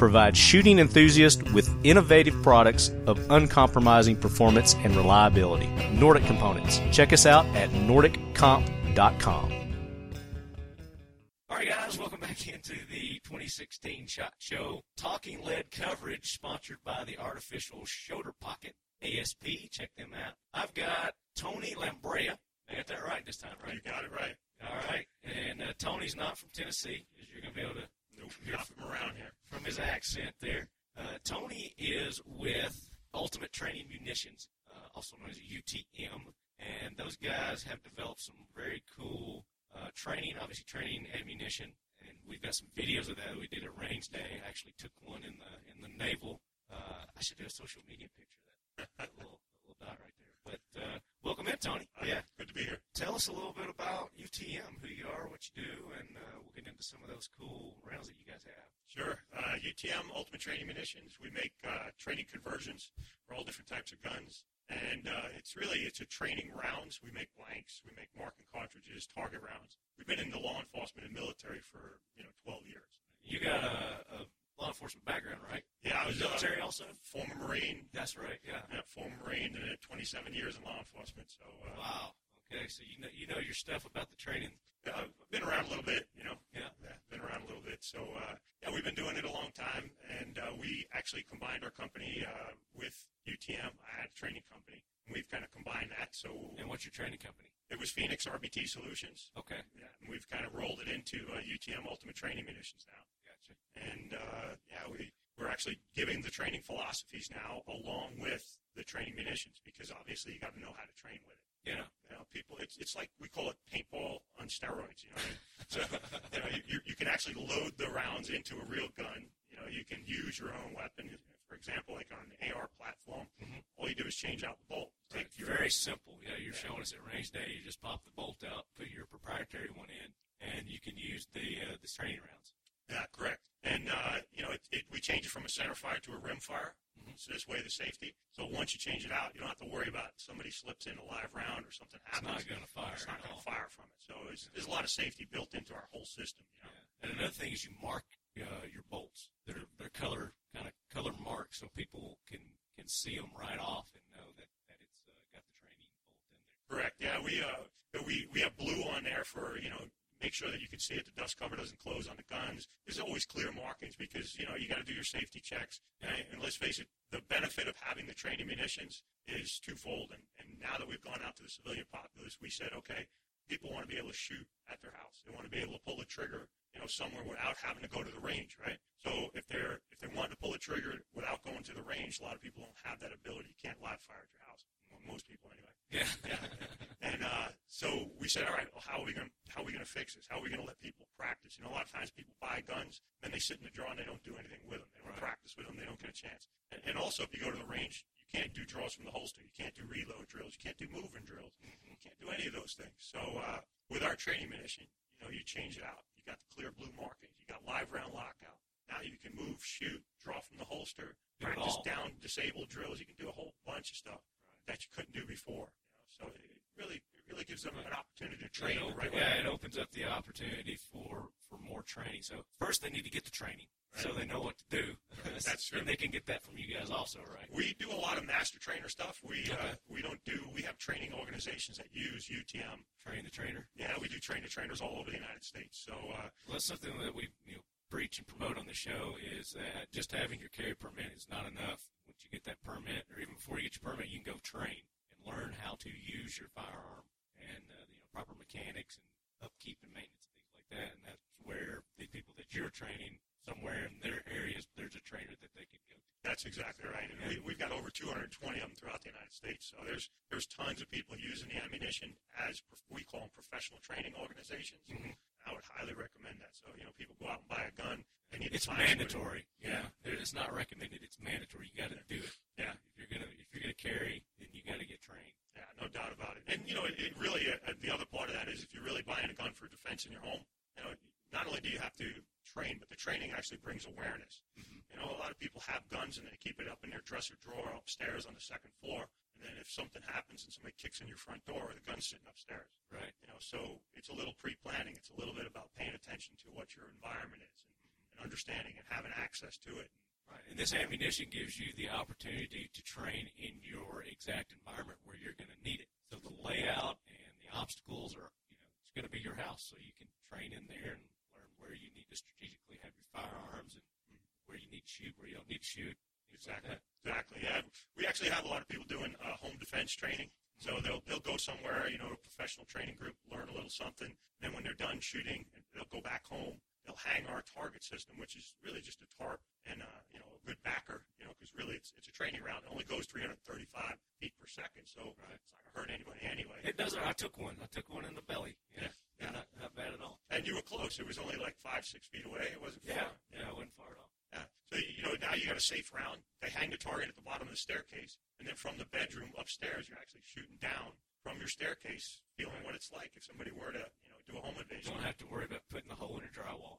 A: provide shooting enthusiasts with innovative products of uncompromising performance and reliability. Nordic Components. Check us out at nordiccomp.com.
I: All right, guys, welcome back into the 2016 Shot Show. Talking lead coverage sponsored by the Artificial Shoulder Pocket ASP. Check them out. I've got Tony Lambrea. I got that right this time, right? You got it right. All right. And uh, Tony's not from Tennessee, as you're going to be able to Nope, not from around here. From his accent there. Uh, Tony is with Ultimate Training Munitions, uh, also known as UTM. And those guys have developed some very cool uh, training, obviously training ammunition. And we've got some videos of that we did at range day. I actually took one in the in the naval. Uh, I should do a social media picture of that, that
K: (laughs)
I: little, that little dot right there. But uh, welcome in, Tony. yeah,
K: Good to be here.
I: Tell us a little bit about UTM, who you are, what you do, and uh, we'll get into some of those cool rounds that you guys have.
K: Sure. Uh, UTM, Ultimate Training Munitions. We make uh, training conversions for all different types of guns, and uh, it's really it's a training rounds. We make blanks, we make marking cartridges, target rounds. We've been in the law enforcement and military for you know 12 years.
I: You got a, a law enforcement background, right?
K: Yeah, I was
I: military
K: uh,
I: also.
K: Former Marine.
I: That's right. Yeah.
K: Yeah, former Marine, and then 27 years in law enforcement. So uh,
I: Wow. Okay, so you know you know your stuff about the training.
K: Yeah, I've been around a little bit, you know.
I: Yeah.
K: been around a little bit. So uh, yeah, we've been doing it a long time, and uh, we actually combined our company uh, with UTM. I had a training company, and we've kind of combined that. So
I: And what's your training company?
K: it was Phoenix RBT Solutions.
I: Okay.
K: Yeah, and we've kind of rolled it into uh, UTM Ultimate Training Munitions now.
I: Gotcha.
K: And uh, yeah, we, we're actually giving the training philosophies now along with the training munitions because obviously you got to know how to train with it.
I: Yeah.
K: You know, people, it's, it's like we call it paintball on steroids. You know, so (laughs) you, know, you- you, you can actually load the rounds into a real gun. You know, you can use your own weapon. For example, like on an AR platform,
I: Mm-hmm.
K: all you do is change out the bolt. Take
I: Right. Very simple. Yeah, you're showing us at range day. You just pop the bolt out, put your proprietary one in, and you can use the uh, the training rounds.
K: Yeah, correct. And uh, you know, it, it, we change it from a center fire to a rim fire.
I: Mm-hmm.
K: So this way, the safety. So once you change it out, you don't have to worry about somebody slips in a live round or something happens.
I: not gonna fire
K: It's not
I: at
K: going
I: all.
K: to fire from it. So it's, there's a lot of safety built into our whole system. You know?
I: And another thing is you mark uh, your bolts. They're they're color kind of color marked, so people can can see them right off and know that that it's uh, got the training bolt in there.
K: Correct. Yeah, we uh, we we have blue on there for you know make sure that you can see it. The dust cover doesn't close on the guns. There's always clear markings because you know you got to do your safety checks. And, and let's face it, the benefit of having the training munitions is twofold. And, and now that we've gone out to the civilian populace, we said, okay, people want to be able to shoot at their house. They want to be able to pull the trigger, you know, somewhere without having to go to the range, right? So if they're if they want to pull a trigger without going to the range, a lot of people don't have that ability. You can't live fire at your house. Well, Most people, anyway. (laughs) Yeah. and uh, so we said, all right, well, how are we going to how are we going to fix this? How are we going to let people practice? You know, a lot of times people buy guns, then they sit in the drawer and they don't do anything with them. They don't practice with them. They don't get a chance. And, and also, if you go to the range, you can't do draws from the holster. You can't do reload drills. You can't do moving drills. You can't do any of those things. So uh, with our training munition, you know, you change it out. You got the clear blue markings. You got live round lockout. Now you can move, shoot, draw from the holster,
I: Do it
K: practice
I: all.
K: down disable drills. You can do a whole bunch of stuff that you couldn't do before. You know? So it really, it really gives them an opportunity to train
I: It
K: the
I: op-
K: right
I: yeah,
K: way.
I: it opens up the opportunity for for more training. So first they need to get the training, so they know what to do.
K: That's
I: (laughs)
K: true.
I: And they can get that from you guys also, right?
K: We do a lot of master trainer stuff. We uh,
I: Okay.
K: we don't do. We have training organizations that use UTM.
I: Train the trainer.
K: Yeah, we do train to trainers all over the United States. So uh,
I: Well, that's something that we you know, preach and promote on the show is that just having your carry permit is not enough. Once you get that permit, or even before you get your permit, you can go train and learn how to use your firearm and uh, you know proper mechanics and upkeep and maintenance and things like that. And that's where the people that you're training somewhere in their areas, there's a trainer that they can go to.
K: That's exactly right. And we, we've got over 220 of them throughout the United States. So there's there's tons of people using the ammunition as prof- we call them professional training organizations.
I: Mm-hmm.
K: I would highly recommend that. So you know, people go out and buy a gun. They need to
I: It's
K: find somebody-
I: mandatory. Yeah, it's not recommended. It's mandatory. You got to do it. Yeah, if you're gonna if you're gonna carry, then you got to get trained.
K: Yeah, no doubt about it. And you know, it, it really uh, the other part of that is if you're really buying a gun for defense in your home, you know, not only do you have to train, but the training actually brings awareness. You know, a lot of people have guns and they keep it up in their dresser drawer upstairs on the second floor. And then if something happens and somebody kicks in your front door, the gun's sitting upstairs.
I: Right.
K: You know, so it's a little pre-planning. It's a little bit about paying attention to what your environment is and, and understanding and having access to it.
I: Right. And this ammunition gives you the opportunity to train in your exact environment where you're going to need it. So the layout and the obstacles are, you know, it's going to be your house. So you can train in there and learn where you need to strategically have your firearms and where you need to shoot, where you don't need to shoot. things like
K: Exactly.
I: that.
K: Exactly. Yeah, we actually have a lot of people doing uh, home defense training. So they'll they'll go somewhere, you know, a professional training group, learn a little something. Then when they're done shooting, they'll go back home. They'll hang our target system, which is really just a tarp and uh, you know a good backer, you know, because really it's it's a training round. It only goes 335 feet per second, so it's not gonna hurt anybody anyway.
I: It doesn't. I took one. I took one in the belly. Yeah.
K: Yeah.
I: Not, not bad at all.
K: And you were close. It was only like five six feet away. It wasn't far.
I: Yeah. Yeah. I wasn't far at all.
K: Yeah. So you know now you got a safe round. They hang the target at the bottom of the staircase, and then from the bedroom upstairs, you're actually shooting down from your staircase, feeling what it's like if somebody were to you know do a home invasion.
I: Don't have to worry about putting the hole in a drywall.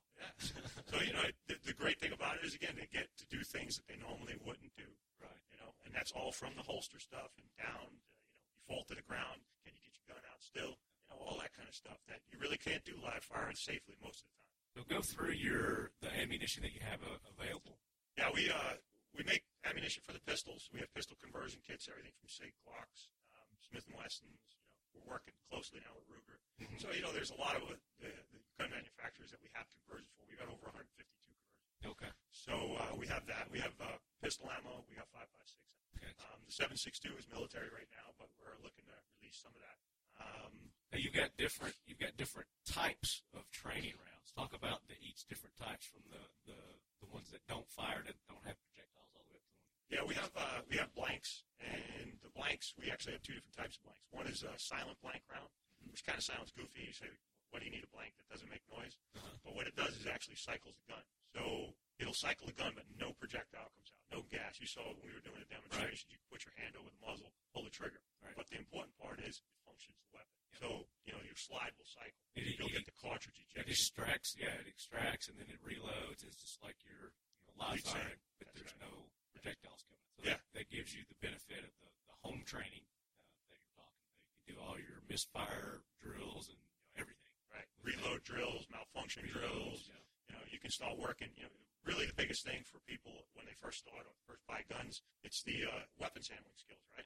K: so you know the, the great thing about it is again they get to do things that they normally wouldn't do.
I: Right.
K: You know, and that's all from the holster stuff and down. uh, You know, you fall to the ground. Can you get your gun out still? You know, all that kind of stuff that you really can't do live firing safely most of the time.
I: So go through your the ammunition that you have uh, available.
K: Yeah, we uh, we make ammunition for the pistols. We have pistol conversion kits, everything from Sig Glocks, um, Smith and Wessons. You know, we're working closely now with Ruger.
I: Mm-hmm.
K: So you know, there's a lot of uh, the, the gun manufacturers that we have conversions for. We've got over 152 conversions.
I: Okay.
K: So uh, we have that. We have uh, pistol ammo. We have 5.56. Um, the 7.62 is military right now, but we're looking to release some of that. Um,
I: Now you've got different you've got different types of training rounds. Talk about the each different types from the, the, the ones that don't fire that don't have projectiles all the way up to the
K: Yeah, we have uh, we have blanks, and the blanks we actually have two different types of blanks. One is a silent blank round, which kind of sounds goofy. You say, "What do you need a blank that doesn't make noise?"
I: Uh-huh.
K: But what it does is actually cycles the gun. So it'll cycle the gun, but no projectile comes out, no gas. You saw when we were doing a demonstration. You put your hand over the muzzle, pull the trigger. But the important part is it functions the weapon. So you know your slide will cycle.
I: It-
K: You'll
I: it-
K: get the cartridge
I: It
K: ejection.
I: extracts, yeah, it extracts and then it reloads. It's just like your you know, live
K: You'd say.
I: firing, but
K: That's
I: there's
K: right.
I: no projectiles coming. So
K: Yeah.
I: that, that gives you the benefit of the, the home training uh, that you're talking about. You can do all your misfire drills and you know, everything.
K: Right. Reload drills, malfunction drills.
I: yeah.
K: You know, you can start working. You know, really the biggest thing for people when they first start or first buy guns, it's the uh, weapons handling skills, right?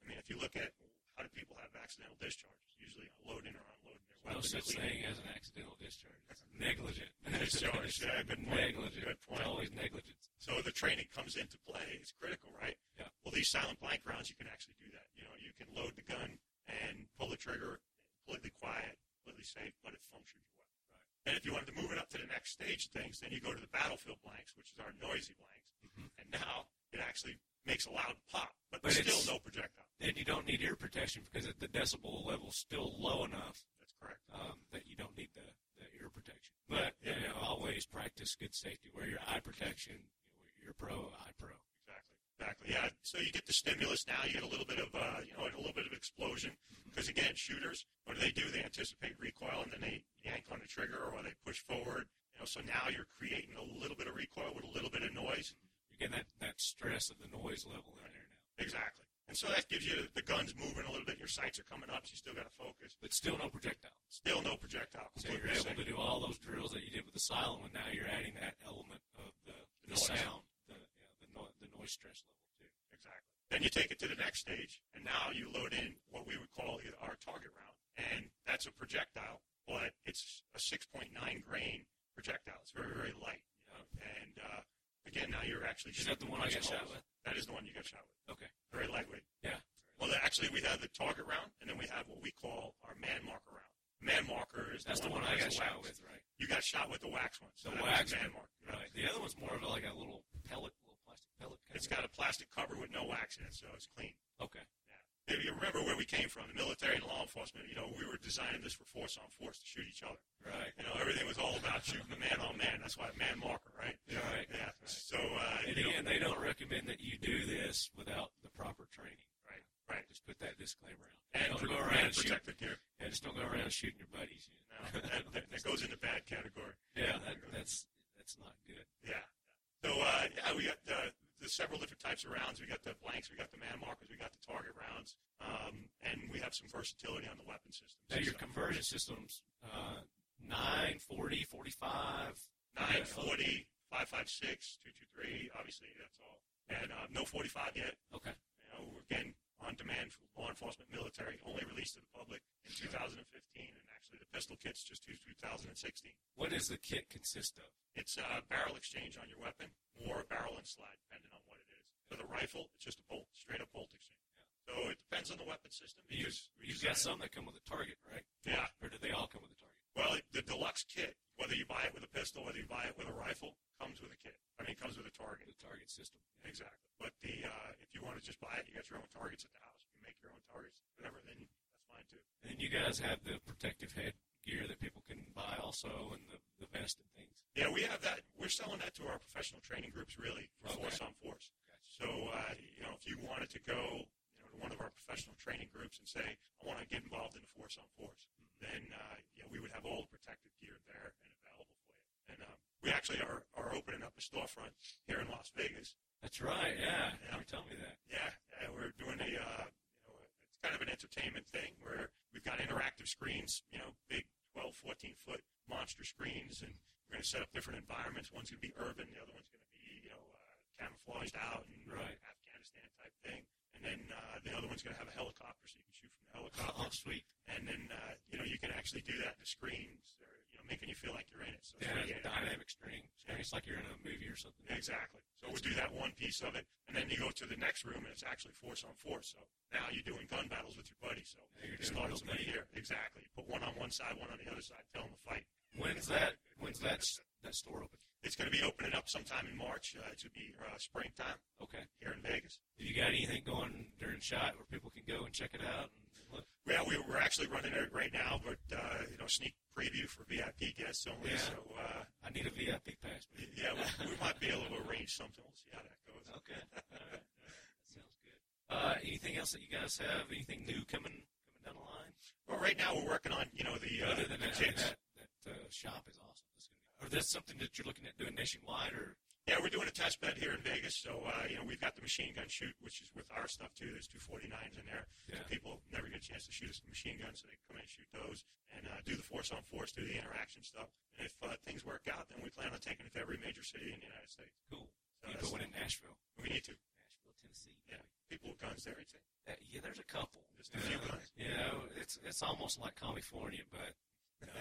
K: I mean, if you look at how do people have accidental discharges, usually unloading or unloading their
I: No
K: weapons.
I: such thing as an accidental discharge. It's negligent.
K: (laughs) discharge. Yeah, good point.
I: Negligent.
K: Good point.
I: It's always negligence.
K: So the training comes into play. It's critical, right?
I: Yeah.
K: Well, these silent blank rounds, you can actually do that. You know, you can load the gun and pull the trigger, completely quiet, completely safe, but it functions your weapon. Right. And if you wanted to move it up to the next stage of things, then you go to the battlefield blanks, which is our noisy blanks,
I: Mm-hmm.
K: and now it actually makes a loud pop, but,
I: But
K: there's
I: it's-
K: still no projectile.
I: And you don't need ear protection because at the decibel level's still low enough
K: That's correct.
I: um, that you don't need the, the ear protection. But
K: Yeah.
I: you know, always practice good safety. Wear your eye protection. You're pro, eye pro.
K: Exactly. Exactly. Yeah. So you get the stimulus now. You get a little bit of uh, you know a little bit of explosion
I: Mm-hmm.
K: because again, shooters, what do they do? They anticipate recoil and then they yank on the trigger or they push forward. You know, so now you're creating a little bit of recoil with a little bit of noise.
I: You get Mm-hmm. that, that stress of the noise level in there now.
K: Exactly. And so that gives you the guns moving a little bit. Your sights are coming up. So you still got to focus.
I: But still no projectile.
K: Still no projectile.
I: So you're
K: Completely
I: able to do
K: safe.
I: all those drills that you did with the silent one. Now you're adding that element of the, the
K: noise.
I: sound, the, yeah, the, no, the noise stress level too.
K: Exactly. Then you take it to the next stage, and now you load in what we would call our target round. And that's a projectile, but it's a 6.9 grain projectile. It's very, very light. You know? And uh, again, now you're actually
I: Is that the one I
K: punch
I: got shot
K: holes.
I: with?
K: That is the one you got shot with.
I: Okay.
K: Very lightweight.
I: Yeah.
K: Well, the- actually, we have the target round, and then we have what we call our man marker round. Man marker is
I: That's the one I got
K: that has the
I: shot
K: wax.
I: with, right?
K: You got shot with the wax one. So
I: The
K: that was
I: wax
K: man
I: one.
K: marker.
I: Right. The other one's more of like a little pellet, little plastic pellet. Cover.
K: It's got a plastic cover with no wax in it, so it's clean.
I: Okay.
K: If you remember where we came from, the military and law enforcement, you know, we were designing this for force on force to shoot each other.
I: Right.
K: You know, everything was all about shooting the man on man. That's why man marker, right?
I: Yeah, right.
K: Yeah. So, uh,
I: and
K: you know-
I: again, they don't recommend that you do this without the proper training.
K: Right. Right.
I: Just put that disclaimer out.
K: And
I: don't
K: pro-
I: go
K: and
I: around and shoot.
K: protective gear.
I: Yeah, just don't go around shooting your buddies.
K: No, that- that- that goes in the bad category.
I: Yeah, that, that's that's not good.
K: Yeah. So uh, yeah, we got the, the several different types of rounds. We got the blanks, we got the man markers, we got the target rounds, um, and we have some versatility on the weapon systems.
I: Now your conversion systems, uh, 9, 40, 45.
K: 940, 556, 223, obviously, that's all. And uh, no 45 yet.
I: Okay.
K: You know, we're again, on demand for law enforcement, military, only released to the public in 2015, and actually the pistol kit's just 2016.
I: What does the kit consist of?
K: It's uh, barrel exchange on your weapon or a barrel and slide, depending on what it is. For the rifle, it's just a bolt, straight up bolt exchange. So it depends on the weapon system.
I: You,
K: because we
I: you've got some
K: design-
I: that come with a target, right?
K: Yeah.
I: Or do they all come with a target?
K: Well, the deluxe kit, whether you buy it with a pistol, whether you buy it with a rifle, comes with a kit. I mean, comes with a target.
I: The target system.
K: Exactly. But the uh, if you want to just buy it, you got your own targets at the house. You make your own targets, whatever. Then that's fine too.
I: And you guys have the protective head gear that people can buy also and the, the vest and things.
K: Yeah, we have that. We're selling that to our professional training groups, really, for force on force. So, uh, you know, if you wanted to go, you know, to one of our professional training groups and say, I want to get involved in the force on force,
I: Mm-hmm.
K: then uh, yeah, we would have all the protective gear there and available for you. And um, we actually are, are opening up a storefront here in Las Vegas.
I: That's right, yeah. You were telling me that.
K: Yeah, yeah we're doing a, uh, you know, it's kind of an entertainment thing where we've got interactive screens, you know, big 12, 14 foot monster screens, and we're going to set up different environments. One's going to be urban, the other one's going to be, you know, uh, camouflaged out and
I: Right.
K: Afghanistan type thing. And then uh, the other one's going to have a helicopter, so you can shoot from the helicopter.
I: Oh, sweet.
K: And then, uh, you know, you can actually do that in the screens, or, you know, making you feel like you're in it. So
I: Yeah,
K: really
I: it's a dynamic screen. It's like you're in a movie or something.
K: Exactly. So we'll do that one piece of it, and then you go to the next room, and it's actually force on force. So now you're doing gun battles with your buddies. So
I: you're
K: you
I: doing
K: start
I: real
K: somebody
I: thing.
K: here. Exactly. You put one on one side, one on the other side. Tell them to fight.
I: When's that? When's that? s- That store open?
K: It's going to be opening up sometime in March. Uh, it should be uh, springtime
I: Okay.
K: here in Vegas.
I: Have you got anything going during shot where people can go and check it out? And look?
K: Yeah, we, we're actually running it right now, but uh, you know, sneak preview for VIP guests only.
I: Yeah.
K: So uh,
I: I need a VIP pass. man.
K: yeah, we, we might be able to arrange something. We'll see how that goes.
I: Okay. All right. That sounds good. Uh, anything else that you guys have? Anything new coming coming down the line?
K: Well, right now we're working on you know the uh,
I: Other than
K: the
I: that, I mean,
K: kits.
I: that, that uh, shop is awesome. That's gonna be, or that's something that you're looking at doing nationwide, or
K: Yeah, we're doing a test bed here in Vegas, so uh, you know we've got the machine gun shoot, which is with our stuff too. There's 249s in there,
I: Yeah.
K: so people never get a chance to shoot us the machine guns, so they come in and shoot those, and uh, do the force on force, do the interaction stuff. And if uh, things work out, then we plan on taking it to every major city in the United States.
I: cool.
K: So
I: you
K: that's-
I: go in Nashville,
K: We need to.
I: Nashville, Tennessee.
K: Yeah, people with guns there. It's
I: Uh, yeah, there's a couple.
K: Just a few guns.
I: You know, it's it's almost like California, but (laughs) no.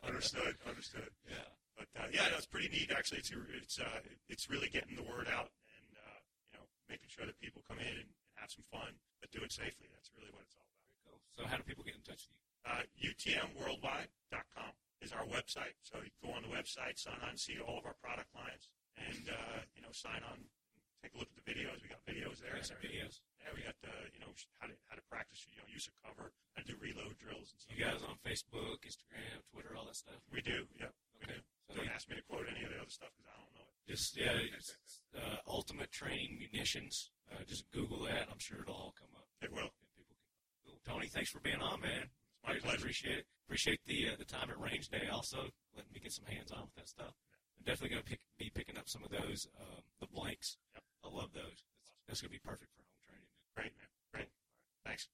K: understood, understood.
I: yeah.
K: But uh, yeah, no, it's pretty neat actually. It's it's uh, it's really getting the word out and uh, you know making sure that people come in and have some fun, but do it safely. That's really what it's all about.
I: Cool. So how do people get in touch with you?
K: Uh, UTMworldwide.com is our website. So you go on the website, sign on, see all of our product lines, and uh, you know sign on, take a look at the videos. We got videos there.
I: Got some videos.
K: Yeah, we got uh, you know sh- how to how to practice, you know, use a cover, how to do reload drills and stuff.
I: You guys on Facebook, Instagram, Twitter, all that stuff.
K: We do. Yep. We
I: Okay.
K: do. Don't ask me to quote any of the other stuff because I don't know it.
I: Just yeah, it's, uh, Ultimate Training Munitions. Uh, just Google that. I'm sure it'll all come up.
K: It will.
I: And people can. Cool. Tony, thanks for being on, man.
K: It's my pleasure.
I: Appreciate it. Appreciate the uh, the time at range day. Also, letting me get some hands on with that stuff. I'm definitely going to pick, be picking up some of those um, the blanks.
K: Yep.
I: I love those. That's, that's going to be perfect for home training.
K: Great man. Great. Thanks.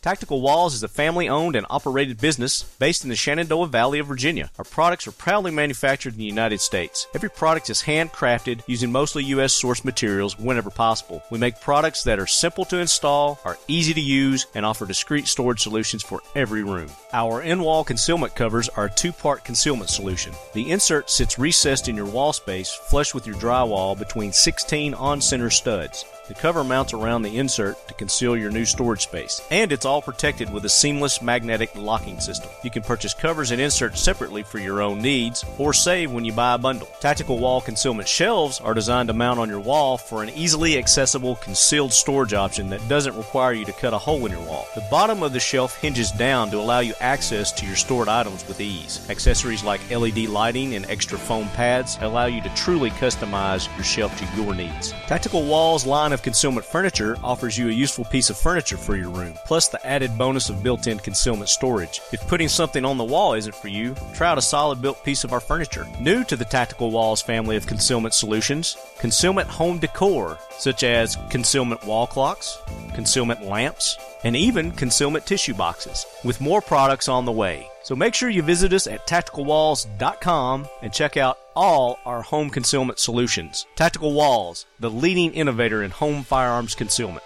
C: Tactical Walls is a family owned and operated business based in the Shenandoah Valley of Virginia. Our products are proudly manufactured in the United States. Every product is handcrafted using mostly U.S. source materials whenever possible. We make products that are simple to install, are easy to use, and offer discrete storage solutions for every room. Our in wall concealment covers are a two part concealment solution. The insert sits recessed in your wall space, flush with your drywall between 16 on center studs. The cover mounts around the insert to conceal your new storage space, and it's all protected with a seamless magnetic locking system. You can purchase covers and inserts separately for your own needs or save when you buy a bundle. Tactical wall concealment shelves are designed to mount on your wall for an easily accessible concealed storage option that doesn't require you to cut a hole in your wall. The bottom of the shelf hinges down to allow you access to your stored items with ease. Accessories like LED lighting and extra foam pads allow you to truly customize your shelf to your needs. Tactical Walls line of concealment furniture offers you a useful piece of furniture for your room, plus the added bonus of built-in concealment storage. If putting something on the wall isn't for you, try out a solid built piece of our furniture. New to the Tactical Walls family of concealment solutions, concealment home decor, such as concealment wall clocks, concealment lamps, and even concealment tissue boxes, with more products on the way. So make sure you visit us at tacticalwalls.com and check out all our home concealment solutions. Tactical Walls, the leading innovator in home firearms concealment.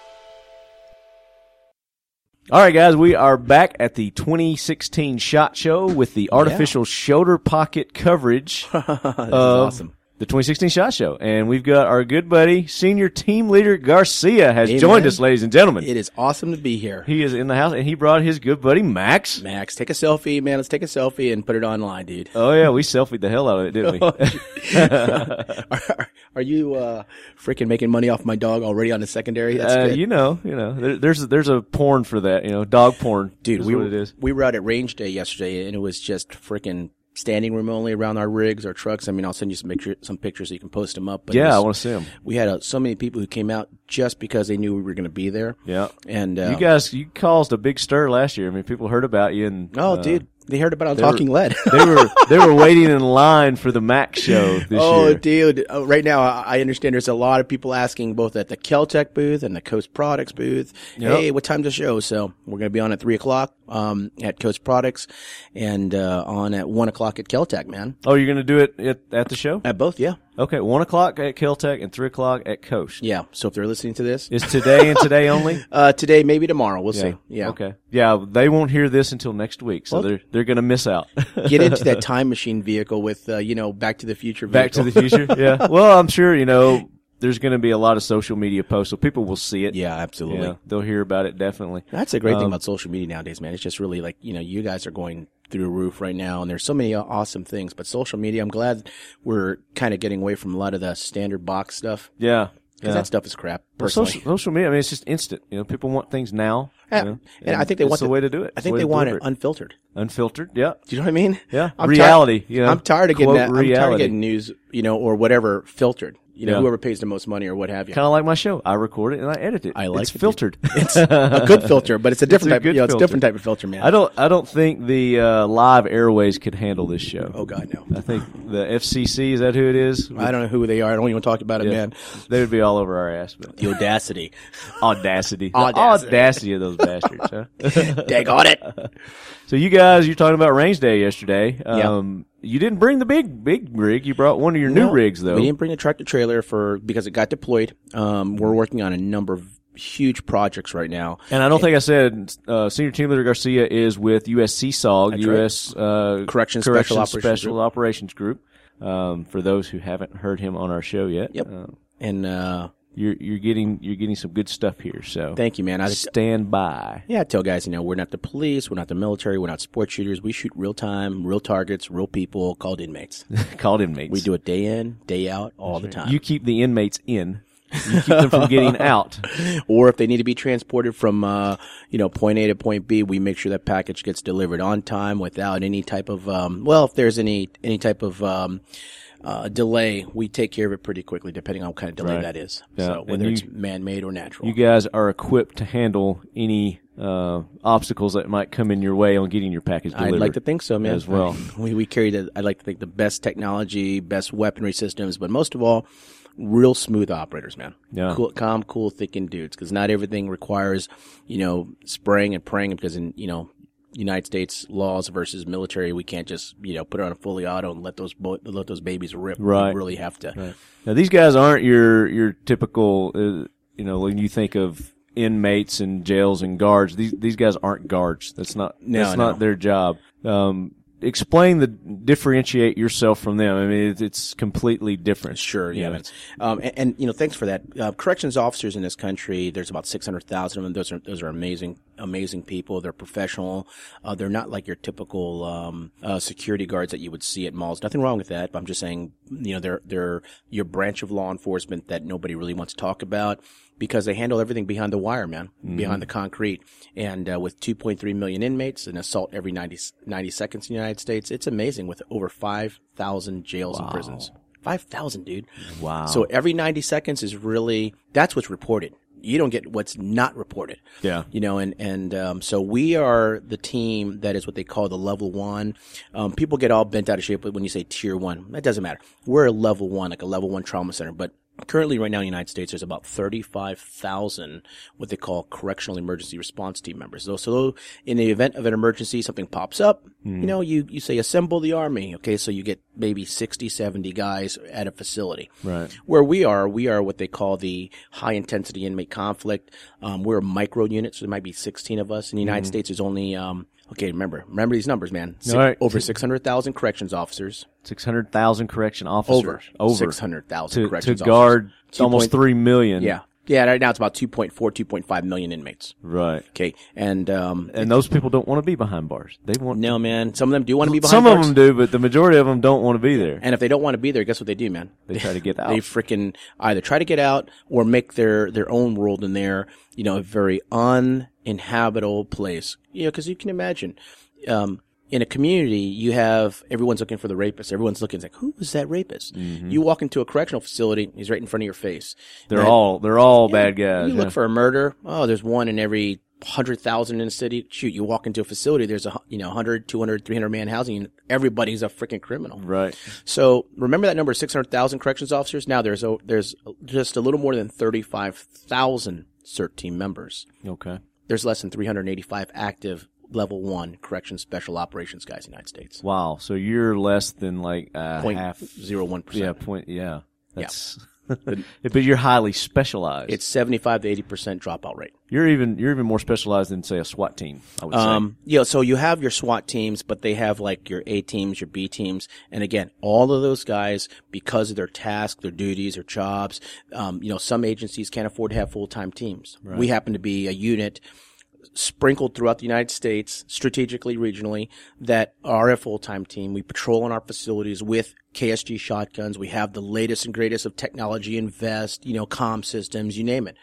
A: All right, guys, we are back at the 2016 Shot Show with the artificial shoulder
J: (laughs)
A: pocket coverage of
J: awesome.
A: the 2016 Shot Show, and we've got our good buddy, senior team leader Garcia, has joined
J: Amen.
A: us, ladies and gentlemen.
J: It is awesome to be here.
A: He is in the house, and he brought his good buddy Max.
J: Max, take a selfie, man. Let's take a selfie and put it online,
A: (laughs)
J: dude. (laughs)
A: Oh yeah, we selfied the hell out of it, didn't
J: Oh,
A: (laughs) we?
J: are, are you uh, freaking making money off my dog already on the secondary? That's
A: Uh,
J: good.
A: you know, you know, there, there's there's a porn for that, you know, dog porn,
J: dude.
A: is
J: We
A: what
J: were-
A: it is.
J: we were out at range day yesterday, and it was just freaking standing room only around our rigs, our trucks. I mean, I'll send you some picture, some pictures so you can post them up. it
A: Yeah,
J: was-
A: I wanna see 'em.
J: We had uh, so many people who came out just because they knew we were going to be there.
A: Yeah,
J: and uh,
A: you guys, you caused a big stir last year. I mean, people heard about you and
J: Oh,
A: uh,
J: dude, they heard about it on
A: they
J: Talking
A: were,
J: Lead. (laughs)
A: they were they were waiting in line for the Mac show this
J: oh,
A: year.
J: dude! Uh, right now, I I understand there's a lot of people asking both at the Keltec booth and the Coast Products booth.
A: Yep.
J: Hey, what time's the show? So we're going to be on at three o'clock um, at Coast Products, and uh, on at one o'clock at Keltec. Man,
A: Oh, you're gonna do it at, at the show?
J: At both, yeah.
A: Okay, one o'clock at Keltec and three o'clock at Coast.
J: Yeah. So if they're listening to this,
A: is today and
J: (laughs)
A: today only?
J: uh, today, maybe tomorrow. We'll
A: Yeah.
J: see. Yeah.
A: Okay. Yeah, they won't hear this until next week, so
J: Well-
A: they're they're gonna miss out.
J: (laughs) Get into
A: (laughs)
J: that time machine vehicle with uh, you know Back to the Future. Vehicle.
A: Back to the Future.
J: (laughs)
A: Yeah. Well, I'm sure you know there's going to be a lot of social media posts, so people will see it.
J: Yeah, absolutely.
A: they'll hear about it definitely.
J: That's a great thing
A: Um,
J: about social media nowadays, man. It's just really like, you know, you guys are going through the roof right now and there's so many awesome things, but social media, I'm glad we're kind of getting away from a lot of the standard box stuff.
A: Yeah.
J: 'Cause
A: yeah.
J: that stuff is crap,
A: Well,
J: personally.
A: social, social media. I mean, it's just instant. You know, people want things now. you
J: Yeah,
A: know,
J: and I think they
A: it's
J: want
A: the
J: the-
A: way to do it.
J: I
A: It's
J: think
A: the way
J: they
A: to
J: want
A: deliver
J: it unfiltered. (laughs)
A: Unfiltered. Yeah.
J: Do you know what I mean?
A: Yeah.
J: I'm
A: reality.
J: Tired,
A: you know,
J: I'm tired of getting
A: quote
J: that. I'm tired of
A: reality.
J: getting news, you know, or whatever filtered. You know,
A: Yeah.
J: whoever pays the most money or what have you.
A: Kind of like my show. I record it and I edit it.
J: I like
A: it's
J: it, dude.
A: filtered.
J: It's a good filter, but
A: (laughs)
J: it's a different type-
A: good
J: yeah, it's a different type of filter, man.
A: I don't. I don't think the uh, live airways could handle this show.
J: Oh God, no.
A: I think the FCC is that who it is.
J: I don't know who they are. I don't even want to talk about it,
A: Yeah.
J: man.
A: They would be all over our ass. But
J: The audacity.
A: (laughs) audacity, The
J: Audacity.
A: audacity of those bastards.
J: (laughs)
A: Huh? (laughs)
J: Dag on it.
A: So you guys, you're talking about range day yesterday.
J: Yeah.
A: Um, You didn't bring the big big rig. You brought one of your new
J: No,
A: rigs though.
J: We didn't bring the tractor trailer for because it got deployed. Um, we're working on a number of huge projects right now.
A: And I don't think I said uh, senior team leader Garcia is with USC SOG,
J: That's right.
A: U.S. Uh,
J: Corrections Special Operations
A: Special
J: Group.
A: Operations Group. Um, for those who haven't heard him on our show yet, yep.
J: and uh,
A: you're you're getting you're getting some good stuff here. So
J: Thank you, man. I-
A: stand by.
J: Yeah, I tell guys, you know, we're not the police, we're not the military, we're not sport shooters. We shoot real time, real targets, real people, called inmates.
A: (laughs) called inmates.
J: We do it day in, day out, all the time.
A: You keep the inmates in. You keep them
J: (laughs)
A: from getting out.
J: or if they need to be transported from uh, you know point A to point B, we make sure that package gets delivered on time without any type of um, well, if there's any any type of um, uh, delay, we take care of it pretty quickly, depending on what kind of delay
A: Right.
J: that is.
A: Yeah,
J: So
A: and
J: whether
A: you-
J: it's man made or natural.
A: You guys are equipped to handle any uh, obstacles that might come in your way on getting your package delivered.
J: I'd like to think so, man.
A: As well.
J: (laughs) we we carry the. I'd like to think the best technology, best weaponry systems, but most of all, real smooth operators, man.
A: Yeah.
J: Cool, calm, cool, thinking dudes, because not everything requires you know spraying and praying. Because in you know United States laws versus military, we can't just you know put it on a fully auto and let those bo- let those babies rip.
A: Right.
J: We really have to.
A: Right. Now these guys aren't your your typical, uh, you know, when you think of inmates and jails and guards. These these guys aren't guards. That's not
J: No,
A: that's
J: no.
A: not their job. Um, explain the differentiate yourself from them. I mean, it, it's completely different.
J: Sure,
A: You
J: yeah.
A: know,
J: man. Um, and, and, you know, thanks for that. Uh, corrections officers in this country, there's about 600,000 of them. Those are, those are amazing, amazing people. They're professional. Uh, they're not like your typical, um, uh, security guards that you would see at malls. Nothing wrong with that, but I'm just saying, you know, they're, they're your branch of law enforcement that nobody really wants to talk about because they handle everything behind the wire, man,
L: Mhm.
J: behind the concrete. And uh, with 2.3 million inmates, an assault every 90, 90 seconds in the United States, it's amazing with over 5,000 jails and prisons. 5,000, dude.
A: Wow.
J: So every 90 seconds is really, that's what's reported. You don't get what's not reported.
A: Yeah.
J: You know, and, and, um, so we are the team that is what they call the level one. Um, people get all bent out of shape when you say tier one. That doesn't matter. We're a level one, like a level one trauma center, but currently right now in the United States, there's about 35,000 what they call correctional emergency response team members. So, so in the event of an emergency, something pops up,
L: Mhm.
A: Mm,
J: you know, you, you say assemble the army. Okay. So you get maybe 60, 70 guys at a facility.
A: Right.
J: Where we are, we are what they call the high intensity inmate conflict. Um, we're a micro unit, so there might be 16 of us. In the United
A: Mhm.
J: States, there's only, um, okay, remember, remember these numbers, man. Six-
A: All right.
J: Over 600,000 corrections officers.
A: 600,000 correction officers.
J: Over.
A: Over.
J: 600,000
A: To-
J: corrections
A: To guard
J: officers. Two
A: almost
J: point-
A: 3 million.
J: Yeah. Yeah, right now it's about 2.4, 2.5 million inmates.
A: Right.
J: Okay. And, um,
A: And those people don't want to be behind bars. They want
J: no, man. Some of them do want to be behind
A: Some
J: bars.
A: of them do, but the majority of them don't want to be there.
J: And if they don't want to be there, guess what they do, man?
A: They try to
J: (laughs)
A: get
J: they
A: out.
J: freaking either try to get out or make their their own world in their you know a very uninhabitable place. You know, because you can imagine. Um, in a community, you have everyone's looking for the rapist. Everyone's looking it's like, who was that rapist?
A: Mhm.
J: You walk into a correctional facility, he's right in front of your face.
A: They're
J: Now,
A: all they're all
J: yeah,
A: bad guys.
J: You
A: yeah.
J: look for a murder. Oh, there's one in every 100,000 in the city. Shoot, you walk into a facility, there's a, hu- you know, 100, 200, 300 man housing unit. Everybody's a freaking criminal.
A: Right.
J: So remember that number, 600,000 corrections officers? Now there's, a, there's just a little more than 35,000 CERT team members.
A: Okay.
J: There's less than 385 active level one corrections special operations guys in the United States.
A: Wow. So you're less than like uh,
J: Point
A: half
J: zero one percent.
A: Yeah. Point. Yeah. That's. (laughs) but you're highly specialized.
J: It's 75 to 80% dropout rate.
A: You're even you're even more specialized than say a SWAT team. I would
J: Um, yeah, so you have your SWAT teams, but they have like your A teams, your B teams, and again, all of those guys because of their task, their duties, their jobs. Um, you know, some agencies can't afford to have full time teams.
L: Right.
J: We happen to be a unit sprinkled throughout the United States, strategically, regionally, that are a full-time team. We patrol in our facilities with KSG shotguns. We have the latest and greatest of technology, invest, you know, comm systems, you name it.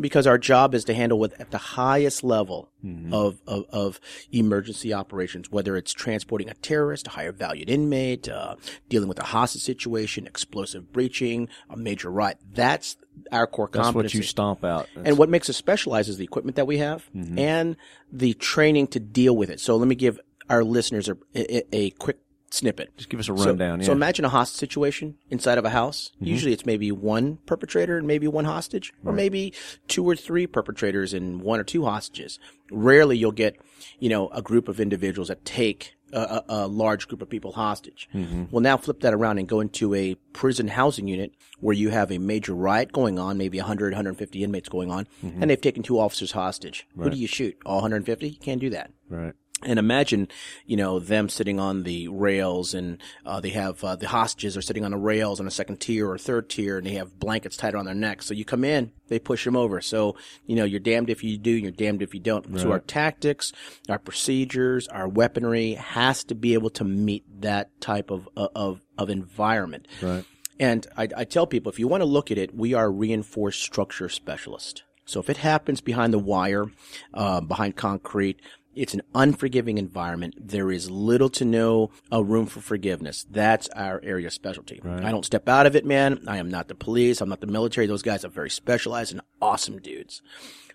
J: Because our job is to handle with at the highest level
A: Mm-hmm.
L: Mhm.
J: of, of, of emergency operations, whether it's transporting a terrorist, a higher valued inmate, uh, dealing with a hostage situation, explosive breaching, a major riot. That's our core
A: That's what
J: competency.
A: you stomp out. That's-
J: and what makes us specialize is the equipment that we have
A: Mhm.
J: and the training to deal with it. So let me give our listeners a, a, a quick snippet. Just
A: give us a
J: So-
A: rundown,
J: So,
A: yeah.
J: imagine a hostage situation inside of a house.
A: Mhm.
J: Usually it's maybe one perpetrator and maybe one hostage, or
A: Right.
J: maybe two or three perpetrators and one or two hostages. Rarely you'll get, you know, a group of individuals that take a, a, a large group of people hostage.
L: Mhm.
J: We'll now flip that around and go into a prison housing unit where you have a major riot going on, maybe 100, 150 inmates going on,
L: Mhm.
J: and they've taken two officers hostage. Who
L: Right.
J: do you shoot? All 150? You can't do that.
A: Right.
J: And imagine, you know, them sitting on the rails and uh, they have uh, the hostages are sitting on the rails on a second tier or third tier and they have blankets tied around their necks. So you come in, they push them over. So, you know, you're damned if you do, you're damned if you don't. So
L: Right.
J: our tactics, our procedures, our weaponry has to be able to meet that type of, uh, of, of environment.
L: Right.
J: And I, I tell people, if you want to look at it, we are reinforced structure specialist. So if it happens behind the wire, uh, behind concrete, it's an unforgiving environment. There is little to no uh, room for forgiveness. That's our area of specialty.
L: Right.
J: I don't step out of it, man. I am not the police. I'm not the military. Those guys are very specialized and awesome dudes.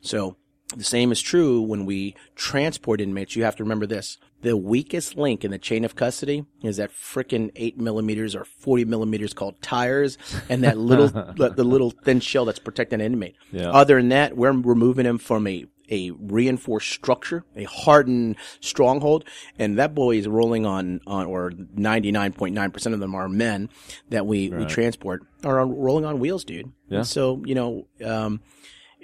J: So the same is true when we transport inmates. You have to remember this. The weakest link in the chain of custody is that frickin' eight millimeters or 40 millimeters called tires and
L: (laughs)
J: that little, the the little thin shell that's protecting an inmate.
L: Yeah.
J: Other than that, we're removing him from a, a reinforced structure, a hardened stronghold. And that boy is rolling on, on, or 99.9% of them are men that we, we
L: Right.
J: transport are on, rolling on wheels, dude.
L: Yeah.
J: So, you know, um,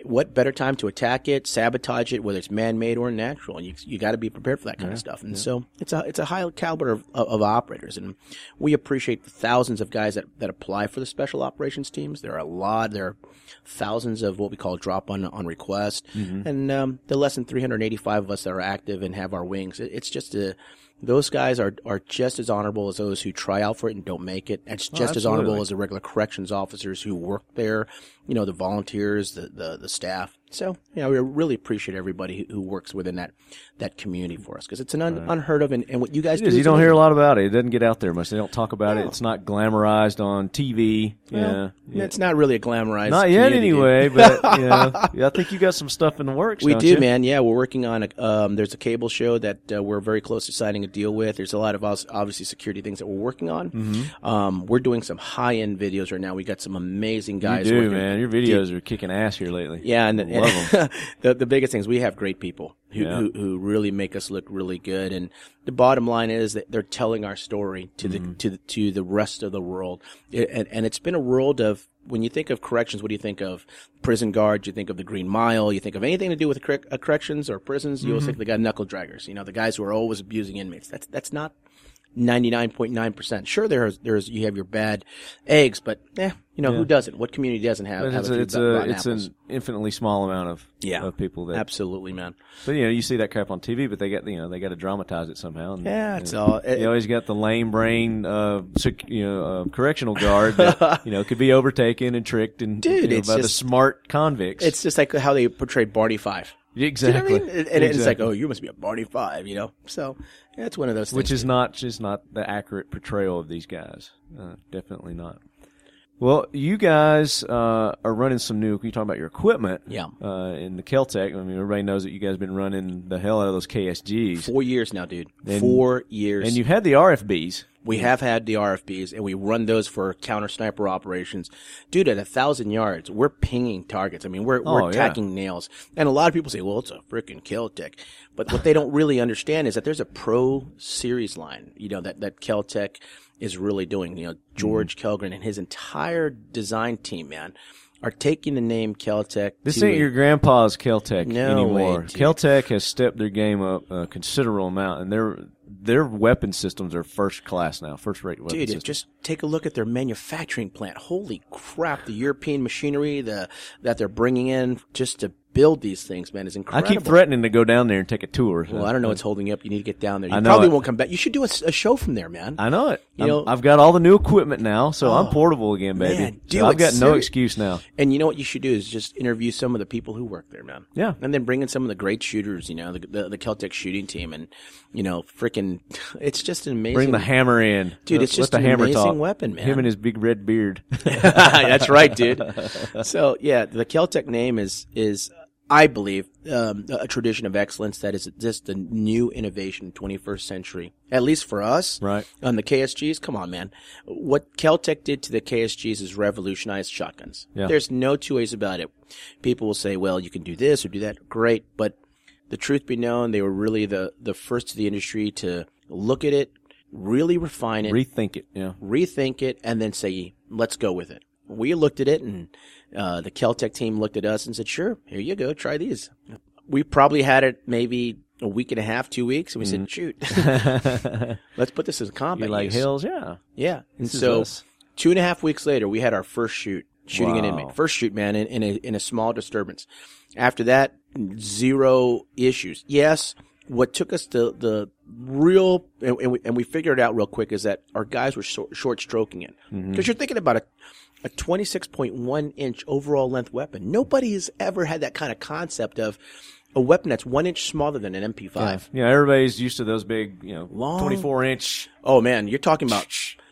J: what better time to attack it, sabotage it, whether it's man-made or natural? And you you got to be prepared for that kind
L: Yeah,
J: of stuff. And
L: yeah.
J: so it's a it's a high caliber of, of, of operators, and we appreciate the thousands of guys that, that apply for the special operations teams. There are a lot. There are thousands of what we call drop on on request,
L: Mhm.
A: Mm-hmm.
J: and um, the less than 385 of us that are active and have our wings. It, it's just a those guys are, are just as honorable as those who try out for it and don't make it. It's
L: Oh,
J: just as honorable
L: absolutely.
J: as the regular corrections officers who work there, you know, the volunteers, the, the, the staff. So, you know, we really appreciate everybody who, who works within that, that community for us because it's an un,
A: Right.
J: unheard of. And, and what you guys
A: It
J: do
A: is.
J: is
A: You don't
J: amazing.
A: hear a lot about it. It doesn't get out there much. They don't talk about it. It's not glamorized on TV.
J: Well,
A: yeah. Yeah.
J: It's not really a glamorized.
A: Not yet,
J: community, dude. (laughs)
A: anyway. But you know, yeah, I think you got some stuff in the works.
J: We
A: don't
J: do,
A: you?
J: man. Yeah, we're working on a. Um, there's a cable show that uh, we're very close to signing a deal with. There's a lot of obs- obviously security things that we're working on.
A: Mhm.
J: Um, we're doing some high end videos right now. We got some amazing guys.
A: you do,
J: working-
A: man. Your
J: Dude,
A: videos are kicking ass here lately.
J: yeah, and,
A: I love them.
J: and (laughs) the the biggest thing is we have great people who,
A: Yeah.
J: who who really make us look really good. And the bottom line is that they're telling our story to
A: Mm-hmm.
J: the to the, to the rest of the world. It- and and it's been a world of when you think of corrections, what do you think of? Prison guards, you think of the Green Mile, you think of anything to do with correc- uh, corrections or prisons, you always
A: Mm-hmm.
L: Mhm.
J: think of the guy knuckle draggers. You know, the guys who are always abusing inmates. That's that's not. 99.9%. Sure, there's, there's, you have your bad eggs, but, eh, you know,
A: Yeah.
J: who doesn't? What community doesn't have,
A: But
J: have
A: it's
J: a
A: a,
J: few
A: it's,
J: ro-
A: a,
J: rotten
A: it's
J: apples?
A: an infinitely small amount of
J: Yeah.
A: of people that
J: Absolutely, man.
A: But you know, you see that crap on TV, but they got you know they got to dramatize it somehow. And,
J: Yeah, it's
A: you
J: all-
A: you always got the lame brain, uh, sec, you know, uh, correctional guard
J: (laughs)
A: that you know could be overtaken and tricked and
J: Dude,
A: you know,
J: it's
A: by the
J: just-
A: smart convicts.
J: It's just like how they portrayed Barney Five.
A: Exactly.
J: You know what I mean? And- And it's like,
A: Exactly.
J: oh, you must be a Barney Five, you know? So yeah, it's one of those
A: which
J: things.
A: is not just not the accurate portrayal of these guys. Uh, definitely not. Well, you guys uh, are running some new. You talking about your equipment?
J: Yeah.
A: Uh, in the Keltec, I mean, everybody knows that you guys have been running the hell out of those KSGs.
J: Four years now, dude.
A: And-
J: Four years.
A: And you've had the RFBs.
J: we have had the RFBs and we run those for counter sniper operations. Dude, at a thousand yards, we're pinging targets. I mean, we're,
L: Oh,
J: we're
L: yeah.
J: attacking nails. And a lot of people say, well, it's a freaking kill tech. But what they don't really understand is that there's a pro series line, you know, that, that Keltec is really doing. You know,
A: Hmm.
J: George Kelgren and his entire design team, man, are taking the name Keltec.
A: This
J: to
A: ain't
J: a-
A: your grandpa's Keltec
J: No
A: anymore.
J: way, dude.
A: Keltec has stepped their game up a considerable amount, and their their weapon systems are first class now, first rate weapon
J: Dude,
A: systems.
J: just take a look at their manufacturing plant. Holy crap! The European machinery the, that they're bringing in just to build these things, man, is
A: I
J: incredible.
A: keep threatening to go down there and take a tour.
J: Well, I don't know what's holding you up. You need to get down there. You
A: I know
J: probably
A: it.
J: won't come back. You should do a, s- a show from there, man.
A: I know it.
J: You
A: I'm-
J: know- Oh,
A: I've got all the new equipment now, so I'm portable again, baby.
J: Man, do
A: So I've
J: it.
A: got no
J: Seri-
A: excuse now.
J: And you know what you should do is just interview some of the people who work there, man.
A: Yeah.
J: And then bring in some of the great shooters, you know, the the, the Celtic shooting team, and you know, freaking, (laughs) it's just an amazing.
A: Bring the hammer in, Uh,
J: dude.
A: Let-
J: It's just
A: let the
J: an
A: hammer
J: amazing
A: talk.
J: weapon, man.
A: Him and his big red beard.
J: (laughs) That's right,
A: (laughs)
J: dude. So yeah, the Keltec name is is I believe um, a tradition of excellence that is just the new innovation 21st century. At least for us,
A: right?
J: On the KSGs, come on, man. What Keltec did to the KSGs is revolutionized shotguns.
L: Yeah.
J: There's no two ways about it. People will say, well, you can do this or do that. Great, but the truth be known, they were really the the first to the industry to look at it, really refine it,
A: Rethink it, yeah.
J: rethink it, and then say, let's go with it. We looked at it, and uh, the Keltec team looked at us and said, sure, here you go, try these. We probably had it maybe a week and a half, two weeks, and we
A: Mhm.
J: said,
A: (laughs)
J: shoot, (laughs) let's put this as a combat.
A: You're like,
J: use.
A: "Hells yeah."
J: Yeah. And
A: This is
J: so
A: us.
J: two and a half weeks later, we had our first shoot, shooting an
A: Wow.
J: inmate. First shoot, man, in, in, a, in a small disturbance. After that, zero issues. Yes, what took us to the real, and, and, we, and we figured it out real quick, is that our guys were short, short stroking it. Because
L: Mhm.
J: you're thinking about a, a 26.1 inch overall length weapon. Nobody has ever had that kind of concept of a weapon that's one inch smaller than an MP5.
A: Yeah, everybody's used to those big, you know,
J: Long-
A: 24 inch.
J: Oh man, you're talking about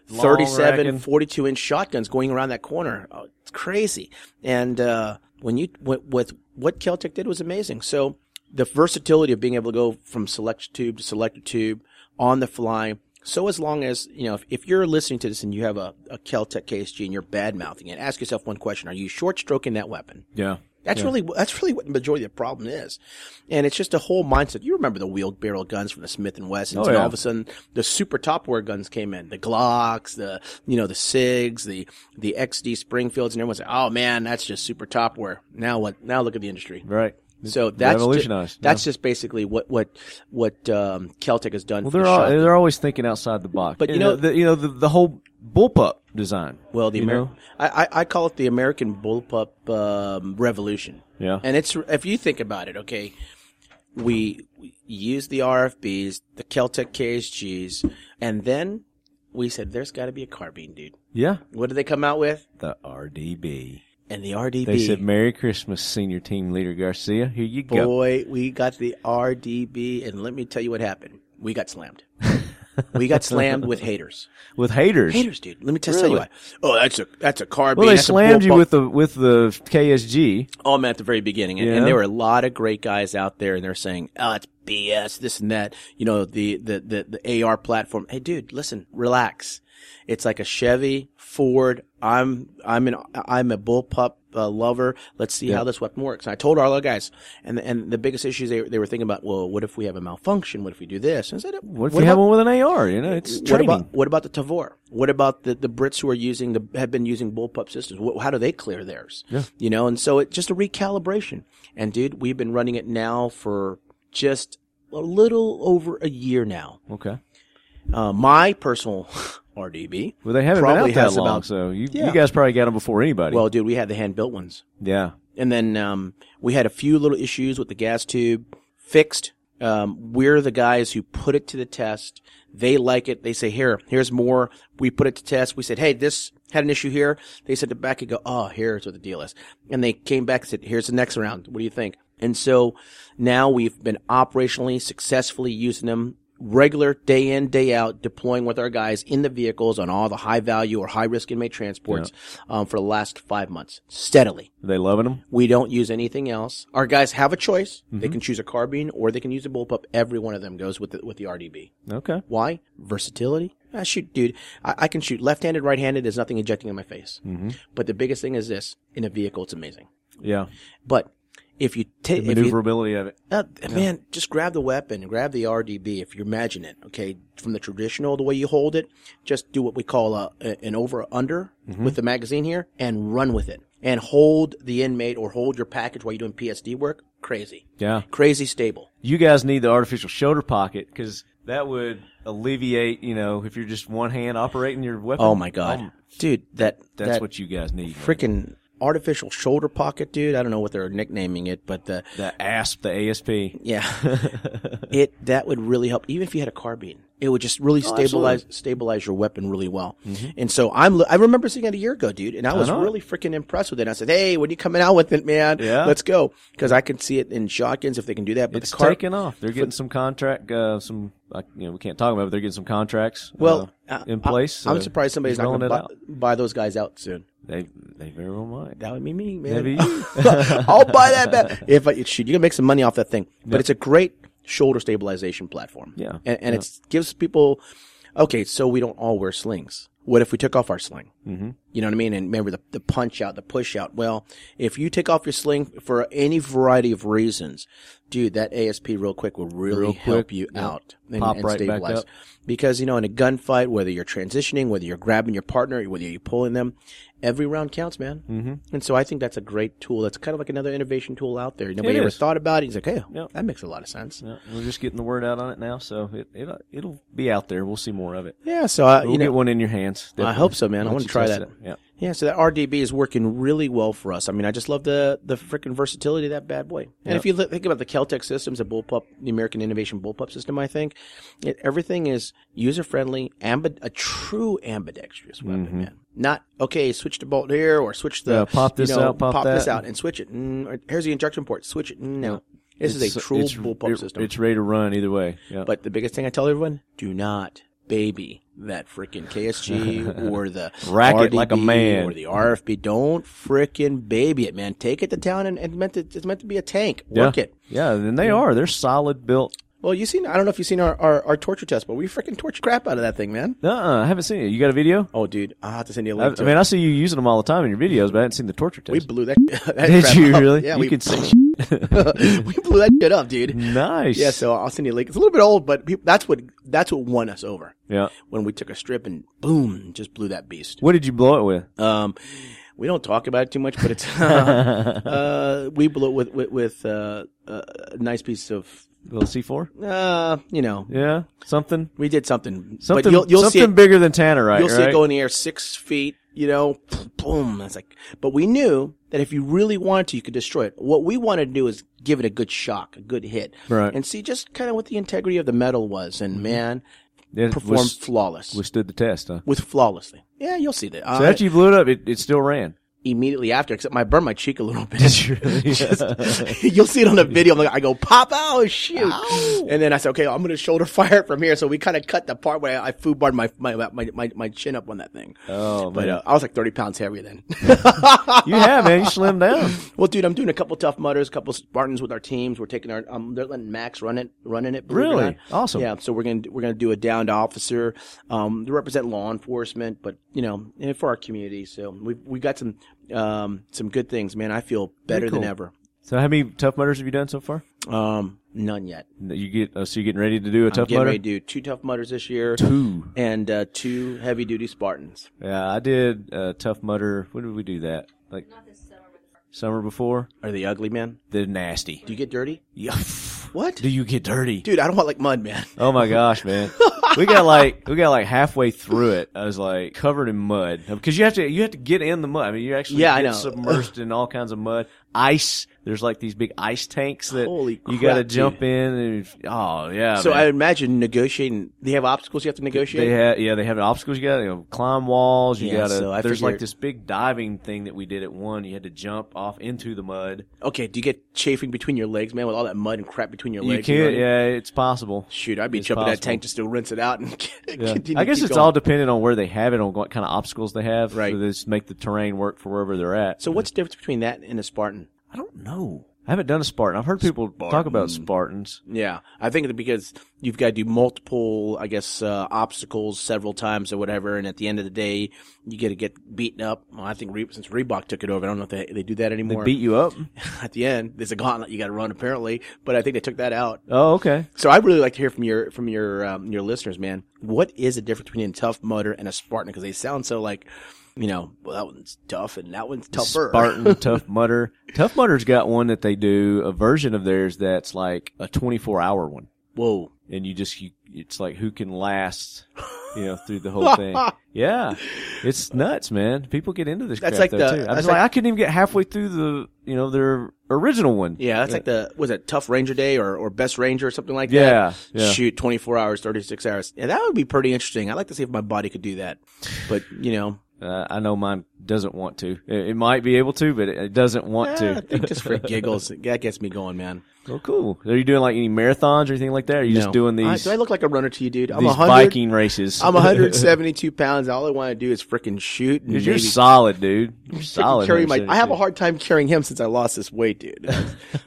A: Long
J: 37,
A: racking.
J: 42 inch shotguns going around that corner. Oh, it's crazy. And uh, when you with, with what Keltec did was amazing. So the versatility of being able to go from select tube to select tube on the fly. So as long as you know, if, if you're listening to this and you have a, a Keltec KSG and you're bad mouthing it, ask yourself one question: Are you short stroking that weapon?
A: Yeah.
J: That's
H: Yeah.
J: really that's really what the majority of the problem is, and it's just a whole mindset. You remember the wheelbarrow guns from the Smith and Wessons,
H: Oh,
J: and
H: yeah.
J: all of a sudden the super topwear guns came in, the Glocks, the you know the Sigs, the the XD Springfields, and everyone's like, oh man, that's just super topwear. Now what? Now look at the industry,
A: right?
J: So that's ju-
A: Revolutionized,
J: that's just basically what what what um, Celtic has done.
A: Well,
J: for
A: they're
J: the
A: all,
J: shop.
A: they're always thinking outside the box.
J: But you
A: And
J: know-
A: the, you know the, the whole bullpup design.
J: Well, the
A: you
J: Ameri-
A: know?
J: I, I I call it the American bullpup um, revolution.
A: Yeah.
J: and it's if you think about it, okay, we, we used the RFBs, the Keltec KSGs, and then we said there's got to be a carbine, dude.
A: Yeah.
J: What did they come out with?
A: The RDB.
J: And the RDB.
A: They said, "Merry Christmas, Senior Team Leader Garcia. Here you go."
J: Boy, we got the RDB, and let me tell you what happened. We got
A: (laughs)
J: slammed. we got slammed with haters.
A: With haters.
J: Haters, dude. Let me tell you
A: Really?
J: why. Oh, that's a that's a carbine.
A: Well, they
J: that's a
A: slammed you
J: bullpup.
A: with the with the KSG.
J: all I meant at the very beginning. And,
A: Yeah.
J: and there were a lot of great guys out there and they're saying, oh, it's BS, this and that. You know, the, the, the, the AR platform. Hey, dude, listen, relax. It's like a Chevy, Ford. I'm, I'm an, I'm a bullpup uh, lover. Let's see
H: Yeah.
J: how this weapon works. And I told our other guys, and, and the biggest issues they, they were thinking about, well, what if we have a malfunction? What if we do this? And I said,
A: What if you have one with an AR? You know, it's
J: what
A: training.
J: about what about the Tavor? What about the, the Brits who are using the have been using bullpup systems? Wh- how do they clear theirs?
A: Yeah.
J: You know, and so it's just a recalibration. And dude, we've been running it now for just a little over a year now.
A: Okay.
J: Uh, my personal (laughs) RDB.
A: Well, they haven't
J: probably
A: been out
J: has
A: that long,
J: about-
A: so you,
J: Yeah.
A: you guys probably got them before anybody.
J: Well, dude, we had the hand built ones.
A: yeah,
J: And then um, we had a few little issues with the gas tube fixed. Um, we're the guys who put it to the test. They like it. They say, here, here's more. We put it to test. We said, hey, this had an issue here. They sent it back and go, oh, here's what the deal is. And they came back and said, here's the next round. What do you think? And so now we've been operationally successfully using them regular day in, day out, deploying with our guys in the vehicles on all the high value or high risk inmate transports um, for the last five months steadily.
A: Are they loving them.
J: We don't use anything else. Our guys have a choice.
A: Mm-hmm.
J: They can choose a carbine or they can use a bullpup. Every one of them goes with the, with the RDB.
A: Okay.
J: Why? Versatility. I shoot, dude. I, I can shoot left-handed, right-handed. There's nothing ejecting in my face.
A: Mhm.
J: But the biggest thing is this: in a vehicle, it's amazing.
A: Yeah.
J: But if you
A: The
J: take
A: maneuverability of it.
J: uh,
A: Yeah.
J: Man, just grab the weapon, grab the RDB if you imagine it. Okay, from the traditional, the way you hold it, just do what we call a, a- an over under
A: Mm-hmm.
H: Mhm.
J: with the magazine here, and run with it, and hold the inmate or hold your package while you're doing PSD work. Crazy,
A: Yeah.
J: crazy stable.
A: You guys need the artificial shoulder pocket because that would alleviate. You know, if you're just one hand operating your weapon.
J: Oh my god,
A: Um,
J: dude, that
A: that's
J: that
A: what you guys need.
J: Freaking artificial shoulder pocket, dude. I don't know what they're nicknaming it, but the
A: the ASP, the ASP.
J: Yeah, (laughs) it that would really help. Even if you had a carbine, it would just really
A: Oh,
J: stabilize
A: absolutely.
J: stabilize your weapon really well.
A: Mhm.
J: And so I'm I remember seeing it a year ago, dude, and I
A: I
J: was
A: know.
J: really freaking impressed with it. I said, "Hey, when you coming out with it, man?
A: Yeah.
J: let's go." Because I can see it in shotguns if they can do that. But
A: It's
J: the car-
A: taking off. They're getting some contract. Uh, some like, you know we can't talk about, it, but they're getting some contracts.
J: Well,
A: uh,
J: I-
A: in place.
J: I, am
A: so
J: surprised somebody's
A: he's
J: not going
A: rolling
J: to
A: it
J: buy,
A: out.
J: buy those guys out soon.
A: They they very well might.
J: That would be me, man. (laughs)
A: Maybe
J: I'll buy that back. If I, shoot, you can make some money off that thing. But
A: Yeah.
J: it's a great shoulder stabilization platform.
A: Yeah.
J: and, and
A: Yeah.
J: it gives people. Okay, so we don't all wear slings. What if we took off our sling?
D: Mm-hmm.
A: Mhm.
J: You know what I mean? And remember the, the punch out, the push out. Well, if you take off your sling for any variety of reasons, dude, that ASP real quick will really
A: Real
J: help
A: quick,
J: you
A: yeah.
J: out and,
A: Pop
J: and
A: right back
J: stabilize.
A: up.
J: Because, you know, in a gunfight, whether you're transitioning, whether you're grabbing your partner, whether you're pulling them, every round counts, man.
A: Mhm.
J: And so I think that's a great tool. That's kind of like another innovation tool out there. Nobody
A: It
J: ever
A: is.
J: thought about it. He's like, hey,
A: Yep.
J: that makes a lot of sense.
A: Yeah, we're just getting the word out on it now, so it, it uh, it'll be out there. We'll see more of it.
J: Yeah, so I,
A: we'll
J: you know,
A: get one in your hands.
J: I hope so, man. I
A: Once
J: want
A: you
J: to try
A: test
J: that.
A: it. Yeah.
J: yeah. So that RDB is working really well for us. I mean, I just love the the freaking versatility of that bad boy. And
A: Yeah.
J: if you look, think about the Caltech systems, the bullpup, the American Innovation bullpup system, I think it, everything is user friendly, ambi- a true ambidextrous weapon,
A: Mhm.
J: man. Not okay. Switch the bolt here, or switch the
A: Yeah, pop this
J: you know,
A: out, pop
J: this
A: that.
J: out, and switch it. Mm, or here's the injection port. Switch it. Mm, No, this
A: It's-
J: is a true
A: it's-
J: bullpup
A: it-
J: system.
A: It's ready to run either way. Yeah.
J: But the biggest thing I tell everyone: do not baby that freaking
A: (laughs)
J: KSG or the
A: Rack it
J: RDB
A: like a man.
J: or the RFB. Don't freaking baby it, man. Take it to town, and, and meant to, it's meant to be a tank.
A: yeah.
J: Work it.
A: Yeah, and they are. They're solid built
J: Well, you seen? I don't know if you've seen our, our, our torture test, but we freaking torture crap out of that thing, man.
A: No, I haven't seen it. You got a video?
J: Oh, dude, I have to send you a
A: I,
J: link. to
A: I mean,
J: it.
A: I see you using them all the time in your videos, but I haven't seen
J: (laughs)
A: the torture test.
J: we blew that. that
A: Did
J: crap
A: you
J: up.
A: really?
J: Yeah,
A: you
J: we (laughs)
A: can see.
J: we blew that shit up, dude.
A: Nice.
J: Yeah, so I'll send you a link. It's a little bit old, but peop that's what that's what won us over.
A: Yeah.
J: When we took a strip and boom, just blew that beast.
A: What did you blow it with?
J: Um, we don't talk about it too much, but it's (laughs) uh, we blew it with with, with uh, uh, a nice piece of
A: little C four.
J: Uh, you know,
A: Yeah, something.
J: we did something.
A: Something.
J: but you'll, you'll see
A: something
J: it-
A: bigger than tannerite.
J: You'll see
A: right?
J: it go in the air six feet. You know, boom. That's like. But we knew that if you really wanted to, you could destroy it. What we wanted to do is give it a good shock, a good hit,
A: Right. Mm-hmm.
J: and see just kind of what the integrity of the metal was. And man,
A: It
J: performed
A: was-
J: flawless
A: Withstood the test, huh?
J: with flawlessly. Yeah, you'll see that.
A: so
J: Uh,
A: after you blew it up, it, it still ran.
J: immediately after, except I burned my cheek a little bit. (laughs)
A: (laughs)
J: Just- you'll see it on the video. I'm like, I go pop out, shoot, and then I said, okay, I'm gonna shoulder fire it from here. So we kind of cut the part where I, I food barred my my, my my my chin up on that thing.
A: Oh
J: But
A: man,
J: uh, I was like 30 pounds heavier then.
A: you have man, you slimmed down.
J: (laughs) well, dude, I'm doing a couple tough mutters, a couple Spartans with our teams. We're taking our, um, they're letting Max run it, running it. believe it or
A: Really?
J: not.
A: Awesome.
J: Yeah. So we're gonna do- we're gonna do a downed officer, um, to represent law enforcement, but you know, and for our community. So we we got some um some good things, man. I feel better
A: Very
J: than
A: cool.
J: ever.
A: So how many tough mutters have you done so far?
J: Um, none yet.
A: You get oh, so you're getting ready to do a
J: I'm
A: tough
J: getting
A: mutter.
J: ready to do two tough mutters this year.
A: Two.
J: and uh, two heavy duty Spartans.
A: Yeah, I did uh, tough mutter. When did we do that? Like summer before.
J: Are they ugly, man?
A: They're nasty.
J: Do you get dirty?
A: Yeah. (laughs)
J: What?
A: Do you get dirty?
J: Dude, I don't want like mud, man.
A: Oh my gosh, man. We got like we got like halfway through it. I was like covered in mud because you have to you have to get in the mud. I mean, you actually
J: Yeah, I
A: get
J: know.
A: submerged in all kinds of mud, ice. There's like these big ice tanks that
J: Holy
A: you got to
J: crap,
A: jump in. And, oh yeah.
J: So
A: man.
J: I imagine negotiating. They have obstacles you have to negotiate.
A: They have, yeah, they have obstacles. You got to climb walls. You
J: Yeah,
A: got to.
J: so I
A: there's like
J: figured-
A: this big diving thing that we did at one. You had to jump off into the mud.
J: okay, do you get chafing between your legs, man, with all that mud and crap between your
A: You
J: legs?
A: can't.
J: know?
A: Yeah, it's possible.
J: Shoot, I'd be
A: It's
J: jumping that
A: possible.
J: tank just to rinse it out and (laughs)
A: Yeah.
J: (laughs) continue.
A: I guess
J: keep
A: it's
J: going.
A: all dependent on where they have it, on what kind of obstacles they have.
J: Right.
A: So they just make the terrain work for wherever they're at.
J: So what's the difference between that and a Spartan?
A: I don't know. I haven't done a Spartan. I've heard people talk about Spartans.
J: Yeah, I think that because you've got to do multiple, I guess, uh, obstacles several times or whatever, and at the end of the day, you get to get beaten up. Well, I think Re- since Reebok took it over, I don't know if they, they do that
A: They
J: anymore.
A: beat you up.
J: (laughs) at the end, there's a gauntlet you got to run apparently, but I think they took that out.
A: Oh, okay.
J: So I'd really like to hear from your from your um, your listeners, man. What is the difference between a tough mutter and a Spartan? Because they sound so like, you know, well, that one's tough and that one's tougher. (laughs)
A: Spartan, Tough Mudder. Tough Mudder's got one that they do a version of theirs that's like a 24 hour one.
J: Whoa.
A: and you just you, it's like who can last you know
J: (laughs)
A: through the whole thing yeah it's nuts man people get into this
J: That's like
A: crap, though,
J: the-
A: too. i was
J: that's
A: like,
J: like-
A: i couldn't even get halfway through the you know their original one
J: Yeah, that's like the was it Tough Ranger Day or, or Best Ranger or something like
A: Yeah,
J: that.
A: yeah.
J: Shoot, twenty four hours, thirty six hours. Yeah, that would be pretty interesting. I'd like to see if my body could do that. But you know,
A: uh, i know mine doesn't want to it, it might be able to but it, it doesn't want
J: eh,
A: to
J: I think just
A: (laughs)
J: for giggles, that gets me going, man.
A: oh cool are you doing like any marathons or anything like that or are you
J: No.
A: just doing
J: I,
A: these
J: do I look like a runner to you, dude? I'm
A: these
J: a hundred.
A: Viking races.
J: I'm
A: (laughs)
J: 172 pounds. All I want to do is freaking shoot. And
A: 'Cause you're
J: maybe
A: solid, dude. You're
J: freaking
A: solid.
J: Carry my, I have a
A: 172.
J: hard time carrying him since I lost this
A: (laughs)
J: weight, dude.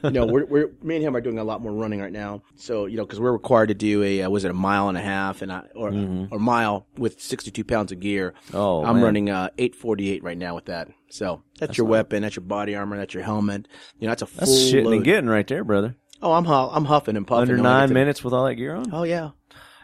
J: you know, we're, we're me and him are doing a lot more running right now. So you know, because we're required to do a uh, was it a mile and a half and I, or or mile with 62 pounds of gear.
A: Mm-hmm. Oh,
J: I'm
A: man.
J: running uh, 848 right now with that. So that's, your weapon. That's your body armor. That's your helmet. You know, that's a full
A: That's shitting
J: load.
A: and getting right there, brother.
J: Oh, I'm hu- I'm huffing and puffing.
A: Under
J: when I get
A: nine
J: to-
A: minutes with all that gear on.
J: Oh yeah.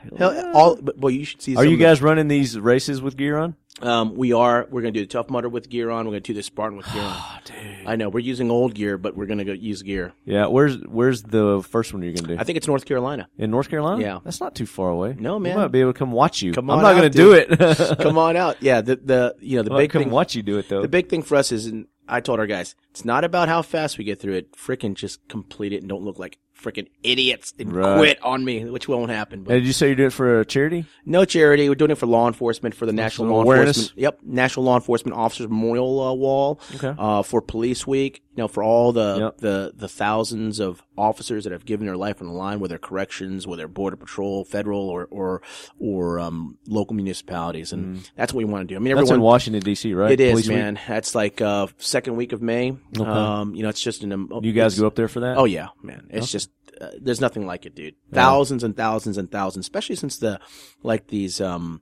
A: (sighs)
J: Hell, all but boy, you should see.
A: Are
J: some
A: you
J: of the-
A: guys running these races with gear on?
J: Um, we are. We're going to do the Tough Mudder with gear on. We're going to do the Spartan with gear
A: (sighs)
J: on. I know we're using old gear, but we're going to go use gear.
A: Yeah, where's where's the first one you're gonna do?
J: I think it's North Carolina.
A: in North Carolina.
J: Yeah.
A: that's not too far away.
J: No, man.
A: we might be able to come watch you.
J: Come
A: I'm
J: on
A: not
J: out,
A: gonna
J: dude.
A: do
J: (laughs)
A: it. (laughs)
J: Come on out. Yeah. The the you know the
A: Well,
J: big
A: come
J: thing.
A: watch you do it though.
J: The big thing for us is, and I told our guys, it's not about how fast we get through it. Frickin' just complete it and don't look like frickin' idiots and
A: Right.
J: quit on me, which won't happen. But
A: And did you say you're doing it for a charity?
J: No charity. We're doing it for law enforcement for the National Law
A: awareness.
J: Enforcement. Yep, National Law Enforcement Officers Memorial uh, Wall.
A: Okay.
J: Uh, for Police Week, you know, for all the
A: Yep.
J: the the thousands of officers that have given their life on the line, whether corrections, whether Border Patrol, federal or or or um, local municipalities, and that's what we want to do. I mean,
A: Mm-hmm. That's
J: everyone.
A: in Washington D.C., right?
J: it is,
A: Police Week?
J: man. That's like uh, second week of May.
A: Okay.
J: Um, you know, it's just an.
A: You guys
J: it's-
A: go up there for that?
J: Oh yeah, man. It's just uh, there's nothing like it, dude. Thousands and thousands and thousands, especially since the like these um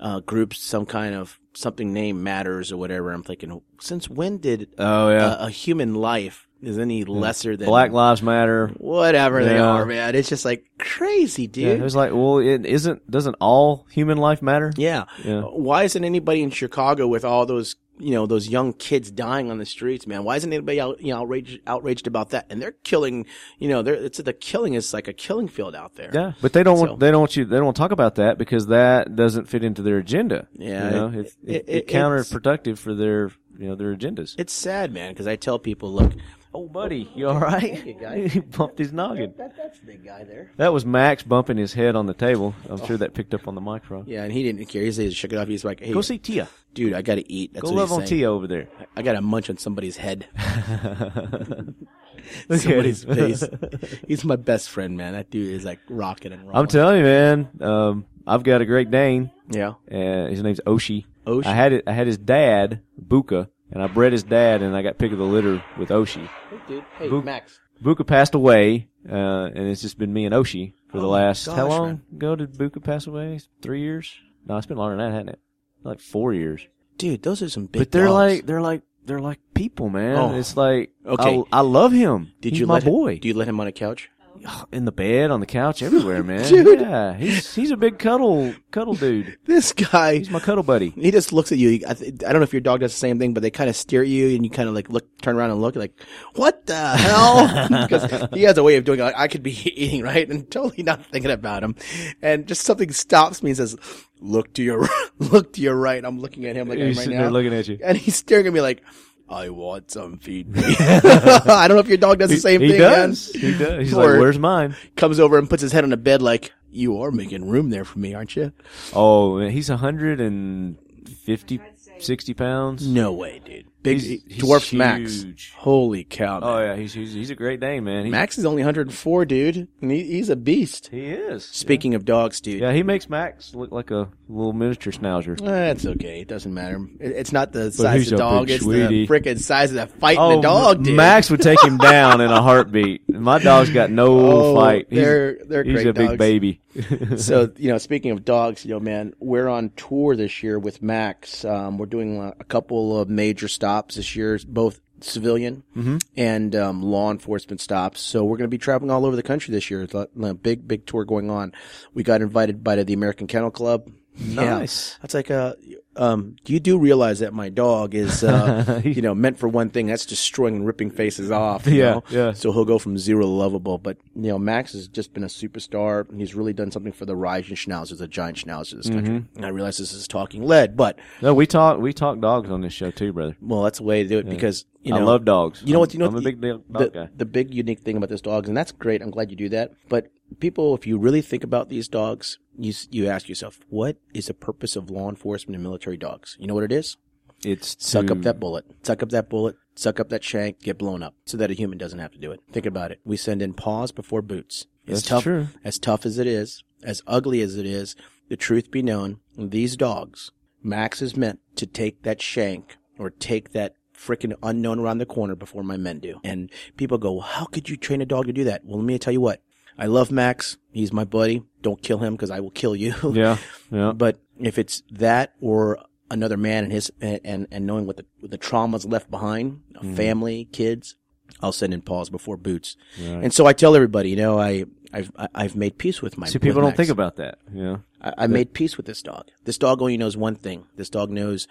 J: uh groups, some kind of something name matters or whatever. I'm thinking, since when did
A: Oh, yeah.
J: a, a human life is any lesser than
A: Black Lives Matter.
J: whatever they
A: Yeah.
J: are, man? It's just like crazy, dude.
A: Yeah, it was like, well, it isn't. Doesn't all human life matter?
J: Yeah.
A: Yeah.
J: Uh, Why isn't anybody in Chicago with all those, you know, those young kids dying on the streets, man? Why isn't anybody out, you know, outraged, outraged about that? And they're killing, you know, they're, it's the killing is like a killing field out there.
A: Yeah, but they don't
J: So-
A: want they don't want you they don't want to talk about that because that doesn't fit into their agenda.
J: Yeah,
A: you know,
J: it-
A: it's,
J: it-
A: it,
J: it-
A: it's counterproductive for their you know their agendas.
J: It's sad, (laughs) man, because I tell people, look, oh, buddy,
A: You all right? (laughs)
J: Thank you, guy.
A: he bumped his noggin.
J: That, that's the guy there.
A: That was Max bumping his head on the table. I'm sure that picked up on the microphone.
J: Yeah, and he didn't care. He said, shook it off. He's like, hey,
A: Go see Tia.
J: dude, I got to eat. That's
A: Go
J: what
A: love
J: he's
A: on
J: saying.
A: Tia over there.
J: I- I got to munch on somebody's
A: (laughs)
J: head.
A: Look at
J: somebody's
A: him. (laughs)
J: face. He's my best friend, man. That dude is like rocking and rolling.
A: I'm telling you, man. Um, I've got a great Dane.
J: Yeah.
A: Uh, his name's Oshi.
J: Oshi.
A: I had it. I had his dad, Buka, and I bred his dad, and I got pick of the litter with Oshi.
J: Hey, dude. Hey,
A: Boop.
J: Max.
A: Buka passed away, uh, and it's just been me and Oshi for the
J: Oh,
A: last how
J: gosh,
A: long
J: man.
A: ago did Buka pass away? Three years? No, it's been longer than that, hasn't it? Like four years.
J: Dude, those are some big.
A: but they're
J: dogs.
A: like they're like they're like people, man.
J: Oh.
A: It's like
J: Okay.
A: okay, I, I love him.
J: Did
A: He's
J: you
A: my
J: let
A: boy
J: Him, do you let him on a couch?
A: (sighs) in the bed, on the
J: (laughs)
A: couch, everywhere, man.
J: Dude.
A: Yeah, he's he's a big cuddle cuddle dude.
J: (laughs) This guy,
A: He's my cuddle buddy.
J: he just looks at you. I, th- I don't know if your dog does the same thing, but they kind of stare at you, and you kind of like look, turn around and look, like, what the
A: (laughs)
J: hell? because he has a way of doing. it. Like, I could be (laughs) eating right and totally not thinking about him, and just something stops me and says, "Look to your, (laughs) look to your right." I'm looking at him like I am
A: He's
J: right
A: sitting
J: now,
A: there looking at you.
J: and he's staring at me like. I want (laughs) some feed
A: (laughs)
J: me. (laughs) I don't know if your dog does the same
A: he
J: thing. man.
A: does. He does. He's
J: Poor-
A: like, "Where's mine?"
J: comes over and puts his head on the bed like you are making room there for me aren't you
A: Oh, man, he's 150, 60 pounds.
J: no way dude big
A: He's- he's
J: dwarfs max
A: huge.
J: holy cow man.
A: Oh yeah, he's he's, he's a great name, man. He,
J: max is only 104 dude and he, he's a beast
A: he is.
J: speaking of dogs dude
A: Yeah, he makes Max look like a little miniature schnauzer.
J: that's okay it doesn't matter it, it's not the size
A: he's
J: of the
A: a
J: dog
A: big
J: it's the
A: sweetie. Oh,
J: freaking size of the fight in the
A: M-
J: dog dude
A: Max would take him down (laughs) in a heartbeat. My dog's got no
J: Oh,
A: fight.
J: they're- they're
A: he's
J: great
A: a
J: dogs.
A: big baby.
J: (laughs)
A: (laughs)
J: so you know, speaking of dogs, yo man, we're on tour this year with Max. Um, we're doing a, a couple of major stops this year, both civilian and um, law enforcement stops. So we're going to be traveling all over the country this year. It's a a big, big tour going on. We got invited by the American Kennel Club. Yeah.
A: Nice.
J: That's like uh um, you do realize that my dog is,
A: (laughs)
J: uh, you know, meant for one thing. That's destroying and ripping faces off. you
A: Yeah,
J: know?
A: yeah.
J: So he'll go from zero to lovable. But, you know, Max has just been a superstar. and He's really done something for the Ryzen Schnauzers, the giant Schnauzers of this country.
A: Mm-hmm.
J: And I realize this is talking lead, but,
A: No, we talk we talk dogs on this show too, brother.
J: well, that's the way to do it because, you know.
A: I love dogs.
J: You know what? You know
A: I'm a
J: what
A: big
J: the,
A: dog dog
J: the,
A: guy.
J: the big unique thing about this dogs, and that's great. I'm glad you do that. But people, if you really think about these dogs, you s- you ask yourself, what is the purpose of law enforcement and military dogs? You know what it is?
A: It's
J: Suck up
A: to-
J: that bullet. Suck up that bullet. Suck up that shank. Get blown up, so that a human doesn't have to do it. Think about it. We send in paws before boots. It's
A: That's
J: tough.
A: true.
J: Mm-hmm. As tough as it is, as ugly as it is, the truth be known, these dogs, Max is meant to take that shank or take that freaking unknown around the corner before my men do. And people go, well, how could you train a dog to do that? Well, let me tell you what. I love Max. He's my buddy. Don't kill him because I will kill you.
A: (laughs) Yeah, yeah.
J: But if it's that or another man and his and and, and knowing what the what the traumas left behind,
A: Mm-hmm.
J: family, kids, I'll send in paws before boots. And so I tell everybody, you know, I I've I- I've made peace with my.
A: See, people
J: with
A: don't
J: Max.
A: think about that. Yeah,
J: I, I made peace with this dog. This dog only knows one thing. This dog knows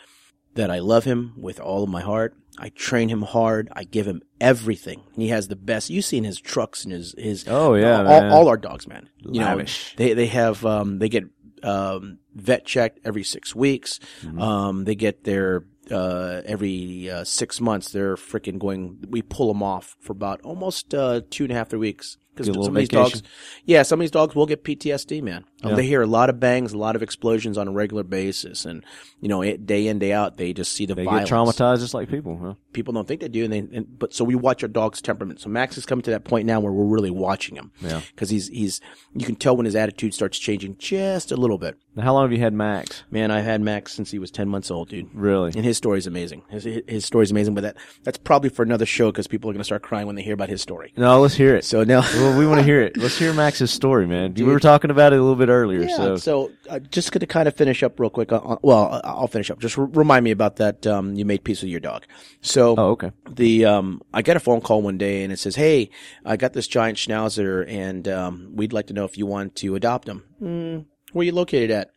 J: that I love him with all of my heart. I train him hard. I give him everything. He has the best. You've seen his trucks and his his.
A: Oh, yeah,
J: all, all-
A: man.
J: all our dogs, man. You
A: Lavish.
J: know, they they have um they get um vet checked every six weeks.
A: Mm-hmm.
J: Um, they get their uh every uh, six months. They're freaking going. We pull them off for about almost uh two and a half three weeks because
A: Get a
J: some
A: little
J: of these
A: vacation.
J: dogs. Yeah, some of these dogs will get PTSD, man. Um,
A: Yeah.
J: They hear a lot of bangs, a lot of explosions on a regular basis, and you know, it, day in day out, they just see the
A: They
J: violence.
A: get traumatized just like people. Huh?
J: People don't think they do, and, they, and but so we watch our dog's temperament. So Max is coming to that point now where we're really watching him.
A: Yeah.
J: because he's he's you can tell when his attitude starts changing just a little bit.
A: Now, how long have you had Max?
J: Man, I had Max since he was ten months old, dude.
A: Really?
J: And his story's amazing. His his story's amazing, but that that's probably for another show because people are gonna start crying when they hear about his story.
A: No, let's hear it.
J: So now,
A: (laughs) well, we want to hear it. Let's hear Max's story, man.
J: Dude.
A: We were talking about it a little bit earlier.
J: Yeah,
A: so.
J: so, uh, just to kind of finish up real quick. On, on, well, I- I'll finish up. Just r- remind me about that um, you made peace with your dog. So,
A: Oh, okay.
J: The um, I got a phone call one day and it says, "Hey, I got this giant schnauzer and um, we'd like to know if you want to adopt him." Mm, where are you located at?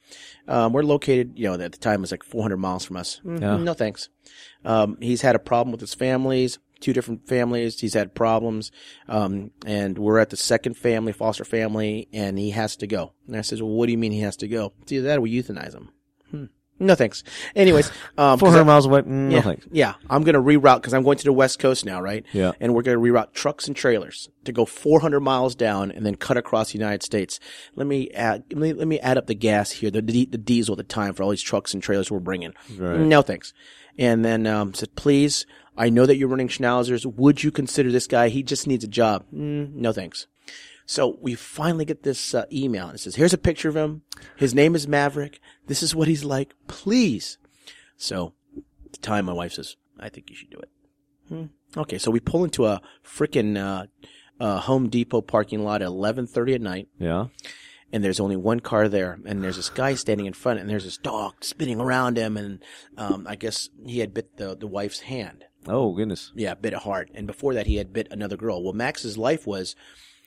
J: Um, we're located, you know, at the time it was like 400 miles from us. Mm,
A: Yeah.
J: No thanks. Um, he's had a problem with his families, two different families. He's had problems. Um, and we're at the second family, foster family, and he has to go. And I says, well, what do you mean he has to go? It's either that or we euthanize him. Hmm. No thanks.
A: (laughs)
J: Anyways, um,
A: 400
J: 'cause I-
A: miles away, mm, no
J: yeah,
A: thanks.
J: Yeah, I'm gonna reroute because I'm going to the West Coast now, right?
A: Yeah.
J: And we're gonna reroute trucks and trailers to go 400 miles down and then cut across the United States. Let me add, let me, let me add up the gas here, the di- the diesel at the time for all these trucks and trailers we're bringing.
A: Right.
J: No thanks. And then um, said, please, I know that you're running schnauzers. Would you consider this guy? He just needs a job. Mm, no thanks. So we finally get this uh, email and it says, here's a picture of him. His name is Maverick. This is what he's like. Please. So at the time, my wife says, I think you should do it. Hmm. Okay. So we pull into a freaking, uh, uh, Home Depot parking lot at 1130 at night
A: Yeah.
J: and there's only one car there, and there's this guy standing in front, and there's this dog spinning around him, and um, I guess he had bit the the wife's hand.
A: Oh goodness.
J: Yeah, bit it hard, and before that he had bit another girl. Well, Max's life was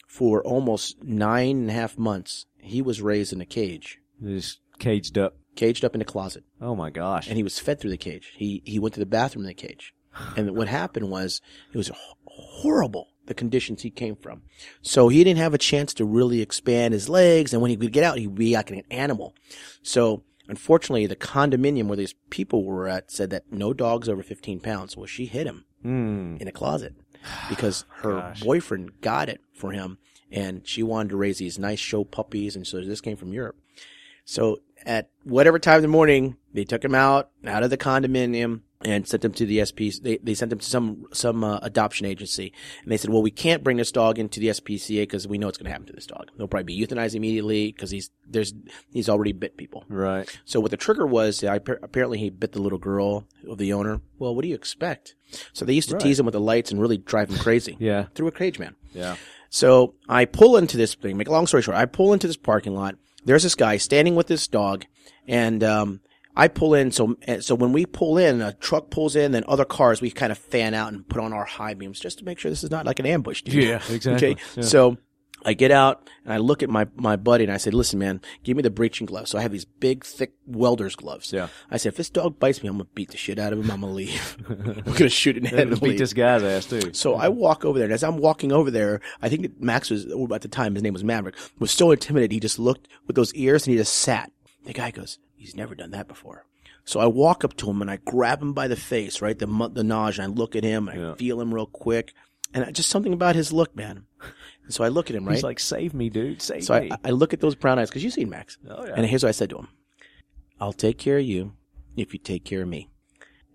J: for almost nine and a half months. He was raised in a cage,
A: Just caged up.
J: caged up in a closet,
A: Oh my gosh.
J: and he was fed through the cage. He he went to the bathroom in the cage, and what happened was it was h- horrible. The conditions he came from, so he didn't have a chance to really expand his legs. And when he would get out, he'd be like an animal. So unfortunately, the condominium where these people were at said that no dogs over 15 pounds. Well, she hit him
A: Mm.
J: in a closet because her boyfriend got it for him and she wanted to raise these nice show puppies. And so this came from Europe. So at whatever time in the morning, they took him out, out of the condominium and sent him to the SP. They, they sent him to some, some uh, adoption agency. And they said, well, we can't bring this dog into the SPCA because we know what's going to happen to this dog. They'll probably be euthanized immediately because he's, there's, he's already bit people.
A: Right.
J: So what the trigger was, I, apparently he bit the little girl of the owner. Well, what do you expect? So they used to
A: Right.
J: tease him with the lights and really drive him crazy.
A: (laughs) Yeah.
J: Through a cage, man.
A: Yeah.
J: So I pull into this thing. Make a long story short, I pull into this parking lot. There's this guy standing with this dog, and um, I pull in. So and so when we pull in, a truck pulls in, then other cars we kind of fan out and put on our high beams just to make sure this is not like an ambush. dude.
A: Yeah, exactly.
J: Okay,
A: Yeah.
J: so. I get out and I look at my, my buddy and I said, listen, man, give me the breaching glove. So I have these big, thick welder's gloves.
A: Yeah.
J: I said, if this dog bites me, I'm going to beat the shit out of him. I'm going to
A: (laughs)
J: leave. I'm going to shoot it in the
A: They're
J: head.
A: gonna
J: and
A: beat
J: leave.
A: this guy's ass too.
J: So I walk over there, and as I'm walking over there, I think that Max was well, at the time his name was Maverick was so intimidated he just looked with those ears and he just sat. The guy goes, "He's never done that before." So I walk up to him and I grab him by the face, right the mu- the nage, and I look at him and I feel him real quick, and I, just something about his look, man. And so I look at him, right?
A: He's like, "Save me, dude! Save
J: so
A: me!"
J: I, I look at those brown eyes because you've seen Max.
A: Oh, yeah.
J: And here's what I said to him: "I'll take care of you if you take care of me."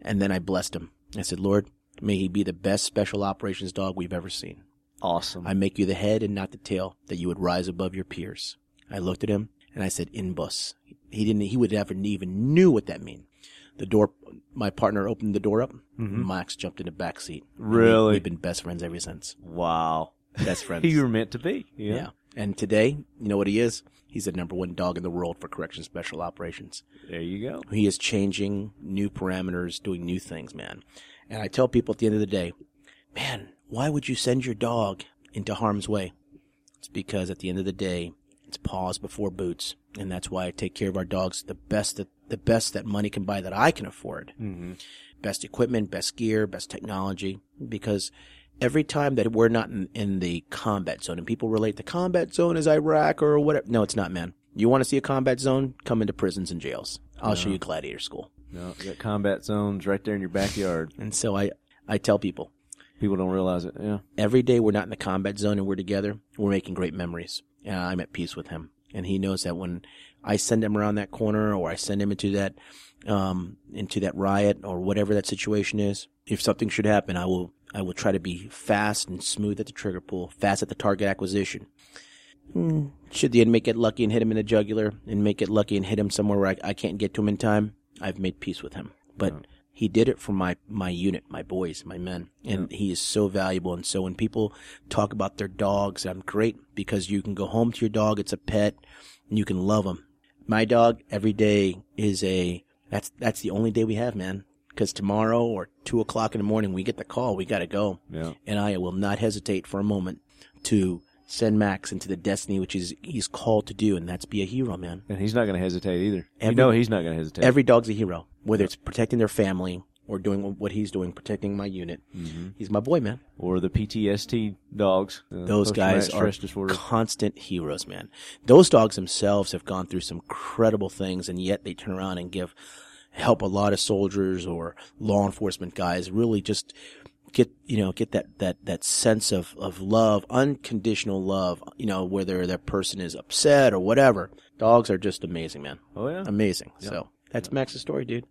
J: And then I blessed him. I said, "Lord, may he be the best special operations dog we've ever seen.
A: awesome.
J: I make you the head and not the tail, that you would rise above your peers." I looked at him and I said, "In bus." He didn't. He would never even knew what that meant. The door. My partner opened the door up. Max jumped in the back seat. And we-
A: Mm-hmm. Really?
J: We've been best friends ever since.
A: wow. (laughs)
J: Best friends.
A: You were meant to be.
J: Yeah. And today, you know what he is? He's the number one dog in the world for correction special operations.
A: There you go.
J: He is changing new parameters, doing new things, man. And I tell people at the end of the day, man, why would you send your dog into harm's way? It's because at the end of the day, it's paws before boots. And that's why I take care of our dogs the best that, the best that money can buy that I can afford best equipment, best gear, best technology, because every time that we're not in, in the combat zone, and people relate the combat zone as Iraq or whatever. No, it's not, man. You want to see a combat zone? Come into prisons and jails. I'll show you gladiator school.
A: No, you got combat zones right there in your backyard.
J: And so I, I tell people,
A: People don't realize it. Yeah.
J: every day we're not in the combat zone and we're together, we're making great memories. And Uh, I'm at peace with him. and he knows that when I send him around that corner or I send him into that um, into that riot or whatever that situation is, if something should happen, I will I will try to be fast and smooth at the trigger pull, fast at the target acquisition. Hmm, Should the inmate get lucky and hit him in the jugular, inmate get lucky and hit him somewhere where I, I can't get to him in time, I've made peace with him. But he did it for my my unit, my boys, my men, and he is so valuable. And so when people talk about their dogs, I'm great because you can go home to your dog; it's a pet, and you can love him. My dog every day is a that's that's the only day we have, man. Because tomorrow or two o'clock in the morning, we get the call, we got to go
A: Yeah.
J: and I will not hesitate for a moment to send Max into the destiny which is he's called to do, and that's be a hero, man.
A: And he's not going to hesitate either.
J: Every-
A: you know he's not going to hesitate.
J: Every dog's a hero, whether it's protecting their family or doing what he's doing, protecting my unit. He's my boy, man.
A: Mm-hmm. Or the PTSD dogs. uh,
J: Those guys
A: post-traumatic
J: are
A: stress disorder.
J: constant heroes, man. Those dogs themselves have gone through some credible things, and yet they turn around and give help a lot of soldiers or law enforcement guys. Really, just get you know get that that that sense of of love, unconditional love. You know, whether that person is upset or whatever. Dogs are just amazing, man.
A: Oh yeah,
J: amazing.
A: Yeah.
J: So that's Max's story,
A: (laughs)
J: dude.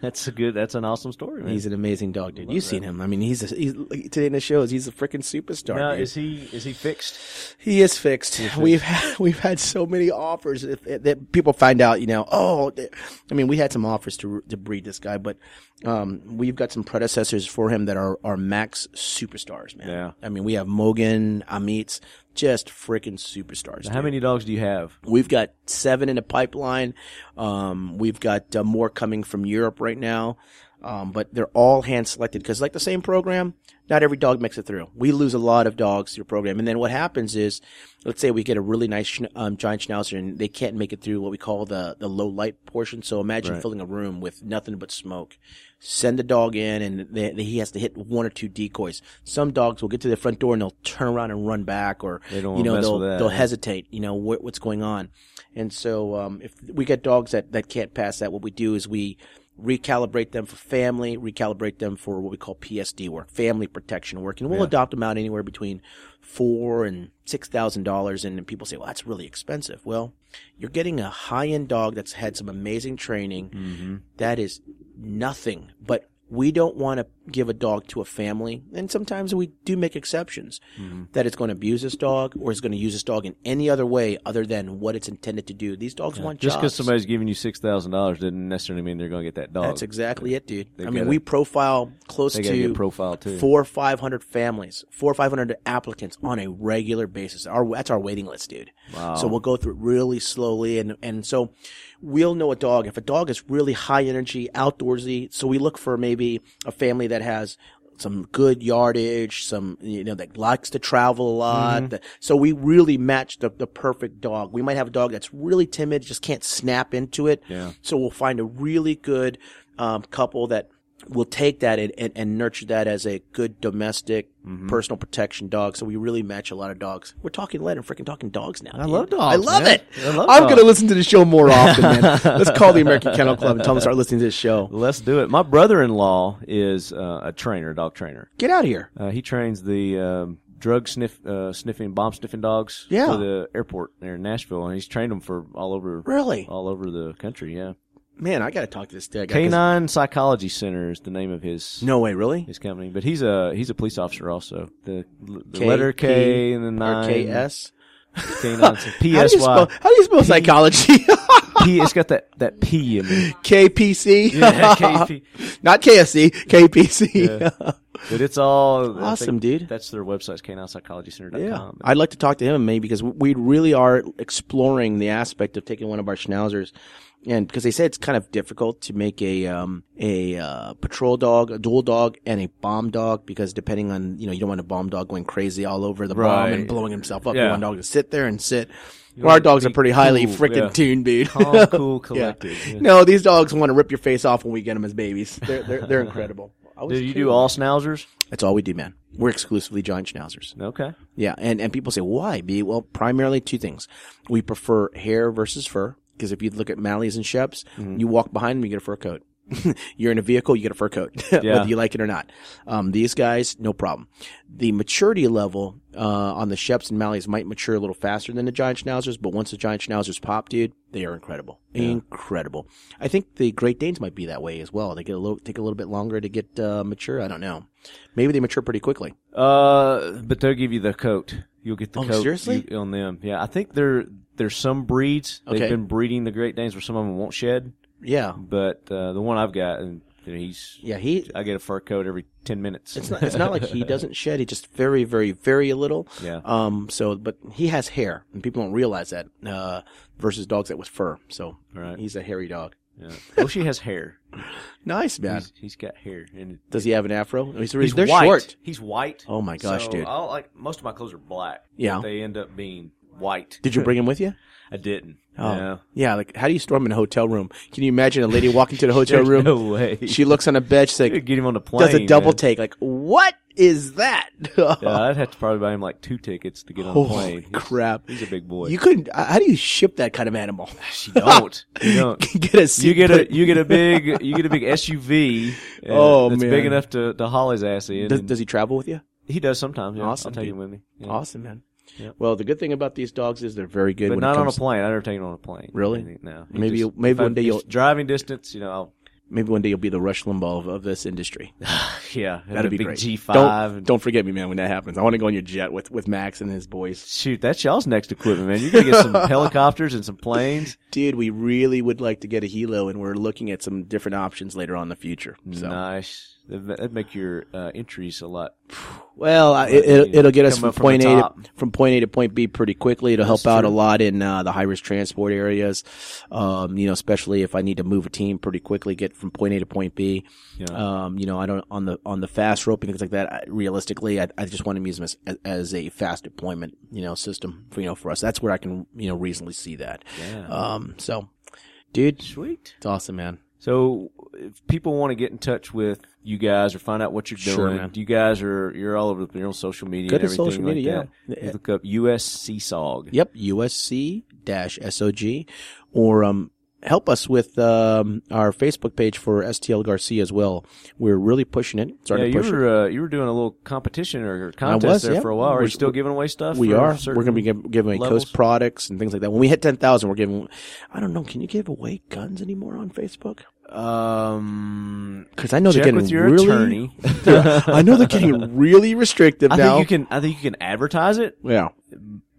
A: That's a good. That's an awesome story. Man.
J: He's an amazing dog, dude.
A: Love
J: You've seen
A: that.
J: him. I mean, he's a, he's today in the shows. He's a freaking superstar.
A: Now,
J: dude.
A: is he is he fixed?
J: He is fixed.
A: He is
J: We've had, (laughs) we've had so many offers if, if- that people find out, you know, oh, th- I mean, we had some offers to to breed this guy, but um, we've got some predecessors for him that are are max superstars, man.
A: Yeah.
J: I mean, we have Mogan, Amit's, just freaking superstars.
A: Now, how
J: dude.
A: many dogs do you have?
J: We've got seven in the pipeline. Um, we've got uh, more coming from Europe right now. Um, but they're all hand selected because, like the same program, not every dog makes it through. We lose a lot of dogs through the program. And then what happens is, let's say we get a really nice schn- um, giant schnauzer and they can't make it through what we call the, the low light portion. So imagine
A: Right.
J: filling a room with nothing but smoke. Send the dog in and they, they- he has to hit one or two decoys. Some dogs will get to the front door and they'll turn around and run back or,
A: They don't
J: you
A: wanna
J: know,
A: mess
J: they'll,
A: with that,
J: they'll
A: yeah.
J: hesitate, you know, what, what's going on. And so, um, if we get dogs that, that can't pass that, what we do is we recalibrate them for family, recalibrate them for what we call PSD work, family protection work. And we'll
A: Yeah.
J: adopt them out anywhere between four and six thousand dollars. And people say, well, that's really expensive. Well, you're getting a high end dog that's had some amazing training. That is nothing but we don't want to give a dog to a family, and sometimes we do make exceptions
A: Mm-hmm.
J: that it's going to abuse this dog or is going to use this dog in any other way other than what it's intended to do. These dogs want
A: Just because
J: jobs.
A: somebody's giving you six thousand dollars doesn't necessarily mean they're going to get that dog.
J: That's exactly it, dude.
A: They
J: I mean,
A: gotta-
J: we profile close
A: they
J: to
A: gotta get profiled, too.
J: four or five hundred families, four or five hundred applicants on a regular basis. Our that's our waiting list, dude.
A: Wow.
J: So we'll go through it really slowly, and and so we'll know a dog if a dog is really high energy, outdoorsy. So we look for maybe a family that has. Some good yardage, some, you know, that likes to travel a lot.
A: Mhm.
J: that- so we really match the, the perfect dog. We might have a dog that's really timid, just can't snap into it.
A: Yeah.
J: So we'll find a really good um, couple that will take that and, and, and nurture that as a good domestic
A: Mm-hmm.
J: personal protection dog. So we really match a lot of dogs. We're talking lead and freaking talking dogs now.
A: I love dogs.
J: I love
A: man.
J: it.
A: I love
J: I'm going to
A: dogs.
J: listen to the show more often, man.
A: (laughs)
J: Let's call the American Kennel Club and tell them to start listening to this show.
A: Let's do it. My brother-in-law is uh, a trainer, dog trainer.
J: Get out of here.
A: Uh, he trains the um, drug sniff, uh, sniffing, bomb sniffing dogs
J: Yeah.
A: for the airport there in Nashville, and he's trained them for all over,
J: Really?
A: all over the country. Yeah,
J: Man, I got to talk to this guy. 'cause-
A: Canine Psychology Center is the name of his.
J: No way, really?
A: His company, but he's a he's a police officer also. The, the
J: K,
A: letter K,
J: P,
A: and
J: or
A: the nine
J: KS? (laughs)
A: Canine P
J: How do
A: S
J: you
A: Y.
J: spell, how do you spell psychology? (laughs)
A: P. It's got that that P in it.
J: KPC?
A: Yeah, KP.
J: (laughs) Not KFC, KPC. (laughs)
A: Yeah. But it's all I
J: Awesome,
A: think
J: dude.
A: That's their website's caninepsychologycenter.com.
J: Yeah, I'd like to talk to him maybe because we really are exploring the aspect of taking one of our schnauzers, and because they say it's kind of difficult to make a um, a uh, patrol dog, a dual dog, and a bomb dog because depending on you know you don't want a bomb dog going crazy all over the bomb
A: Right.
J: and blowing himself up. You
A: Yeah.
J: want a dog to sit there and sit.
A: You
J: Well, our
A: want to
J: dogs are
A: be
J: pretty highly
A: cool,
J: freaking
A: yeah.
J: tuned, dude.
A: Calm,
J: (laughs)
A: cool,
J: Yeah.
A: collected, yeah.
J: No, these dogs want to rip your face off when we get them as babies. They're they're,
A: (laughs)
J: they're incredible. I was
A: Do you do
J: kidding.
A: all schnauzers?
J: That's all we do, man. We're exclusively giant schnauzers.
A: Okay.
J: Yeah, and and people say why? B well, primarily two things.
A: Mm-hmm.
J: We prefer hair versus fur because if you look at Malleys and Sheps, you walk behind them, you get a fur coat. (laughs) you're in a vehicle, you get a fur coat, (laughs)
A: Yeah.
J: whether you like it or not. Um, these guys, no problem. The maturity level uh, on the Sheps and Malleys might mature a little faster than the giant schnauzers, but once the giant schnauzers pop, dude, they are incredible,
A: Yeah.
J: incredible. I think the Great Danes might be that way as well. They get a little take a little bit longer to get uh, mature. I don't know. Maybe they mature pretty quickly.
A: Uh, but they'll give you the coat. You'll get the
J: Oh,
A: coat
J: seriously?
A: you- on them. Yeah, I think there there's some breeds
J: Okay.
A: they've been breeding the Great Danes where some of them won't shed.
J: Yeah.
A: but uh, the one I've got, and you know, he's
J: yeah he
A: I get a fur coat every ten minutes.
J: It's not. It's not like
A: (laughs)
J: he doesn't shed. He just very, very, very little.
A: Yeah.
J: Um. So, but he has hair, and people don't realize that. Uh, versus dogs that with fur. So, he's a hairy dog.
A: Yeah. Oh, she has hair.
J: (laughs) Nice man.
A: He's- he's got hair. And
J: Does he have an afro? Oh, He's,
A: He's
J: they're
A: white.
J: short.
A: He's white.
J: Oh my gosh,
A: So
J: dude.
A: I don't like most of my clothes are black.
J: Yeah.
A: they end up being white.
J: Did you bring him with you?
A: (laughs) I didn't.
J: Oh,
A: No.
J: yeah. Like, how do you storm in a hotel room? Can you imagine a lady walking to
A: (laughs)
J: the hotel
A: There's
J: room?
A: no way.
J: She looks on a bed. She's like,
A: get him on the
J: Does a
A: plane,
J: double
A: man.
J: take. Like, what is that? (laughs)
A: yeah, I'd have to probably buy him like two tickets to get on
J: Holy
A: the plane. He's-
J: crap.
A: He's a big boy.
J: You couldn't. uh, How do you ship that kind of animal? (laughs)
A: You don't. You don't.
J: get a seat
A: you get a
J: put-
A: you get a big you get
J: (laughs)
A: a big SUV. Uh,
J: Oh,
A: that's
J: man.
A: big enough to, to haul his ass in.
J: Does,
A: and-
J: does he travel with you?
A: He does sometimes. Yeah.
J: Awesome,
A: I'll take
J: dude.
A: him with me. Yeah.
J: Awesome, man.
A: Yeah.
J: Well, the good thing about these dogs is they're very good.
A: But
J: when it
A: not on a
J: comes-
A: plane. I never take him on a plane.
J: Really?
A: I think, No. He
J: Maybe
A: just-
J: you- maybe
A: if I-
J: one day
A: if
J: you'll-
A: it's driving distance. You know, I'll
J: Maybe one day you'll be the Rush Limbaugh of, of this industry.
A: (laughs) yeah, and a
J: that'd be
A: big
J: great.
A: G5
J: Don't,
A: and-
J: don't forget me, man, when that happens. I want to go on your jet with, with Max and his boys.
A: shoot. That's y'all's next equipment, man. You're gonna
J: (laughs)
A: get some helicopters and some planes.
J: Dude, we really would like to get a Hilo, and we're looking at some different options later on in the future. So.
A: Nice. That'd ma- that'd make your uh, entries a lot.
J: Well, I- it, it'll, it'll get us
A: Come
J: from
A: up from
J: point
A: the
J: A to,
A: top.
J: from point A to point B pretty quickly. It'll
A: That's
J: help out
A: true.
J: a lot in uh, the high risk transport areas. Um, you know, especially if I need to move a team pretty quickly, get from point A to point B.
A: Yeah.
J: Um, you know, I don't on the on the fast rope and things like that. I, realistically, I, I just want to use them as, as a fast deployment, you know, system. For, you know, for us, that's where I can you know reasonably see that.
A: Yeah.
J: Um, so, dude,
A: sweet,
J: it's awesome, man.
A: So if people want to get in touch with you guys or find out what you're doing,
J: Sure, man.
A: you guys are you're all over the, you're on social media.
J: Go
A: and
J: to
A: everything
J: social
A: like
J: media,
A: that.
J: yeah.
A: You look up USC Sog.
J: Yep, USC dash SOG, or um, help us with um, our Facebook page for STL Garcia as well. We're really pushing it,
A: Yeah,
J: starting
A: you
J: to push it.
A: were uh, you were doing a little competition or
J: I
A: contest
J: was,
A: there
J: yeah.
A: for a while. Are
J: We're-
A: you still giving away stuff?
J: We
A: for
J: are. We're
A: certain
J: going to be give, giving away
A: levels?
J: Coast products and things like that. When we hit ten thousand, we're giving. I don't know. Can you give away guns anymore on Facebook?
A: Um,
J: Because I know
A: check
J: they're getting
A: with your
J: really.
A: attorney.
J: (laughs) I know they're
A: (laughs)
J: getting really restrictive
A: I
J: now.
A: think you can. I think you can advertise it.
J: Yeah.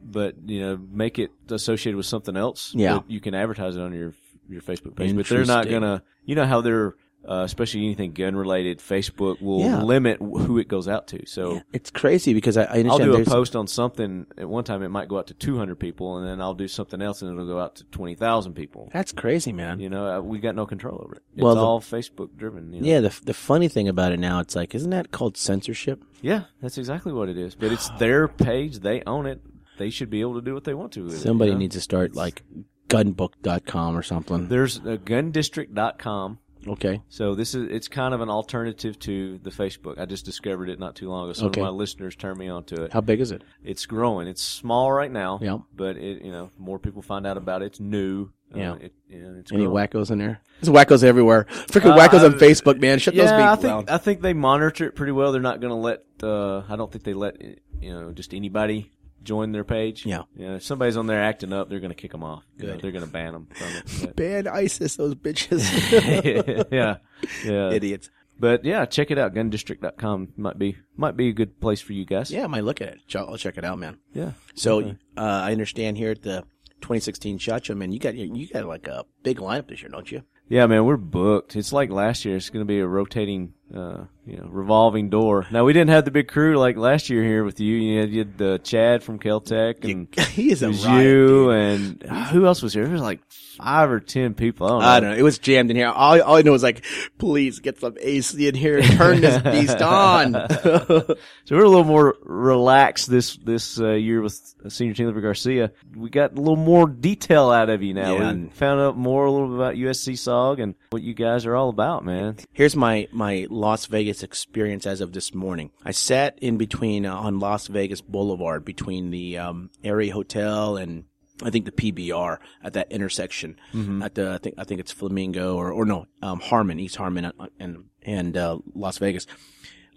A: but you know, make it associated with something else.
J: Yeah.
A: But you can advertise it on your your Facebook page, but they're not
J: Interesting.
A: gonna. You know how they're. Uh, especially anything gun related, Facebook will
J: Yeah.
A: limit wh- who it goes out to. So
J: It's crazy because I, I understand.
A: I'll do a
J: there's-
A: post on something at one time. It might go out to 200 people, and then I'll do something else, and it'll go out to 20,000 people.
J: That's crazy, man.
A: You know, uh, we got no control over it. It's
J: Well, the-
A: all Facebook driven. You know?
J: Yeah. The the funny thing about it now, it's like, isn't that called censorship?
A: yeah, that's exactly what it is. But it's their page; they own it. They should be able to do what they want to. With
J: Somebody
A: it, you know?
J: needs to start like gunbook.com or something.
A: There's uh, gundistrict.com.
J: Okay.
A: So this is it's kind of an alternative to the Facebook. I just discovered it not too long ago. Some
J: Okay.
A: of my listeners turned me on to it.
J: How big is it?
A: It's growing. It's small right now.
J: Yeah.
A: But it you know more people find out about it. It's new. Uh,
J: Yeah.
A: it, you know, it's
J: Any
A: growing.
J: wackos in there? There's wackos everywhere. Freaking
A: Uh,
J: wackos on
A: I-
J: Facebook, man. Shut
A: yeah,
J: those people
A: I think
J: down.
A: I think they monitor it pretty well. They're not going to let. Uh, I don't think they let you know just anybody join their page.
J: Yeah.
A: Yeah. If somebody's on there acting up, they're going to kick them off. You know,
J: Good.
A: they're going to ban them.
J: (laughs)
A: From it. But-
J: Ban ISIS, those bitches.
A: (laughs)
J: (laughs)
A: yeah, yeah,
J: Idiots.
A: But yeah, check it out. Gundistrict.com might be might be a good place for you guys.
J: Yeah, I might look at it. Ch- I'll check it out, man.
A: yeah.
J: So uh, I understand here at the 2016 Shot Show, man, you got you got like a big lineup this year, don't you?
A: Yeah, man, we're booked. It's like last year. It's going to be a rotating, uh, you know, revolving door. Now we didn't have the big crew like last year here with you. You had, you had uh, Chad from Caltech and
J: (laughs) he is a
A: it was
J: riot,
A: you and uh, who else was here? There was like five or ten people. I don't know.
J: I don't know. It was jammed in here. All, all I know is like, please get some AC in here and turn this
A: (laughs)
J: beast on. (laughs)
A: so we're a little more relaxed this this uh, year with senior team Liver Garcia. We got a little more detail out of you now.
J: Yeah.
A: We found out more a little bit about USC SOG and what you guys are all about, man.
J: Here's my my Las Vegas experience as of this morning. I sat in between uh, on Las Vegas Boulevard between the um, Airy Hotel and I think the PBR at that intersection
A: Mm-hmm.
L: Mhm.
J: at the I think I think it's Flamingo or or no um, Harmon East Harmon uh, and and uh, Las Vegas.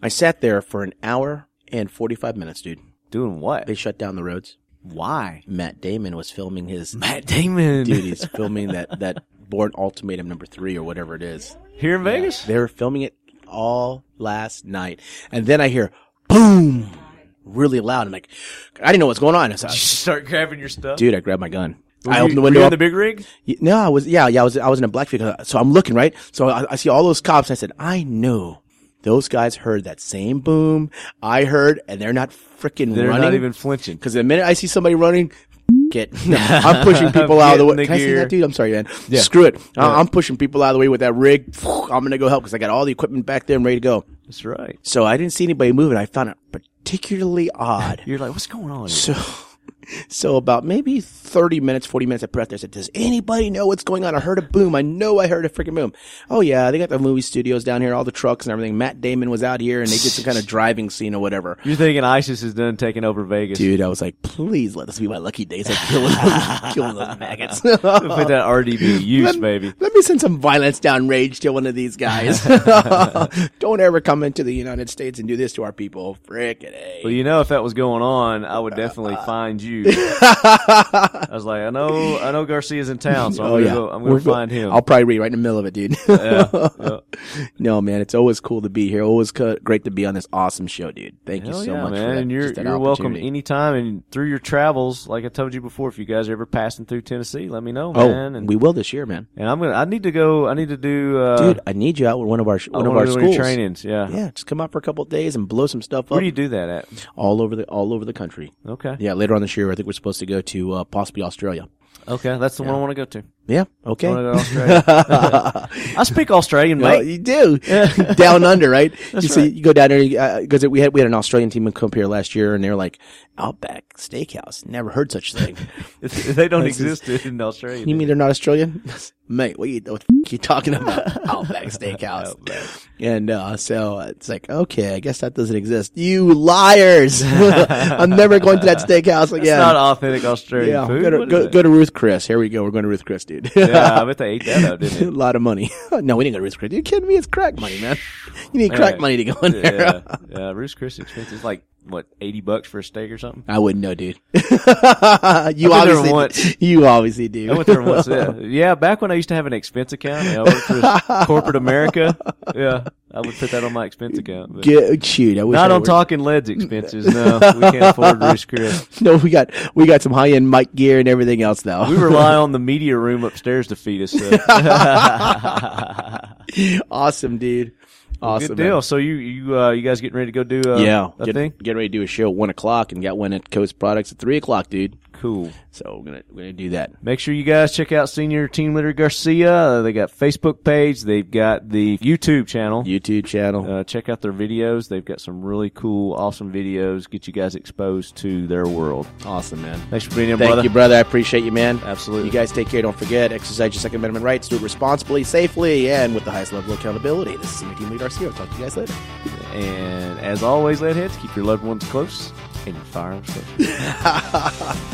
J: I sat there for an hour and forty five minutes, dude.
A: Doing what?
J: They shut down the roads.
A: Why?
J: Matt Damon was filming his
A: (laughs) Matt Damon.
J: dude. He's filming that that Born Ultimatum number three or whatever it is
A: here in Vegas.
J: They were filming it all last night, and then I hear boom, really loud. I'm like, I didn't know what's going on. I
A: Did you
J: was,
A: start grabbing your stuff,
J: dude, I grabbed my gun.
A: Were
J: I
A: you-
J: opened the
A: were
J: window.
A: you in
J: up.
A: the big rig?
J: Y- No, I was. Yeah, yeah. I was. I was in a black vehicle. So I'm looking right. So I, I see all those cops. I said, I know those guys heard that same boom I heard, and they're not freaking.
A: They're not
J: running.
A: even flinching.
J: Because the minute I see somebody running, it.
A: (laughs)
J: I'm pushing people out of the
A: Get
J: way.
A: in the
J: Can I see
A: gear.
J: that dude? I'm sorry, man.
A: Yeah.
J: Screw it. I-
A: Yeah.
J: I'm pushing people out of the way with that rig. (sniffs) I'm gonna go help because I got all the equipment back there and ready to go.
A: That's right.
J: So I didn't see anybody moving. I found it particularly odd.
A: (laughs) You're like, what's going on? here?
J: So, so about maybe 30 minutes, 40 minutes, I put out there, I said, does anybody know what's going on? I heard a boom. I know I heard a freaking boom. Oh yeah, they got the movie studios down here, all the trucks and everything. Matt Damon was out here and they did some
A: (laughs)
J: kind of driving scene or whatever.
A: You're thinking ISIS is done taking over Vegas,
J: dude? I was like, please let this be my lucky days of killing,
A: (laughs)
J: killing those maggots. Put
A: that RDB use,
J: Let-
A: baby.
J: Let me send some violence down rage to one of these
A: (laughs)
J: guys. Don't ever come into the United States and do this to our people. Frickin' A.
A: Well, you know, if that was going on, I
J: (laughs)
A: would definitely find you. I was like, I know, I know Garcia's in town, so I'm gonna, go, I'm gonna
J: Oh, We're go-
A: find him.
J: I'll probably read right in the middle of it, dude.
A: Yeah, yeah.
J: (laughs) No, man, it's always cool to be here. Always co- great to be on this awesome show, dude. Thank
A: Hell
J: you so
A: Oh, yeah,
J: much,
A: man.
J: For that,
A: and you're
J: just that
A: you're welcome
J: opportunity.
A: anytime. And through your travels, like I told you before, if you guys are ever passing through Tennessee, let me know,
J: Oh,
A: man. And,
J: we will this year, man.
A: and I'm gonna, I need to go. I need to do, uh,
J: Dude, I need you out with one of our
A: I
J: one of
A: wanna
J: our
A: do
J: schools
A: trainings. Yeah,
J: yeah. Just come out for a couple of days and blow some stuff up.
A: Where do you do that at?
J: All over the all over the country.
A: Okay.
J: Yeah, later on this year, I think we're supposed to go to uh, possibly Australia.
A: Okay, that's the one I
J: Yeah.
A: want to go to.
J: Yeah, okay.
A: I, wanna go to
J: (laughs)
A: Australia. I speak Australian,
J: Well,
A: mate.
J: you do down under, right?
A: (laughs) That's
J: you see,
A: right.
J: you go down there because we had we had an Australian team come up here last year, and they were like Outback Steakhouse. Never heard such thing.
A: (laughs) they don't
J: I says,
A: exist in Australia.
J: You mean they're not Australian, (laughs) mate? What, you, what the f- you talking
A: (laughs)
J: about? Outback Steakhouse.
A: Oh,
J: And uh, so it's like, okay, I guess that doesn't exist. You liars! (laughs) I'm never going
A: (laughs)
J: to that steakhouse again.
A: It's not authentic Australian
J: yeah,
A: food.
J: go to
A: What is
J: go,
A: that?
J: go to Ruth Chris. Here we go. We're going to Ruth Chris, dude. (laughs)
A: Yeah, I bet they ate that up, didn't they?
J: a lot of money. (laughs) no, we didn't go to Ruth Chris. Are you kidding me? It's crack money, man. You need
A: Man.
J: crack money to go in there. (laughs)
A: Yeah, yeah. Ruth's Chris is expensive. It's like what eighty bucks for a steak or something.
J: I wouldn't know, dude. (laughs)
A: been
J: you
A: there
J: obviously (laughs)
A: once.
J: you obviously do.
A: I went there once. Yeah. yeah, back when I used to have an expense account, and I worked
J: (laughs)
A: for corporate America. Yeah, I would put that on my expense account. but-
J: Get, shoot, I wish
A: not
J: I
A: on
J: were-
A: talking leads expenses.
J: (laughs)
A: No, we can't afford Ruth's Chris.
J: No, we got we got some high end mic gear and everything else though. (laughs)
A: We rely on the media room upstairs to feed us. So.
J: awesome, dude. Awesome
A: Good
J: man.
A: deal. So you you uh, you guys getting ready to go do uh,
J: yeah,
A: a
J: get-
A: thing?
J: Getting ready to do a show at one o'clock, and got one at Coast Products at three o'clock, dude.
A: Cool.
J: So we're gonna we're gonna do that.
A: Make sure you guys check out Senior Team Leader Garcia. Uh, they got Facebook page. They've got the YouTube channel.
J: YouTube channel.
A: Uh, check out their videos. They've got some really cool, awesome videos. Get you guys exposed to their world.
J: Awesome, man.
A: Thanks for being here,
J: Thank
A: brother.
J: you, brother. I appreciate you, man.
A: Absolutely.
J: You guys take care. Don't forget, exercise your Second Amendment rights. Do it responsibly, safely, and with the highest level of accountability. This is Senior Team Leader Garcia. I'll talk to you guys later.
A: And as always, lead heads, keep your loved ones close and your firearms close.
J: (laughs)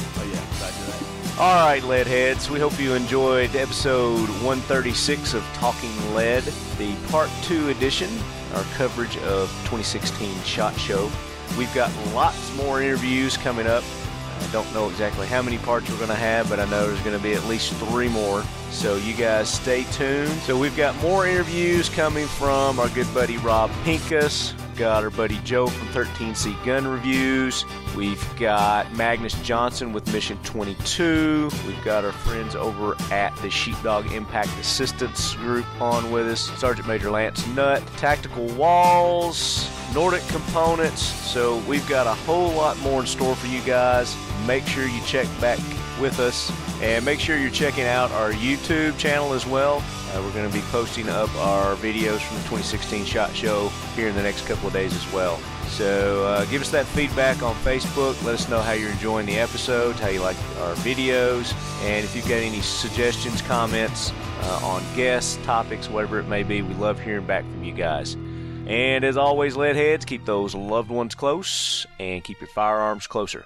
C: All right, lead heads. We hope you enjoyed episode 136 of Talking Lead, the part two edition, our coverage of 2016 Shot Show. We've got lots more interviews coming up. I don't know exactly how many parts we're going to have, but I know there's going to be at least three more. So you guys stay tuned. So we've got more interviews coming from our good buddy Rob Pinkus. We've got our buddy Joe from 13C Gun Reviews. We've got Magnus Johnson with Mission 22. We've got our friends over at the Sheepdog Impact Assistance Group on with us. Sergeant Major Lance Nutt, Tactical Walls, Nordic Components. So we've got a whole lot more in store for you guys. Make sure you check back with us and make sure you're checking out our YouTube channel as well. Uh, we're going to be posting up our videos from the 2016 Shot Show here in the next couple of days as well. So uh, give us that feedback on Facebook. Let us know how you're enjoying the episodes, how you like our videos, and if you've got any suggestions, comments uh, on guests, topics, whatever it may be. We love hearing back from you guys. And as always, lead heads, keep those loved ones close and keep your firearms closer.